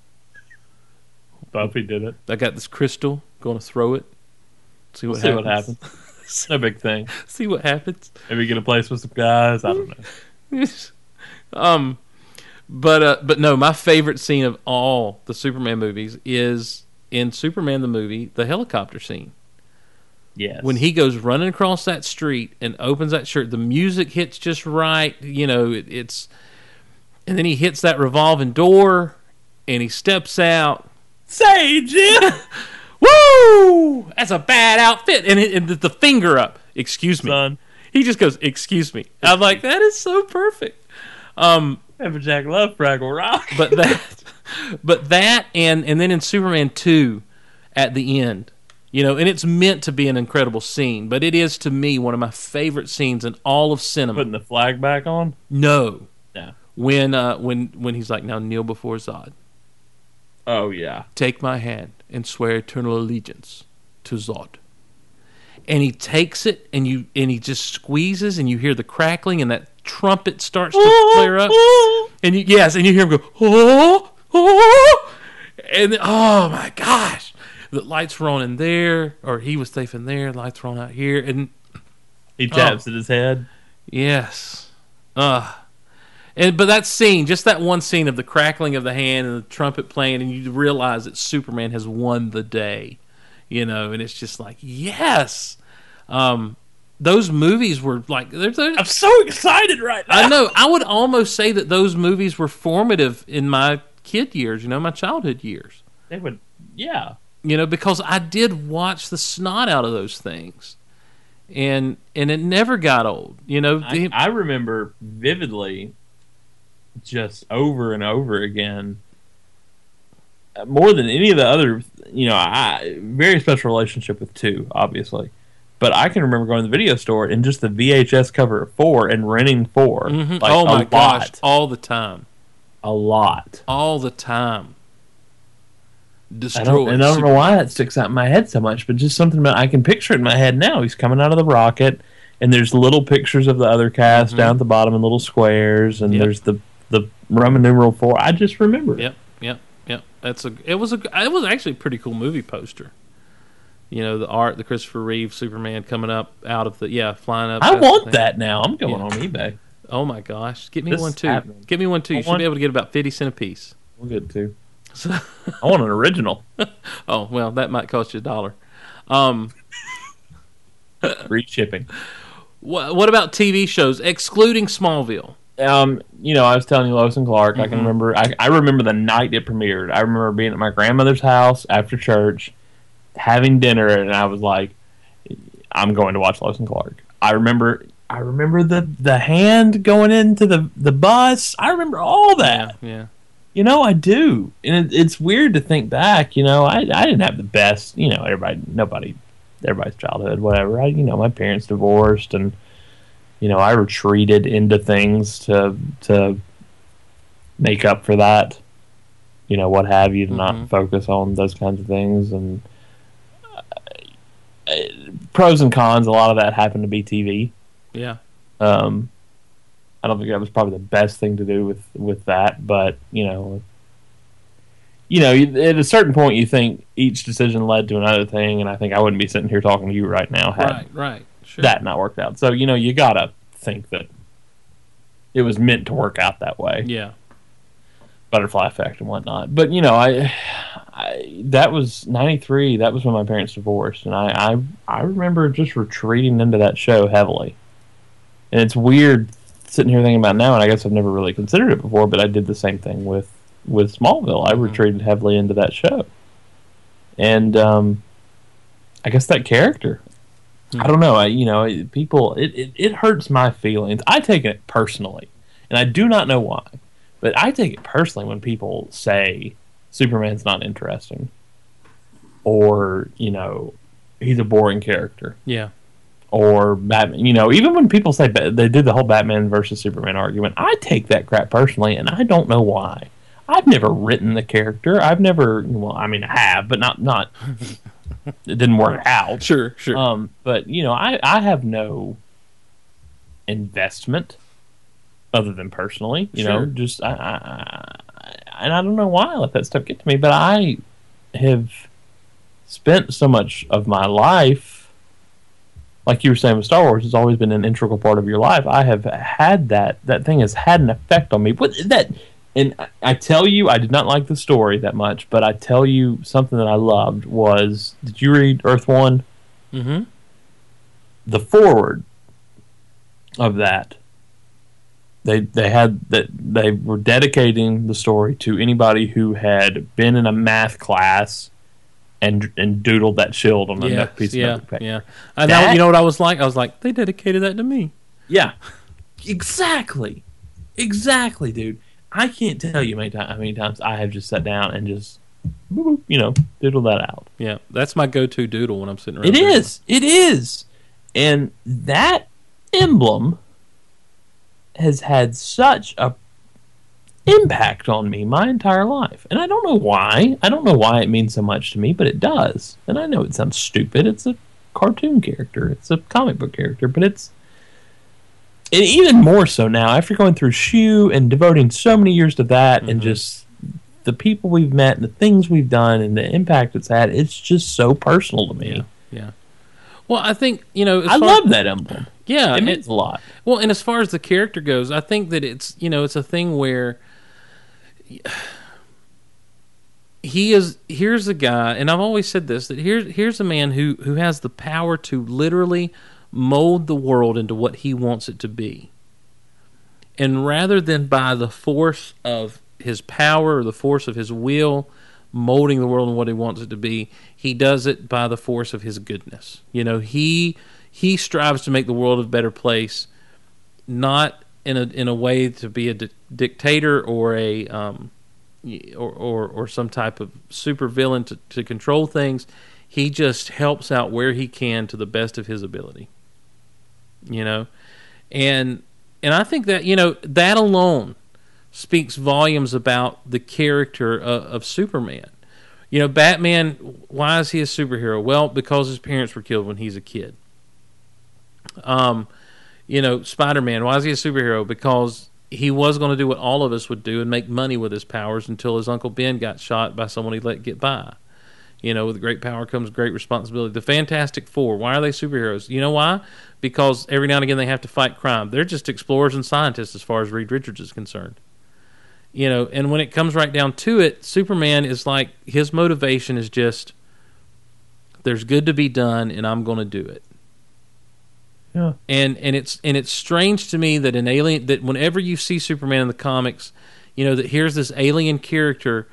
D: Buffy did it.
C: I got this crystal. Going to throw it. See what
D: See
C: happens.
D: what happens. no big thing.
C: See what happens.
D: Maybe get a place with some guys. I don't know.
C: um, but uh, but no, my favorite scene of all the Superman movies is in Superman the movie, the helicopter scene.
D: Yes.
C: When he goes running across that street and opens that shirt, the music hits just right. You know, it, it's and then he hits that revolving door and he steps out.
D: say Jim,
C: Woo! That's a bad outfit. And, it, and the, the finger up. Excuse me.
D: son,
C: He just goes, "Excuse me." I'm like, that is so perfect. Um,
D: ever Jack Love Fraggle Rock.
C: but that but that and and then in Superman 2 at the end you know and it's meant to be an incredible scene but it is to me one of my favorite scenes in all of cinema
D: Putting the flag back on.
C: no
D: No.
C: when uh when when he's like now kneel before Zod
D: Oh yeah.
C: take my hand and swear eternal allegiance to Zod and he takes it and you and he just squeezes and you hear the crackling and that trumpet starts to flare up and you, yes, and you hear him go, oh, oh, and then, oh my gosh, the lights were on in there, or he was safe in there, lights were on out here, and
D: He taps at his head.
C: yes, uh, and but that scene, just that one scene of the crackling of the hand and the trumpet playing, and you realize that Superman has won the day, you know, and it's just like yes, um, those movies were like they're, they're
D: I'm so excited right now.
C: I know. I would almost say that those movies were formative in my kid years, you know, my childhood years.
D: They would. Yeah.
C: You know, because I did watch the snot out of those things. And and it never got old. You know,
D: I, I remember vividly, just over and over again, uh, more than any of the other. You know, I very special relationship with two, obviously, but I can remember going to the video store and just the VHS cover of four and renting 4
C: Mhm.
D: like,
C: oh
D: a
C: my gosh,
D: lot,
C: all the time.
D: a lot.
C: All the time.
D: I don't,
C: Destroy.
D: and I don't
C: Super-
D: know why that sticks out in my head so much, but just something about I can picture it in my head now. He's coming out of the rocket, and there's little pictures of the other cast down at the bottom in little squares, and
C: Mm-hmm. Yep.
D: there's the the Roman numeral four. I just remember. it.
C: Yep, yep, yep. That's a. It was a. It was actually a pretty cool movie poster. You know the art, the Christopher Reeve Superman coming up out of the yeah flying up.
D: I
C: that's the
D: want
C: thing.
D: that now. I'm going
C: Yeah.
D: on eBay.
C: Oh my gosh, get me
D: This
C: one
D: is
C: too.
D: happening.
C: Get me one too.
D: I
C: You should
D: want-
C: be able to get about fifty cent a piece.
D: We'll get to.
C: So-
D: I want an original.
C: oh well, that might cost you a dollar. Um,
D: Free shipping.
C: wha what about TV shows excluding Smallville?
D: Um, you know, I was telling you Lois and Clark. I can remember. I, I remember the night it premiered. I remember being at my grandmother's house after church, having dinner, and I was like, "I'm going to watch Lois and Clark." I remember. I remember the the hand going into the the bus. I remember all that.
C: Yeah,
D: You know, I do, and it, it's weird to think back. You know, I I didn't have the best. You know, everybody, nobody, everybody's childhood, whatever. I, you know, my parents divorced, and you know, I retreated into things to to make up for that. You know, what have you, to
C: Mhm.
D: not focus on those kinds of things, and uh, pros and cons. A lot of that happened to be TV.
C: yeah.
D: Um, I don't think that was probably the best thing to do with with that, but you know, you know, you- at a certain point, you think each decision led to another thing, and I think I wouldn't be sitting here talking to you right now had
C: Right, right. Sure.
D: that not worked out. So you know, you gotta think that it was meant to work out that way,
C: Yeah.
D: butterfly effect and whatnot. But you know, I. I, that was '93. That was when my parents divorced, and I, I I remember just retreating into that show heavily. And it's weird sitting here thinking about it now, and I guess I've never really considered it before. But I did the same thing with with Smallville. I retreated heavily into that show, and um, I guess that character. I don't know. I you know it- people. It, it it hurts my feelings. I take it personally, and I do not know why, but I take it personally when people say Superman's not interesting, or you know he's a boring character
C: Yeah.
D: or Batman. You know, even when people say Ba- they did the whole Batman versus Superman argument, I take that crap personally, and I don't know why. I've never written the character. I've never. Well, I mean, I have, but not not. it didn't work out.
C: Sure. Sure.
D: Um, but you know, I I have no investment other than personally. You know,
C: Sure.
D: just I, I, I, and I don't know why I let that stuff get to me, but I have spent so much of my life, like you were saying with Star Wars, has always been an integral part of your life. I have had that that thing has had an effect on me. What that. And I- I tell you, I did not like the story that much, but I tell you something that I loved was did you read Earth One?
C: Mm-hmm.
D: the forward of that they they had that they were dedicating the story to anybody who had been in a math class and and doodled that shield on a
C: Yeah,
D: piece of
C: yeah,
D: notebook paper.
C: yeah. And
D: That-
C: I, you know what I was like? I was like, they dedicated that to me.
D: Yeah. Exactly. Exactly, dude. I can't tell you many times how many times I have just sat down and just boop, boop, you know, doodle that out.
C: Yeah, that's my go-to doodle when I'm sitting around.
D: It
C: doing
D: is. It is. And that emblem has had such a impact on me my entire life. And I don't know why. I don't know why it means so much to me, but it does. And I know it sounds stupid. It's a cartoon character. It's a comic book character, but it's and even more so now after going through Shu and devoting so many years to that and just the people we've met and the things we've done and the impact it's had, it's just so personal to me.
C: Yeah. Well, I think you know. as
D: I
C: far-
D: love that emblem.
C: Yeah,
D: it
C: and-
D: means a lot.
C: Well, and as far as the character goes, I think that it's you know it's a thing where he is here's a guy, and I've always said this that here's here's a man who who has the power to literally mold the world into what he wants it to be, and rather than by the force of his power or the force of his will molding the world and what he wants it to be he does it by the force of his goodness you know he he strives to make the world a better place not in a in a way to be a di- dictator or a um y- or or, or some type of super villain to, to control things. He just helps out where he can to the best of his ability. You know, and and I think that you know that alone speaks volumes about the character of, of Superman. You know, Batman. Why is he a superhero? Well, because his parents were killed when he's a kid. Um, you know, Spider Man, why is he a superhero? Because he was going to do what all of us would do and make money with his powers until his Uncle Ben got shot by someone he let get by. You know, with great power comes great responsibility. The Fantastic Four, why are they superheroes? You know why? Because every now and again they have to fight crime. They're just explorers and scientists as far as Reed Richards is concerned. You know, and when it comes right down to it, Superman is like his motivation is just there's good to be done and I'm going to do it and and it's and it's strange to me that an alien that whenever you see Superman in the comics, you know that here's this alien character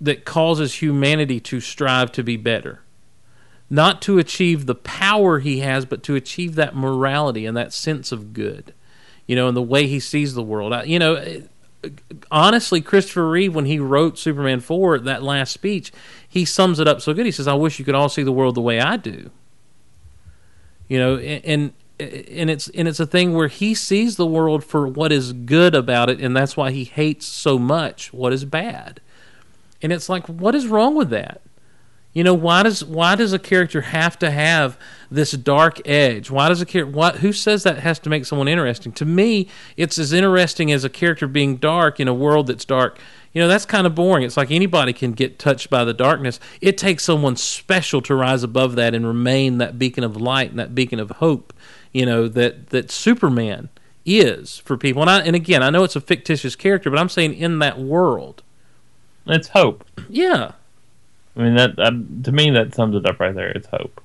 C: that causes humanity to strive to be better, not to achieve the power he has, but to achieve that morality and that sense of good, you know, and the way he sees the world. I, you know, it- honestly, Christopher Reeve when he wrote Superman four, that last speech, he sums it up so good. He says, "I wish you could all see the world the way I do." you know and and it's and it's a thing where he sees the world for what is good about it and that's why he hates so much what is bad and it's like what is wrong with that you know why does why does a character have to have this dark edge why does a character what who says that has to make someone interesting to me it's as interesting as a character being dark in a world that's dark you know that's kind of boring it's like anybody can get touched by the darkness it takes someone special to rise above that and remain that beacon of light and that beacon of hope you know that that superman is for people and I, and again i know it's a fictitious character but i'm saying in that world
D: It's hope.
C: yeah
D: I mean, that, that to me that sums it up right there. It's hope.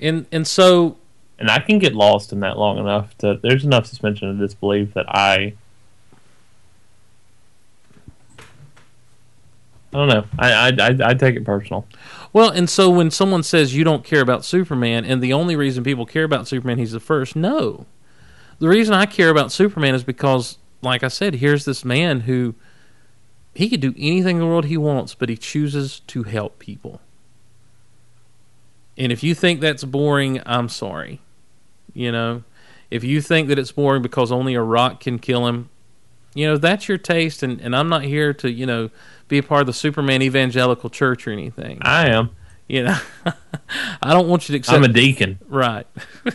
C: and and so
D: And I can get lost in that long enough that there's enough suspension of disbelief that I. I don't know. I I I, I take it personal.
C: Well, and so when someone says you don't care about Superman, and the only reason people care about Superman, he's the first. No, the reason I care about Superman is because, like I said, here's this man who he could do anything in the world he wants, but he chooses to help people. And if you think that's boring, I'm sorry. You know, if you think that it's boring because only a rock can kill him, you know, that's your taste, and, and I'm not here to, you know, be a part of the Superman evangelical church or anything
D: I am.
C: you know i don't want you to accept
D: I'm a deacon.
C: right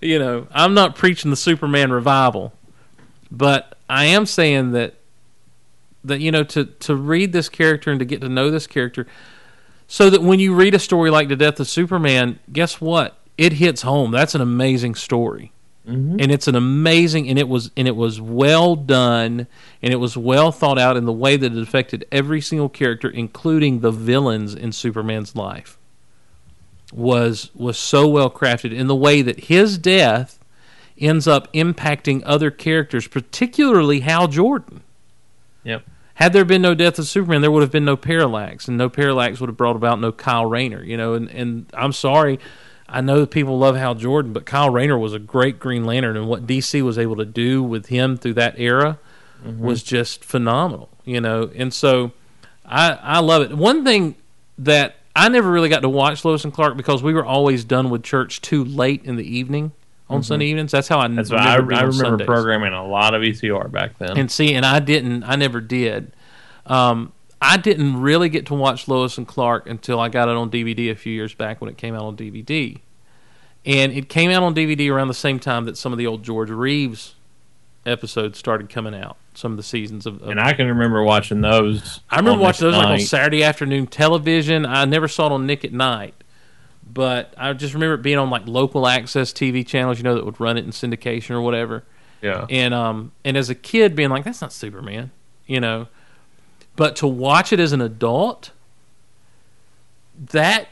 C: you know, I'm not preaching the Superman revival, but I am saying that that you know to to read this character and to get to know this character so that when you read a story like The Death of Superman, guess what? It hits home. That's an amazing story. And it's an amazing and it was and it was well done and it was well thought out in the way that it affected every single character including the villains in Superman's life was was so well crafted in the way that his death ends up impacting other characters, particularly Hal Jordan.
D: Yep.
C: Had there been no death of Superman, there would have been no Parallax, and no Parallax would have brought about no Kyle Rayner. You know, and and I'm sorry, I know that people love Hal Jordan, but Kyle Rayner was a great Green Lantern, and what DC was able to do with him through that era
D: Mm-hmm.
C: was just phenomenal. You know, and so I I love it. One thing that I never really got to watch Lois and Clark because we were always done with church too late in the evening on Sunday evenings. That's how I
D: Mm-hmm. That's
C: remember
D: why I, I
C: being on
D: remember
C: Sundays.
D: programming a lot of ECR back then.
C: And see, and I didn't. I never did. Um, I didn't really get to watch Lois and Clark until I got it on DVD a few years back when it came out on DVD. And it came out on DVD around the same time that some of the old George Reeves episodes started coming out. Some of the seasons of, of
D: And I can remember watching those.
C: I remember
D: on
C: watching
D: this
C: those like on
D: night.
C: Saturday afternoon television. I never saw it on Nick at Night, but I just remember it being on like local access TV channels, you know, that would run it in syndication or whatever.
D: Yeah.
C: And um and as a kid being like, that's not Superman, you know. But to watch it as an adult, that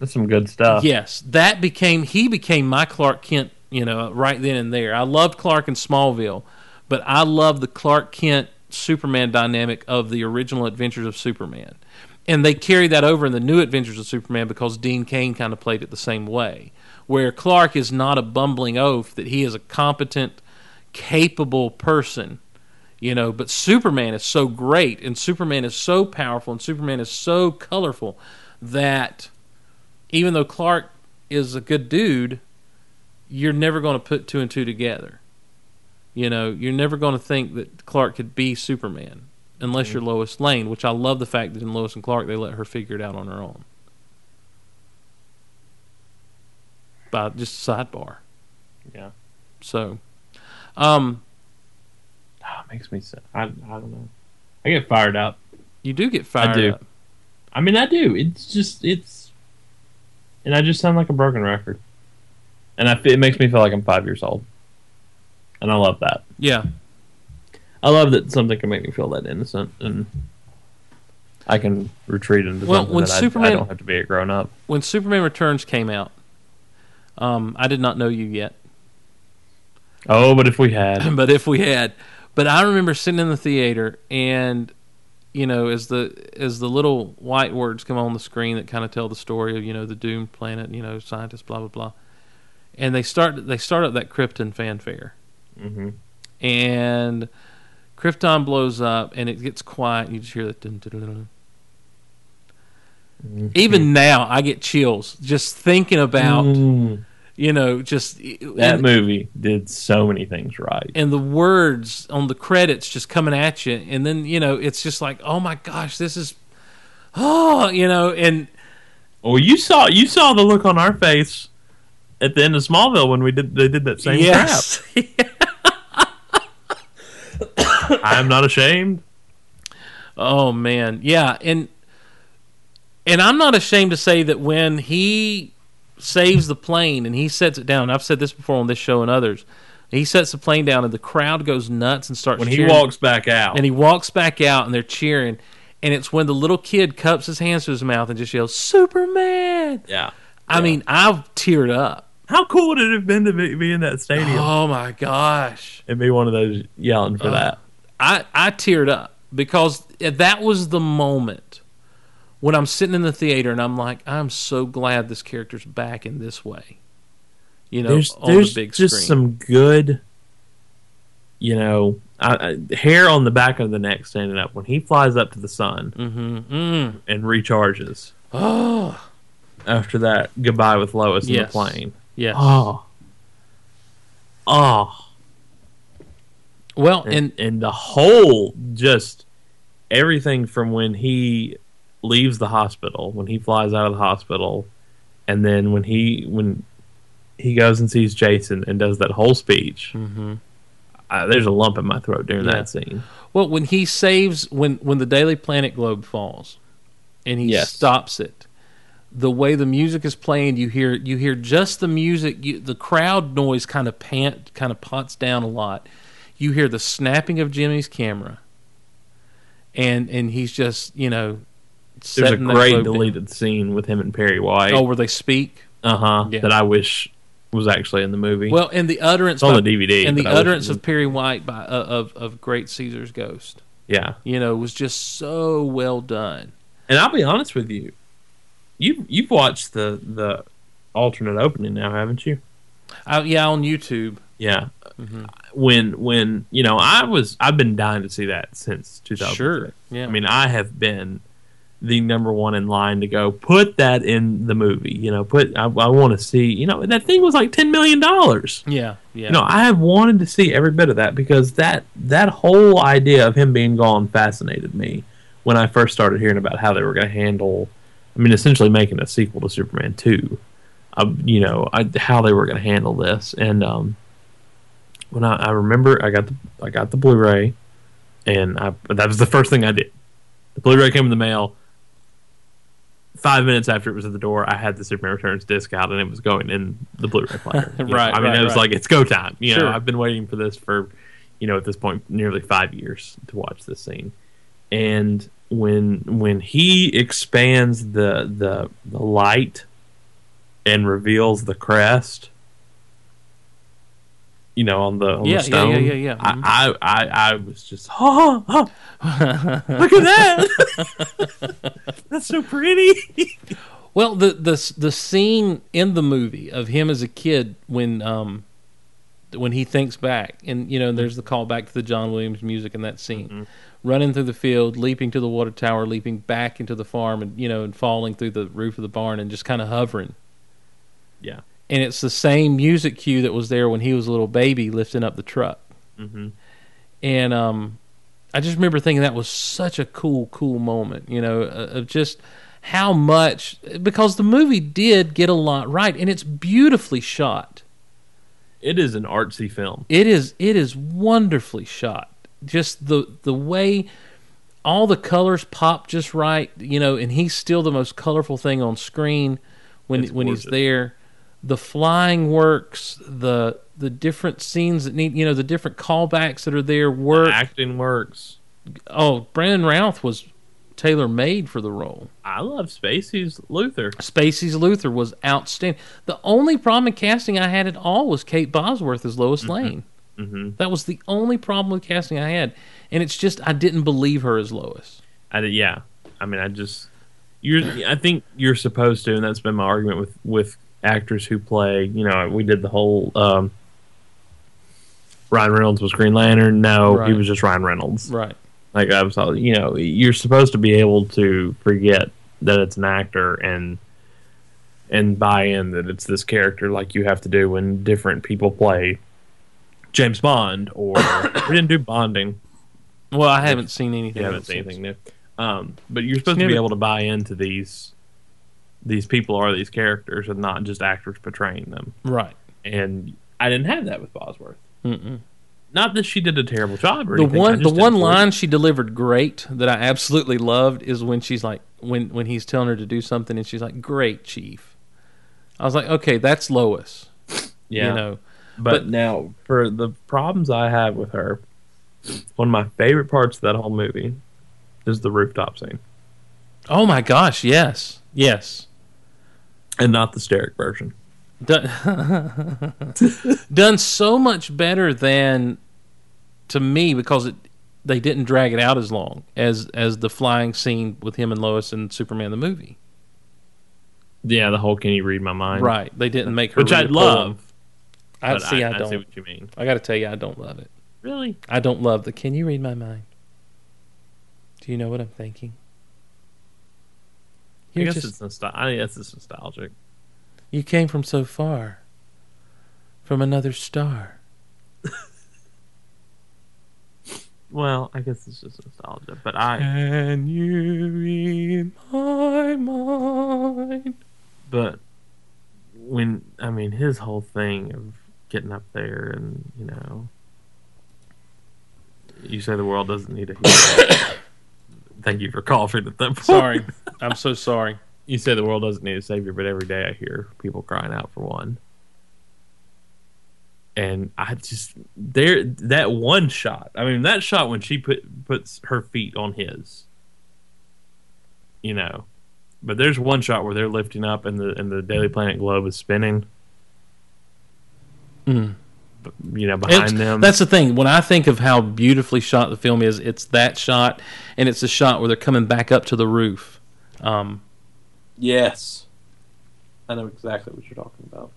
D: That's some good stuff.
C: yes, that became he became my Clark Kent, you know, right then and there. I loved Clark in Smallville, but I love the Clark Kent Superman dynamic of the original Adventures of Superman. And they carry that over in the new Adventures of Superman because Dean Kane kind of played it the same way, where Clark is not a bumbling oaf that he is a competent, capable person you know but superman is so great and superman is so powerful and superman is so colorful that even though clark is a good dude you're never going to put two and two together you know you're never going to think that clark could be superman unless you're lois lane which i love the fact that in lois and clark they let her figure it out on her own by just a sidebar
D: Yeah.
C: so um
D: Ah, it makes me sick. I, I don't know. I get fired up.
C: you do get fired
D: do.
C: up
D: I mean, I do. It's just it's, and I just sound like a broken record, and I fe- it makes me feel like I'm five years old, and I love that.
C: yeah
D: I love that something can make me feel that innocent, and I can retreat into
C: Well,
D: something
C: when
D: that I- I,
C: Superman-
D: don't have to be a grown up.
C: when Superman Returns came out, um, I did not know you yet,
D: Oh, but if we had,
C: but if we had, but I remember sitting in the theater and you know as the as the little white words come on the screen that kind of tell the story of you know the doomed planet, you know scientists, blah blah blah, and they start they start up that Krypton fanfare, mm-hmm. and Krypton blows up and it gets quiet and you just hear that. Dun, dun, dun, dun, dun.
D: Mm-hmm.
C: Even now, I get chills just thinking about
D: Mm,
C: you know, just
D: that
C: and,
D: movie did so many things right.
C: and the words on the credits just coming at you, and then you know, it's just like, oh my gosh, this is, oh, you know, and
D: Well, you saw you saw the look on our face at the end of Smallville when we did they did that same
C: yes,
D: crap. I am not ashamed.
C: oh man, yeah, and and I'm not ashamed to say that when he saves the plane and he sets it down, I've said this before on this show and others. He sets the plane down, and the crowd goes nuts and starts
D: When he
C: cheering.
D: walks back out,
C: and he walks back out and they're cheering and it's when the little kid cups his hands to his mouth and just yells superman
D: yeah.
C: i mean i've teared up
D: How cool would it have been to be, be in that stadium
C: oh my gosh
D: and be one of those yelling
C: Uh,
D: for that?
C: I, I teared up because that was the moment when I'm sitting in the theater and I'm like, I'm so glad this character's back in this way. You know,
D: There's,
C: on
D: there's
C: the big
D: just
C: screen.
D: some good, you know, I, I, hair on the back of the neck standing up when he flies up to the sun
C: Mm.
D: and recharges
C: Oh,
D: after that goodbye with Lois in the
C: Yes.
D: plane.
C: yes.
D: Oh, oh,
C: well,
D: and
C: and
D: and the whole just everything from when he leaves the hospital when he flies out of the hospital and then when he when he goes and sees Jason and does that whole speech, I, there's a lump in my throat during
C: Mm-hmm. Yeah.
D: that scene.
C: Well, when he saves when when the Daily Planet globe falls, and he
D: Yes.
C: stops it, the way the music is playing, you hear you hear just the music. You, the crowd noise kind of pant, kind of pots down a lot. You hear the snapping of Jimmy's camera, and and he's just you know.
D: There's a
C: setting that
D: great
C: globe down.
D: deleted scene with him and Perry White.
C: Oh, where they speak.
D: uh huh.
C: yeah.
D: That I wish was actually in the movie.
C: Well, and the utterance
D: It's on
C: by-
D: the DVD,
C: and the
D: but I wish it
C: utterance
D: was-
C: of Perry White by uh, of of Great Caesar's Ghost,
D: yeah.
C: you know, was just so well done.
D: And I'll be honest with you, you you've watched the the alternate opening now, haven't you?
C: I, Uh, yeah, on YouTube.
D: Yeah. When when you know I was I've been dying to see that since 2000.
C: Sure. Yeah.
D: I mean I have been the number one in line to go put that in the movie. You know, put I, I want to see. You know, that thing was like ten million dollars.
C: Yeah. Yeah.
D: No, I have wanted to see every bit of that because that that whole idea of him being gone fascinated me when I first started hearing about how they were going to handle. I mean, essentially making a sequel to Superman two. Um, you know I, how they were going to handle this, and um, when I, I remember, I got the I got the Blu-ray, and I, that was the first thing I did. The Blu-ray came in the mail. Five minutes after it was at the door, I had the Superman Returns disc out, and it was going in the Blu-ray player. You know,
C: Right,
D: I mean,
C: right,
D: it was
C: right.
D: like it's go time. You
C: Sure.
D: know, I've been waiting for this for, you know, at this point, nearly five years to watch this scene. And when when he expands the the, the light and reveals the crest, you know, on the on
C: Yeah, yeah,
D: the stone.
C: yeah, yeah, yeah. Mhm.
D: I, I, I, I was just, oh, oh, look at that! That's so pretty.
C: Well, the the the scene in the movie of him as a kid when um when he thinks back, and you know, there's the callback to the John Williams music in that scene,
D: Mm-hmm.
C: running through the field, leaping to the water tower, leaping back into the farm, and you know, and falling through the roof of the barn, and just kind of hovering.
D: yeah,
C: and it's the same music cue that was there when he was a little baby lifting up the truck.
D: Mhm.
C: And um, I just remember thinking that was such a cool, cool moment, you know, uh, of just how much because the movie did get a lot right, and it's beautifully shot.
D: it is an artsy film.
C: It is it is wonderfully shot. Just the the way all the colors pop just right, you know, and he's still the most colorful thing on screen when
D: It's
C: when he's
D: gorgeous.
C: there. The flying works, the the different scenes that need, you know, the different callbacks that are there work.
D: Acting works.
C: Oh, Brandon Routh was tailor made for the role.
D: I love Spacey's Luther.
C: Spacey's Luther was outstanding. The only problem in casting I had at all was Kate Bosworth as
D: Mm-hmm.
C: Lois Lane. That was the only problem with casting I had, and it's just I didn't believe her as Lois.
D: I did, yeah. I mean, I just you're. I think you're supposed to, and that's been my argument with with actors who play. You know, we did the whole. um Ryan Reynolds was Green Lantern. No, he
C: Right.
D: was just Ryan Reynolds.
C: Right.
D: Like I was, all- you know, you're supposed to be able to forget that it's an actor and and buy in that it's this character, like you have to do when different people play James Bond or we didn't do bonding.
C: Well, I haven't seen anything.
D: You haven't
C: else
D: seen
C: since.
D: anything new. Um, but you're supposed to
C: never-
D: be able to buy into these these people or these characters and not just actors portraying them.
C: Right.
D: And I didn't have that with Bosworth.
C: Mm-mm.
D: Not that she did a terrible job or
C: The
D: anything, I
C: one, the
D: just
C: one
D: didn't
C: line she delivered great that I absolutely loved is when she's like, when when he's telling her to do something, and she's like, "Great, Chief." I was like, "Okay, that's Lois."
D: believe- yeah.
C: You know.
D: But
C: But-
D: now, for the problems I have with her, one of my favorite parts of that whole movie is the rooftop scene,
C: Oh my gosh! Yes. Yes.
D: and not the steric version.
C: done, done so much better than to me because it they didn't drag it out as long as as the flying scene with him and Lois and Superman the movie.
D: Yeah, the whole "Can you read my mind?"
C: Right, they didn't make her.
D: which I
C: really pull him.
D: love.
C: I
D: but
C: see. I,
D: I see
C: don't.
D: what you mean.
C: I got to tell you, I don't love it.
D: Really?
C: I don't love the. Can you read my mind? Do you know what I'm thinking?
D: I
C: You're
D: guess
C: just
D: it's nostalgic. I guess it's nostalgic.
C: You came from so far, from another star.
D: Well, I guess it's just nostalgia. But I,
C: Can you read my mind?
D: but when I mean his whole thing of getting up there and you know, you say the world doesn't need a hero. Thank you for coughing at that point.
C: Sorry, I'm so sorry.
D: You say the world doesn't need a savior, but every day I hear people crying out for one. And I just there that one shot. I mean, that shot when she put puts her feet on his. You know, but there's one shot where they're lifting up and the and the Daily Planet globe is spinning. B- You know, behind
C: It's-
D: them.
C: That's the thing. When I think of how beautifully shot the film is, it's that shot, and it's a shot where they're coming back up to the roof. Um,
J: Yes. I know exactly what you're talking about.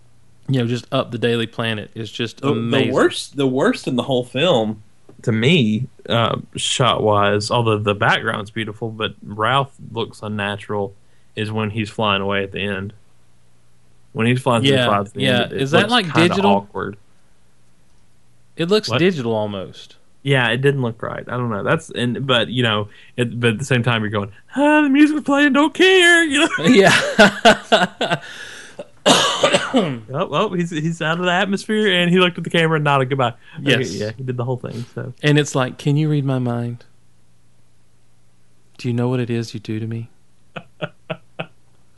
C: you know, just up the Daily Planet is just
J: The,
C: amazing.
J: the worst the worst in the whole film
D: to me, uh, shot wise, although the background's beautiful, but Ralph looks unnatural. Is when he's flying away at the end. When he's flying through
C: Yeah,
D: the clouds at the
C: yeah.
D: end, it
C: Is that
D: looks
C: like
D: kinda
C: digital?
D: Awkward.
C: It looks
D: What?
C: digital almost.
D: Yeah, it didn't look right. I don't know. That's and but you know, it, but at the same time, you're going, ah, the music's playing, don't care. You know,
C: yeah.
D: oh, oh, he's he's out of the atmosphere, and he looked at the camera and nodded goodbye. Okay,
C: Yes.
D: yeah, he did the whole thing. So
C: and it's like, can you read my mind? Do you know what it is you do to me?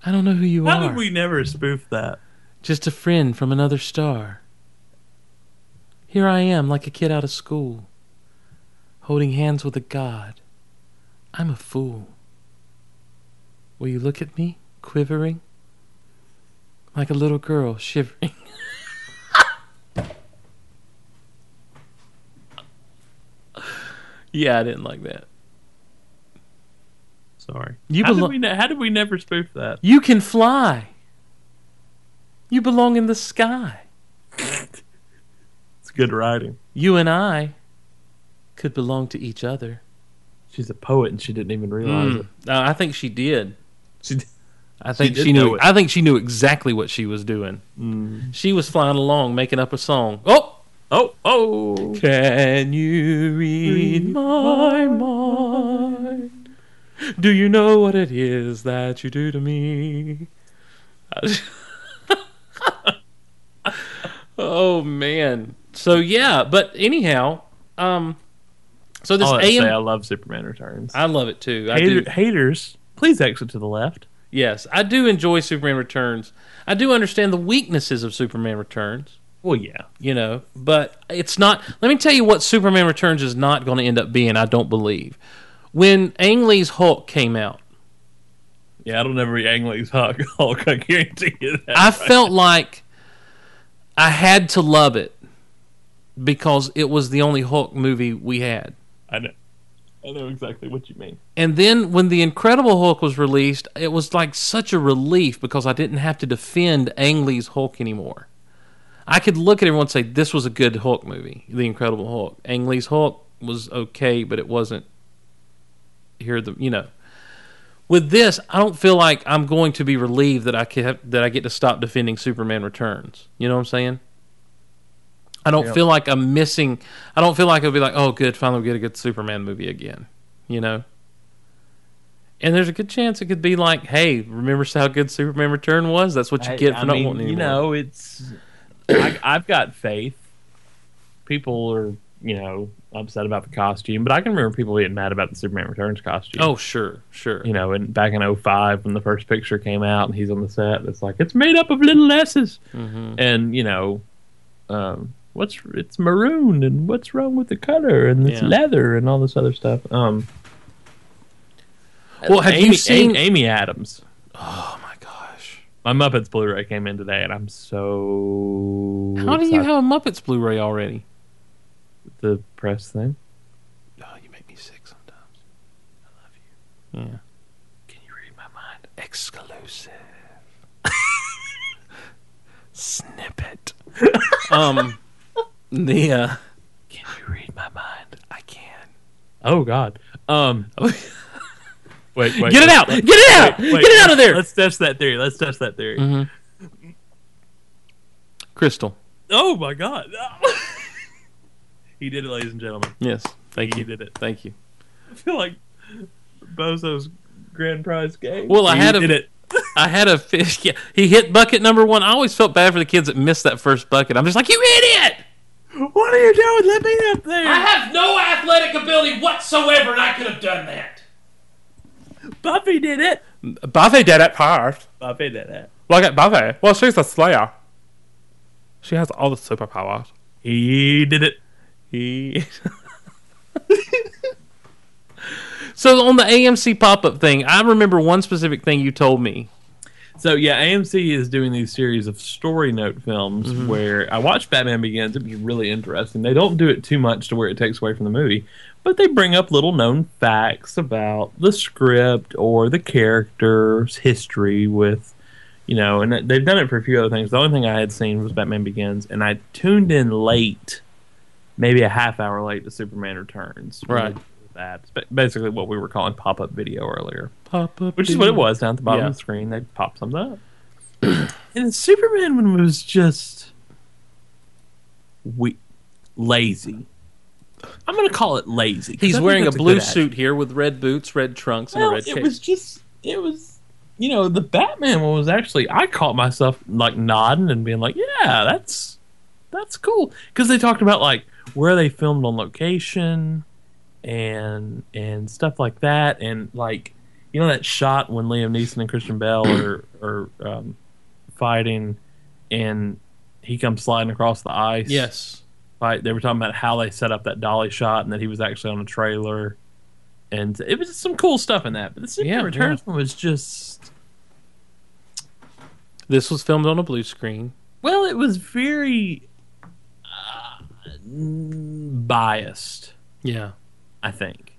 C: I don't know who you
D: how
C: are.
D: did we never spoof that?
C: Just a friend from another star. Here I am, like a kid out of school, holding hands with a god. I'm a fool. Will you look at me, quivering? Like a little girl shivering. yeah, I didn't like that.
D: Sorry,
C: You
D: how,
C: belo-
D: did we ne- how did we never spoof that?
C: You can fly. You belong in the sky.
D: It's good writing.
C: You and I could belong to each other.
D: She's a poet and she didn't even realize it.
C: Uh, I think she did.
D: She did.
C: I think she,
D: did
C: knew.
D: know it.
C: I think she knew exactly what she was doing. She was flying along, making up a song. Oh,
D: Oh, oh.
C: can you read my mind? Do you know what it is that you do to me? oh man. So yeah, but anyhow, um, so this
D: All that to
C: AM
D: say, I love Superman Returns.
C: I love it too. I do.
D: Hater, haters, please exit to the left.
C: Yes, I do enjoy Superman Returns. I do understand the weaknesses of Superman Returns,
D: Well, yeah.
C: you know, but it's not. Let me tell you what Superman Returns is not going to end up being, I don't believe. When Ang Lee's Hulk came out,
D: Yeah, it'll never be Ang Lee's Hulk. Hulk, I guarantee you that.
C: I felt like I had to love it because it was the only Hulk movie we had.
D: I know. I know exactly what you mean.
C: And then when The Incredible Hulk was released, it was like such a relief because I didn't have to defend Ang Lee's Hulk anymore. I could look at everyone and say, this was a good Hulk movie, The Incredible Hulk. Ang Lee's Hulk was okay, but it wasn't here the you know. With this, I don't feel like I'm going to be relieved that I can that I get to stop defending Superman Returns. You know what I'm saying? I don't feel like I'm missing. I don't feel like it'll be like, oh, good, finally we get a good Superman movie again. You know. And there's a good chance it could be like, hey, remember how good Superman Return was? That's what you get for
D: I
C: not
D: mean,
C: wanting
D: you
C: anymore.
D: know, it's. I, I've got faith. People are, you know, upset about the costume, but I can remember people being mad about the Superman Returns costume.
C: Oh, sure, sure.
D: you know, and back in 05 when the first picture came out and he's on the set, it's like it's made up of little S's,
C: Mm-hmm.
D: and you know, um, what's it's maroon and what's wrong with the color and it's
C: Yeah.
D: leather and all this other stuff. Um,
C: Well, have
D: Amy,
C: you seen?
D: Amy, Amy Adams?
C: oh my gosh!
D: My Muppets Blu-ray came in today, and I'm so
C: How do you
D: excited.
C: have a Muppets Blu-ray already?
D: the press thing?
C: Oh, you make me sick sometimes. I love you. Yeah. Can you read my mind? Exclusive. Snippet. um. The. Uh, can you read my mind? I can.
D: Oh God! Um, wait, wait,
C: Get it
D: let's-
C: out! Get it out!
D: wait, wait,
C: Get it out of
D: let's-
C: there! Mm-hmm.
D: Let's test that theory. Let's test that theory.
C: Crystal.
D: Oh my god. he did it, ladies and gentlemen.
C: Yes. Thank
D: He
C: you.
D: did it.
C: Thank you.
D: I feel like Bozo's grand prize game.
C: Well, I
D: He
C: had a-
D: did it.
C: I had a fish. Yeah, he hit bucket number one. I always felt bad for the kids that missed that first bucket. I'm just like, you idiot!
D: What are you doing? Let me up there.
C: have no athletic ability whatsoever, and I could have done that.
D: Buffy did it.
C: Buffy did it first.
D: Buffy did it.
C: Look at Buffy. Well, she's a slayer. She has all the superpowers.
D: He did it.
C: He. so on the AMC pop-up thing, I remember one specific thing you told me.
D: So yeah, AMC is doing these series of story note films where I watched Batman Begins. It'd be really interesting. They don't do it too much to where it takes away from the movie, but they bring up little known facts about the script or the character's history with, you know, and they've done it for a few other things. The only thing I had seen was Batman Begins, and I tuned in late, maybe a half hour late to Superman Returns.
C: Right.
D: That's ba- basically what we were calling pop up video earlier
C: Pop-up,
D: which is what it was down at the bottom
C: Yeah.
D: of the screen. They popped something up, and Superman one was just we lazy. I'm gonna call it lazy. 'cause I
C: He's
D: think
C: wearing a
D: that's
C: blue
D: good
C: suit here with red boots, red trunks,
D: Well,
C: and a red
D: it
C: cape.
D: was just it was you know the Batman one was actually I caught myself like nodding and being like, yeah, that's that's cool because they talked about like where they filmed on location and and stuff like that and like you know that shot when Liam Neeson and Christian Bell are are um, fighting and he comes sliding across the ice
C: yes.
D: like they were talking about how they set up that dolly shot and that he was actually on a trailer and it was just some cool stuff in that but the Superman
C: Yeah,
D: returns one was just
C: This was filmed on a blue screen.
D: well it was very uh, mm, biased
C: Yeah.
D: i think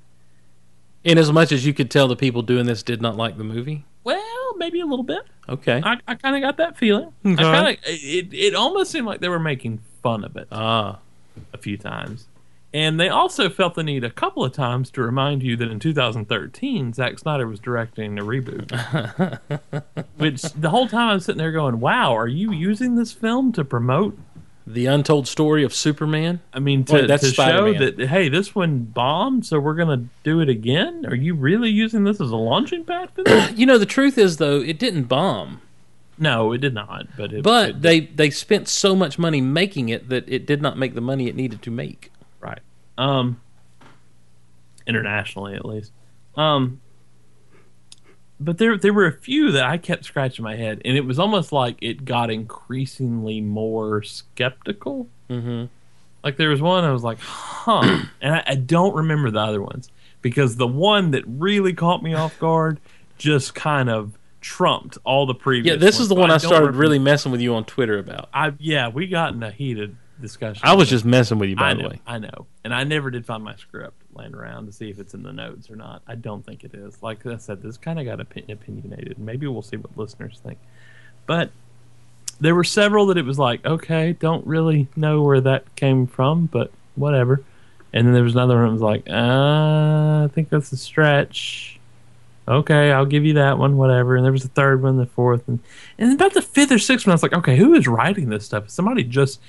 C: In as much as you could tell the people doing this did not like the movie.
D: well maybe a little bit
C: Okay.
D: i, I kind of got that feeling I
C: Okay.
D: kinda, it, it almost seemed like they were making fun of it
C: Ah.
D: a few times. And they also felt the need a couple of times to remind you that in 2013, Zack Snyder was directing a reboot. Which the whole time I'm sitting there going, wow, are you using this film to promote?
C: the untold story of Superman.
D: I mean, to,
C: Wait, that's
D: to show
C: Spider-Man.
D: that, hey, this one bombed, so we're going to do it again? Are you really using this as a launching pad for this?
C: You know, the truth is though, it didn't bomb,
D: no, it did not. But, it,
C: but
D: it-
C: they they spent so much money making it that it did not make the money it needed to make.
D: Right. Um internationally at least. Um but there there were a few that I kept scratching my head and it was almost like it got increasingly more skeptical.
C: Mm-hmm.
D: Like there was one I was like, "Huh." and I, I don't remember the other ones because the one that really caught me off guard just kind of trumped all the previous
C: Yeah, this is
D: ones.
C: the one I,
D: don't
C: started
D: remember-
C: really messing with you on Twitter about.
D: I yeah, we got in a heated discussion.
C: I was just messing with you, by
D: I
C: the
D: know,
C: way.
D: I know. And I never did find my script laying around to see if it's in the notes or not. I don't think it is. Like I said, this kind of got opi- opinionated. Maybe we'll see what listeners think. But there were several that it was like, okay, don't really know where that came from, but whatever. And then there was another one that was like, uh, I think that's a stretch. Okay, I'll give you that one, whatever. And there was a third one, the fourth, and and about the fifth or sixth one, I was like, okay, who is writing this stuff? Is somebody just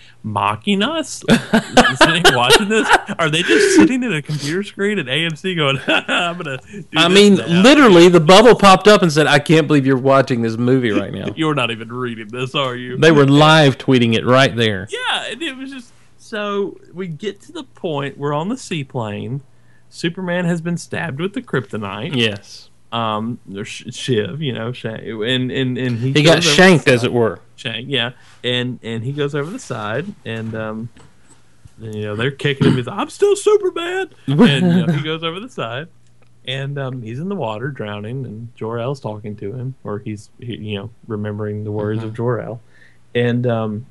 D: mocking us? Is anyone watching this? Are they just sitting at a computer screen at AMC going, I'm gonna? Do
C: I
D: this
C: mean,
D: now.
C: literally, the bubble popped up and said, "I can't believe you're watching this movie right now."
D: you're not even reading this, are you?
C: They were live tweeting it right there.
D: yeah, and it was just so we get to the point we're on the seaplane. Superman has been stabbed with the kryptonite.
C: Yes,
D: Um, or Sh- Shiv, you know, Shang, and and and he,
C: he got
D: goes over-
C: shanked, as it were.
D: Chang, yeah, and and he goes over the side, and um, and, you know they're kicking him. He's like, I'm still Superman, and you know, he goes over the side, and um, he's in the water drowning, and Jor El's talking to him, or he's he, you know remembering the words of Jor El, and um,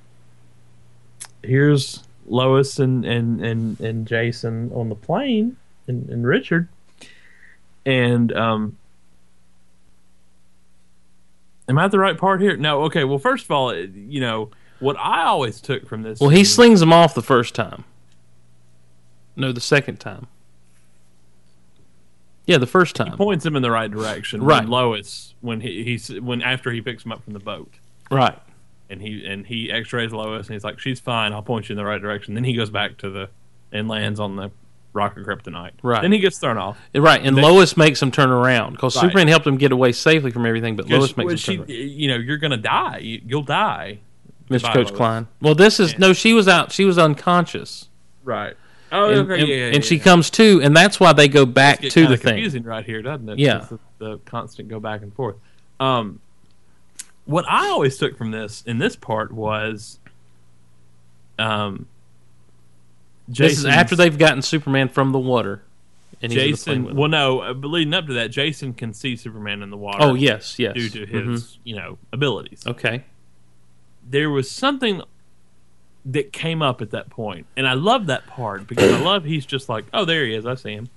D: here's Lois and and and and Jason on the plane, and and Richard, and um. Am I at the right part here? No. Okay. Well, first of all, it- you know what I always took from this.
C: Well, he
D: scene-
C: slings him off the first time. No, the second time. Yeah, the first time.
D: points him in the right direction.
C: Right.
D: when Lois when he he's when after he picks him up from the boat
C: Right.
D: and he and he X-rays Lois and he's like, "She's fine. I'll point you in the right direction." Then he goes back to the and lands on the rocket kryptonite.
C: Right.
D: Then he gets thrown off.
C: Right, and
D: They-
C: Lois makes him turn around because
D: Right.
C: Superman helped him get away safely from everything, but Lois
D: Well,
C: makes
D: she,
C: him turn around.
D: you know, you're gonna die. You- You'll die.
C: Mr.
D: goodbye,
C: Coach
D: Lois.
C: Klein. Well, this is no. She was out. She was unconscious,
D: Right. Oh,
C: and,
D: okay.
C: and-
D: yeah, yeah,
C: and
D: yeah,
C: she
D: yeah.
C: comes to, and that's why they go back
D: Get
C: to
D: kinda
C: the thing.
D: confusing right here, doesn't it?
C: Yeah.
D: Just The, the constant go back and forth. Um, what I always took from this in this part was, um,
C: This is
D: Jason's-
C: after they've gotten Superman from the water, and he's in the plane with
D: Jason.
C: him.
D: Well, no, uh, but leading up to that, Jason can see Superman in the water.
C: Oh yes, yes.
D: due to his
C: Mhm.
D: you know abilities.
C: Okay.
D: There was something that came up at that point, and I love that part because I love he's just like, oh, there he is, I see him,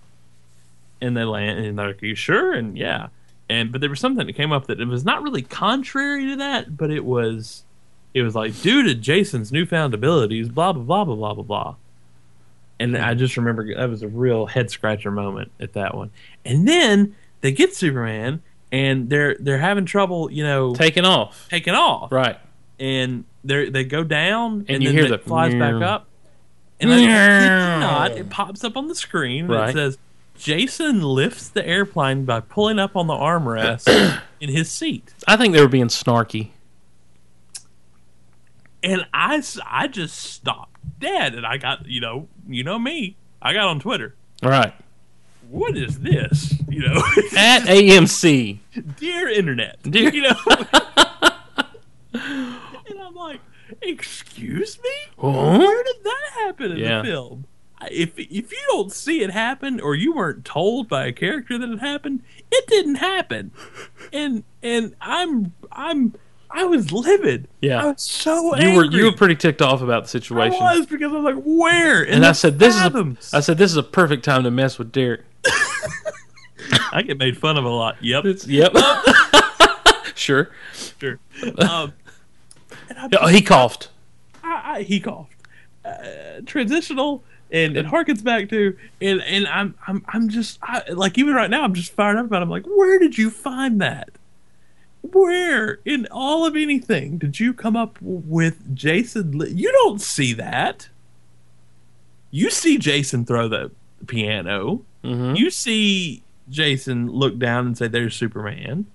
D: and they land, and they're like, you sure? And yeah, and but there was something that came up that it was not really contrary to that, but it was, it was like due to Jason's newfound abilities, blah blah blah blah blah blah blah. And I just remember that was a real head scratcher moment at that one. And then they get Superman, and they're they're having trouble, you know,
C: Taken off.
D: taken off.
C: Right.
D: And they they go down, and,
C: you
D: then
C: hear
D: it
C: the
D: flies back
C: meow.
D: up. And I kid you
C: Meow.
D: not, it pops up on the screen. and
C: Right.
D: It says Jason lifts the airplane by pulling up on the armrest in his seat.
C: I think they were being snarky.
D: And I, s- I just stopped dead, and I got you know you know me. I got on Twitter.
C: Right.
D: What is this? You know,
C: At AMC.
D: dear internet,
C: Dear-
D: you know. and I'm like, excuse me, where did that happen in
C: Yeah.
D: the film? I- If if you don't see it happen, or you weren't told by a character that it happened, it didn't happen. And and I'm I'm I was livid.
C: Yeah.
D: I was so
C: You were
D: angry.
C: you were pretty ticked off about the
D: I
C: situation.
D: was because I was like, where? in
C: And I
D: the
C: said this is a,
D: fathoms?"
C: I said this is a perfect time to mess with Derek.
D: I get made fun of a lot. Yep,
C: Yep. sure.
D: sure. Um, and I'm
C: Oh, he coughed.
D: I, I, he coughed. Uh, transitional and it harkens back to and and I'm I'm I'm just I, like even right now I'm just fired up about. It. I'm like, where did you find that? Where in all of anything did you come up with Jason? Li- you don't see that. You see Jason throw the piano. You see Jason look down and say, "There's Superman."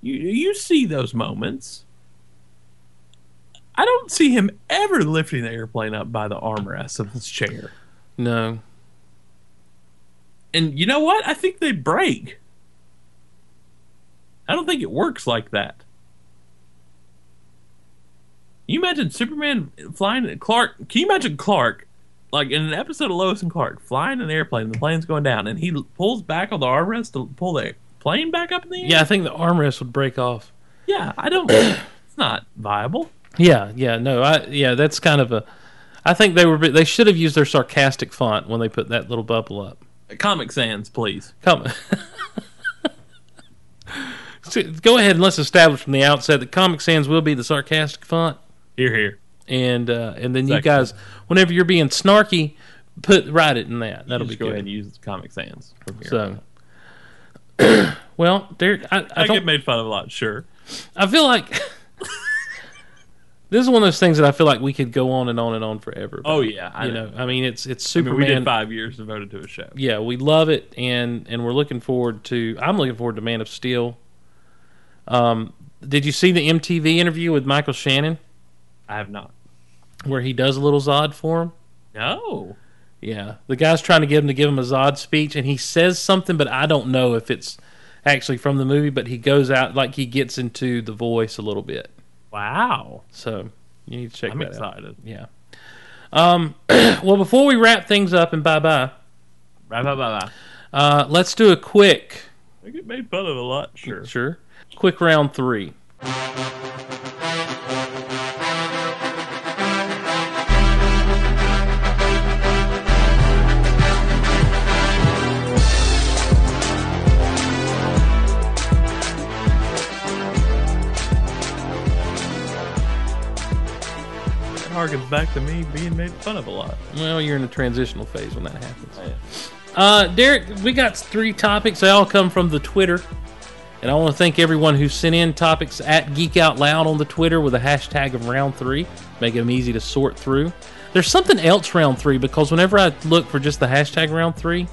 D: You you see those moments. I don't see him ever lifting the airplane up by the armrest of his chair.
C: No.
D: And you know what? I think they break. I don't think it works like that. You imagine Superman flying Clark. Can you imagine Clark, like in an episode of Lois and Clark, flying an airplane? The plane's going down, and he l- pulls back on the armrest to pull the plane back up in the air.
C: Yeah, I think the armrest would break off.
D: yeah. I don't. it's not viable.
C: Yeah, yeah, no, I yeah, that's kind of a. I think they were they should have used their sarcastic font when they put that little bubble up.
D: Comic Sans, please.
C: Come. So, Go ahead and let's establish from the outset that Comic Sans will be the sarcastic font,
D: Here, here.
C: and uh, and then you
D: Exactly.
C: guys, whenever you're being snarky, put write it in that. That'll be
D: just go ahead
C: good.
D: and use Comic Sans from here.
C: So, well, Derek, I,
D: I,
C: I don't
D: get made fun of a lot, sure.
C: I feel like this is one of those things that I feel like we could go on and on and on forever. about.
D: Oh, yeah, I
C: you know,
D: know.
C: I mean, it's it's
D: I mean,
C: Superman.
D: we did five years devoted to a show.
C: Yeah, we love it, and and we're looking forward to. I'm looking forward to Man of Steel. Um, did you see the MTV interview with Michael Shannon
D: I have not.
C: where he does a little Zod for him?
D: No.
C: Yeah, the guy's trying to get him to give him a Zod speech, and he says something, but I don't know if it's actually from the movie. But he goes out like he gets into the voice a little bit.
D: Wow.
C: So you need to check
D: I'm
C: that out.
D: excited.
C: Yeah. Um, well, before we wrap things up and bye bye,
D: Bye bye bye bye.
C: uh, let's do a quick,
D: I get made fun of a lot, sure.
C: sure, quick round three.
D: It harkens back to me being made fun of a lot.
C: Well, you're in a transitional phase when that happens.
D: I am.
C: Uh, Derek, we got three topics. They all come from the Twitter, and And I want to thank everyone who sent in topics at Geek Out Loud on the Twitter with a hashtag of round three, making them easy to sort through. There's something else round three because whenever I look for just the hashtag round three,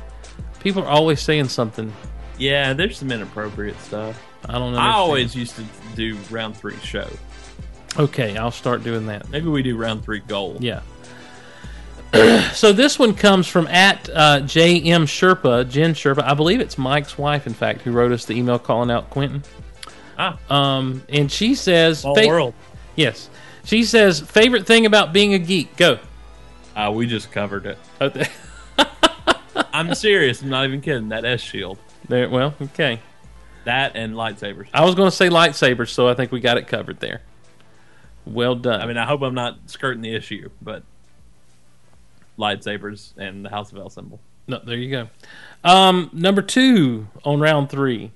C: people are always saying something.
D: Yeah, there's some inappropriate stuff.
C: I don't know.
D: I always used to do round three show.
C: okay. I'll start doing that.
D: Maybe we do round three goal.
C: Yeah. so this one comes from at uh, J.M. Sherpa, Jen Sherpa. I believe it's Mike's wife, in fact, who wrote us the email calling out Quentin.
D: Ah.
C: Um, and she says,
D: Small
C: fa-
D: world.
C: Yes. She says, favorite thing about being a geek. Go.
D: Ah, we just covered it.
C: Oh, th-
D: I'm serious. I'm not even kidding. That S shield,
C: there. Well, okay.
D: that and lightsabers.
C: I was going to say lightsabers, so I think we got it covered there. Well done.
D: I mean, I hope I'm not skirting the issue, but lightsabers and the House of El symbol.
C: No, there you go. Um, number two on round three.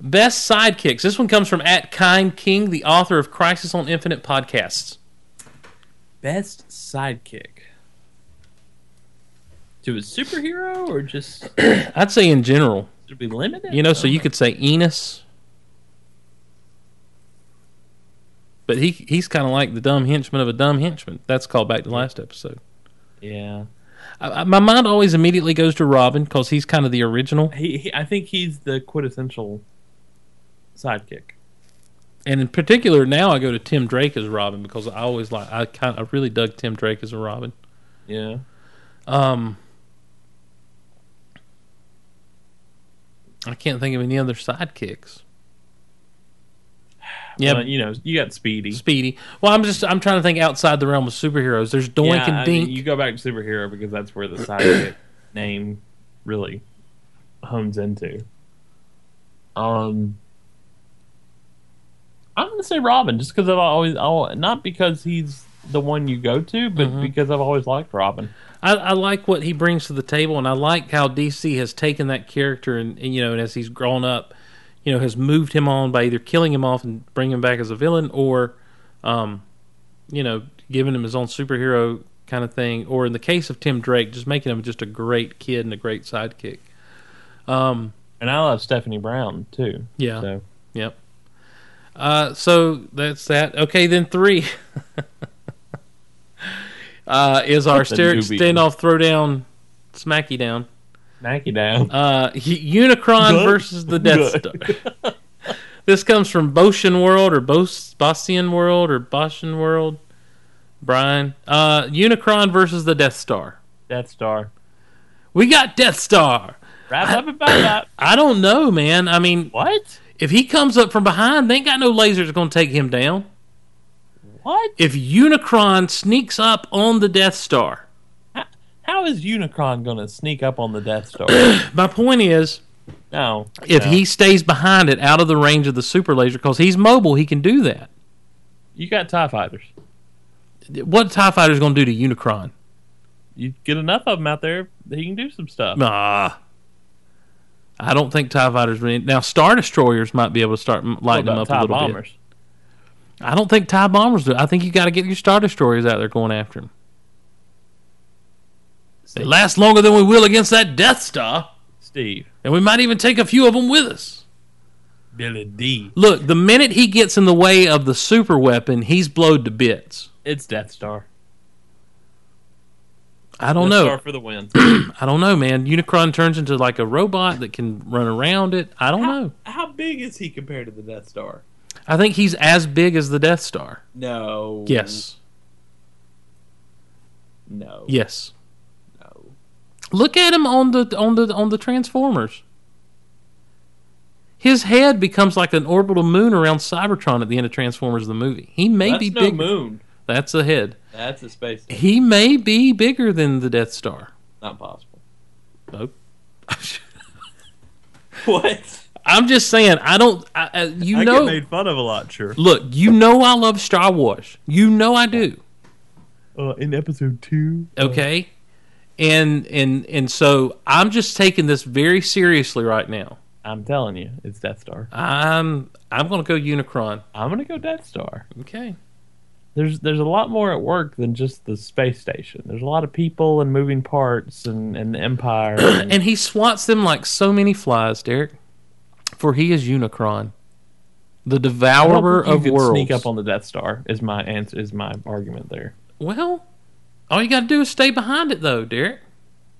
C: Best sidekicks. This one comes from at Kind King, the author of Crisis on Infinite Podcasts.
D: Best sidekick to a superhero or just
C: I'd say in general.
D: to be limited?
C: You know, so you could say Enos. But he he's kind of like the dumb henchman of a dumb henchman. That's called back to last episode.
D: yeah.
C: I, I, my mind always immediately goes to Robin because he's kind of the original.
D: He, he, I think he's the quintessential sidekick.
C: and in particular now I go to Tim Drake as Robin because I always like I kind I really dug Tim Drake as a Robin.
D: Yeah.
C: Um, I can't think of any other sidekicks. Yeah,
D: Well, Uh, you know, you got Speedy.
C: Speedy. Well, I'm just I'm trying to think outside the realm of superheroes. There's Doink
D: Yeah, I
C: and Dink.
D: mean, you go back to superhero because that's where the sidekick name really hones into. Um, I'm gonna say Robin just because I've always, i not because he's the one you go to, but
C: Mm-hmm.
D: because I've always liked Robin.
C: I, I like what he brings to the table, and I like how DC has taken that character, and, and you know, and as he's grown up, you know, has moved him on by either killing him off and bringing him back as a villain, or, um, you know, giving him his own superhero kind of thing, or in the case of Tim Drake, just making him just a great kid and a great sidekick. Um,
D: And I love Stephanie Brown too.
C: yeah,
D: So
C: yep. Uh, so that's that. Okay, then three. Uh, is our
D: The
C: stereo
D: newbie.
C: standoff throwdown smacky down
D: Mackey down.
C: uh, U- Unicron
D: Good.
C: versus the Death Star. this comes from Boshin World or Bos- Bossian World or Boshin World. Brian, uh, Unicron versus the Death Star.
D: Death Star.
C: We got Death Star.
D: Wrap up about that.
C: I don't know, man. I mean,
D: What?
C: if he comes up from behind, they ain't got no lasers going to take him down.
D: What?
C: If Unicron sneaks up on the Death Star,
D: How is Unicron gonna sneak up on the Death Star?
C: my point is,
D: no.
C: if
D: no.
C: he stays behind it, out of the range of the super laser, because he's mobile, he can do that.
D: you got Tie Fighters.
C: What Tie Fighter's going to do to Unicron?
D: you get enough of them out there, he can do some stuff.
C: Nah. I don't think TIE fighters really. Now, Star Destroyers might be able to start m-
D: What
C: lighting them
D: about
C: up
D: TIE
C: a little
D: bombers?
C: bit. I don't think TIE bombers do. I think you got to get your Star Destroyers out there going after them. They last longer than we will against that Death Star,
D: Steve,
C: and we might even take a few of them with us.
D: Billy D.
C: Look, the minute he gets in the way of the super weapon, he's blowed to bits.
D: It's Death Star.
C: I don't know.
D: Death Star for the win.
C: I don't know, man. Unicron turns into like a robot that can run around it. I don't know.
D: How big is he compared to the Death Star?
C: I think he's as big as the Death Star.
J: No.
C: Yes.
J: No. Mm-hmm.
C: Yes.
J: No.
C: Look at him on the on the on the Transformers. His head becomes like an orbital moon around Cybertron at the end of Transformers the movie. He may
J: That's
C: be
J: no
C: bigger.
J: moon.
C: That's a head.
J: That's a space. It's
C: He may be bigger than the Death Star.
J: not possible.
C: Oh.
J: What?
C: I'm just saying. I don't. I, I, you know.
D: fun of a lot, sure.
C: look, you know I love Star Wars. You know I do.
D: Uh, in episode two,
C: Okay. And and and so I'm just taking this very seriously right now.
D: I'm telling you, it's Death Star.
C: I'm I'm gonna go Unicron.
D: I'm gonna go Death Star.
C: Okay.
D: There's there's a lot more at work than just the space station. There's a lot of people and moving parts and and the Empire. and-
C: And he swats them like so many flies, Derek. For he is Unicron. The
D: I don't
C: Devourer
D: think you
C: of
D: could
C: Worlds.
D: Sneak up on the Death Star is my answer. Is my argument there?
C: well, all you got to do is stay behind it, though, Derek.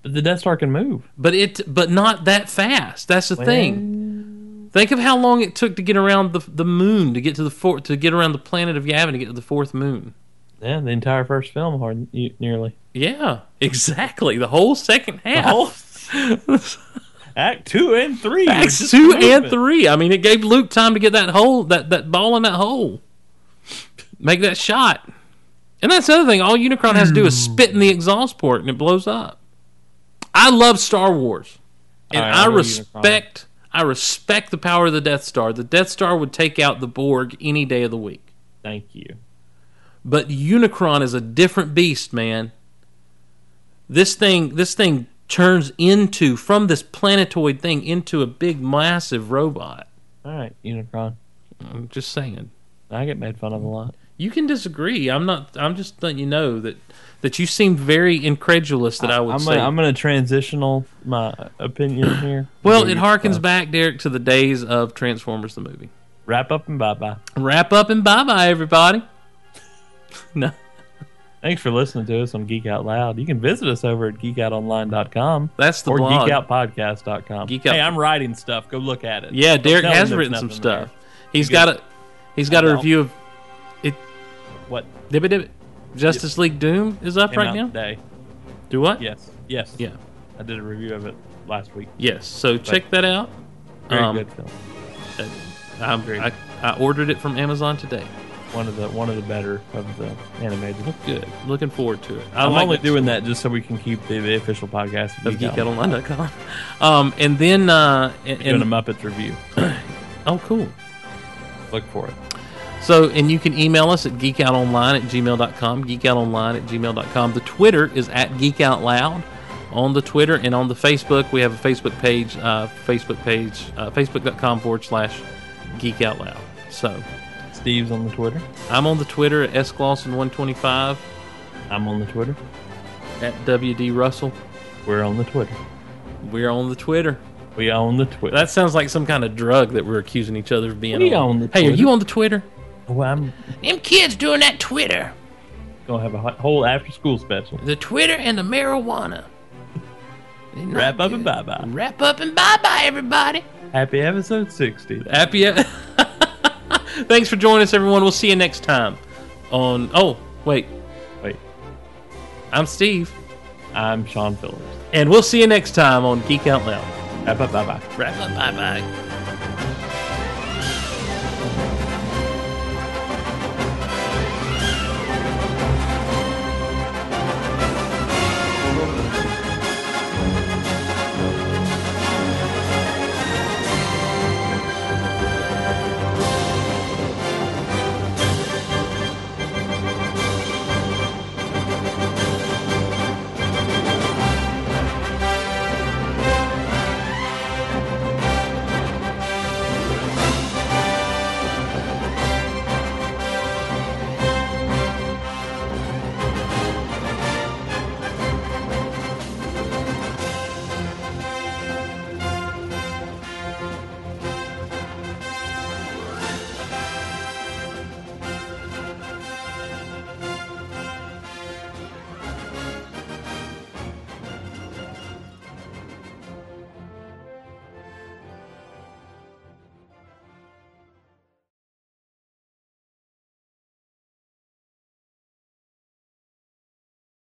D: But the Death Star can move.
C: But it, but not that fast. That's the thing. Think of how long it took to get around the the moon, to get to the fourth, to get around the planet of Yavin, to get to the fourth moon.
D: Yeah, the entire first film, hard nearly.
C: Yeah, exactly. The whole second half.
D: Act two and three.
C: Acts two and three. I mean, it gave Luke time to get that hole, that that ball in that hole, make that shot. And that's the other thing. All Unicron has to do is spit in the exhaust port, and it blows up. I love Star Wars, and
D: All right,
C: I,
D: I love
C: respect. I respect the power of the Death Star. The Death Star would take out the Borg any day of the week.
D: Thank you.
C: But Unicron is a different beast, man. This thing, this thing turns into from this planetoid thing into a big, massive robot.
D: All right, Unicron.
C: I'm just saying.
D: I get made fun of a lot.
C: You can disagree. I'm not. I'm just letting you know that that you seem very incredulous that I, would
D: I'm
C: say.
D: gonna, I'm gonna transitional my opinion here.
C: well,
D: Okay,
C: it harkens
D: uh,
C: back, Derek, to the days of Transformers the movie.
D: Wrap up and bye bye.
C: Wrap up and bye bye, everybody. no,
D: Thanks for listening to us on Geek Out Loud. You can visit us over at geekoutonline.com
C: that's the
D: or
C: blog.
D: geekoutpodcast.com.
C: Geek Out-
D: hey, I'm writing stuff. Go look at it.
C: Yeah,
D: Don't
C: Derek
D: tell him
C: has
D: there's
C: written some
D: nothing there.
C: stuff. He's got a he's got
D: I
C: a
D: don't.
C: review of
D: What
C: Dibbit Dibbit. Justice League Doom is up
D: came
C: right
D: out
C: now.
D: today?
C: Do what?
D: Yes, yes,
C: Yeah.
D: I did a review of it last week.
C: Yes. So check that out.
D: Very
C: Um, uh,
D: good film.
C: I'm,
D: Very
C: I, I ordered it from Amazon today.
D: One of the one of the better of the animated.
C: Good. Looking forward to it. I
D: I'm
C: like
D: only
C: it.
D: doing that just so we can keep the, the official podcast
C: of
D: of Geek Out.
C: geekoutonline.com. Um, and then uh, and,
D: Doing a
C: and-
D: Muppets review.
C: oh, cool.
D: Look for it.
C: So, and you can email us at geekoutonline at gmail.com, geekoutonline at gmail.com. The Twitter is at geekoutloud on the Twitter and on the Facebook. We have a Facebook page, uh, Facebook page, uh, facebook.com forward slash geekoutloud. So,
D: Steve's on the Twitter.
C: I'm on the Twitter at sglawson125
D: I'm on the Twitter.
C: at WD Russell.
D: We're on the Twitter.
C: We're on the Twitter.
D: We own the Twitter.
C: That sounds like some kind of drug that we're accusing each other of being
D: We
C: on.
D: on the
C: hey, are
D: Twitter.
C: you on the Twitter?
D: Well, I'm
C: Them kids doing that Twitter.
D: gonna have a hot- whole after-school special.
C: The Twitter and the marijuana. They're not
D: Wrap up
C: good.
D: and bye bye.
C: Wrap up and bye bye, everybody.
D: Happy episode sixty.
C: Happy. e- Thanks for joining us, everyone. We'll see you next time. On. Oh, wait.
D: Wait,
C: I'm Steve.
D: I'm Sean Phillips.
C: And we'll see you next time on Geek Out Loud.
D: Wrap up. Bye bye.
C: Wrap up. Bye bye.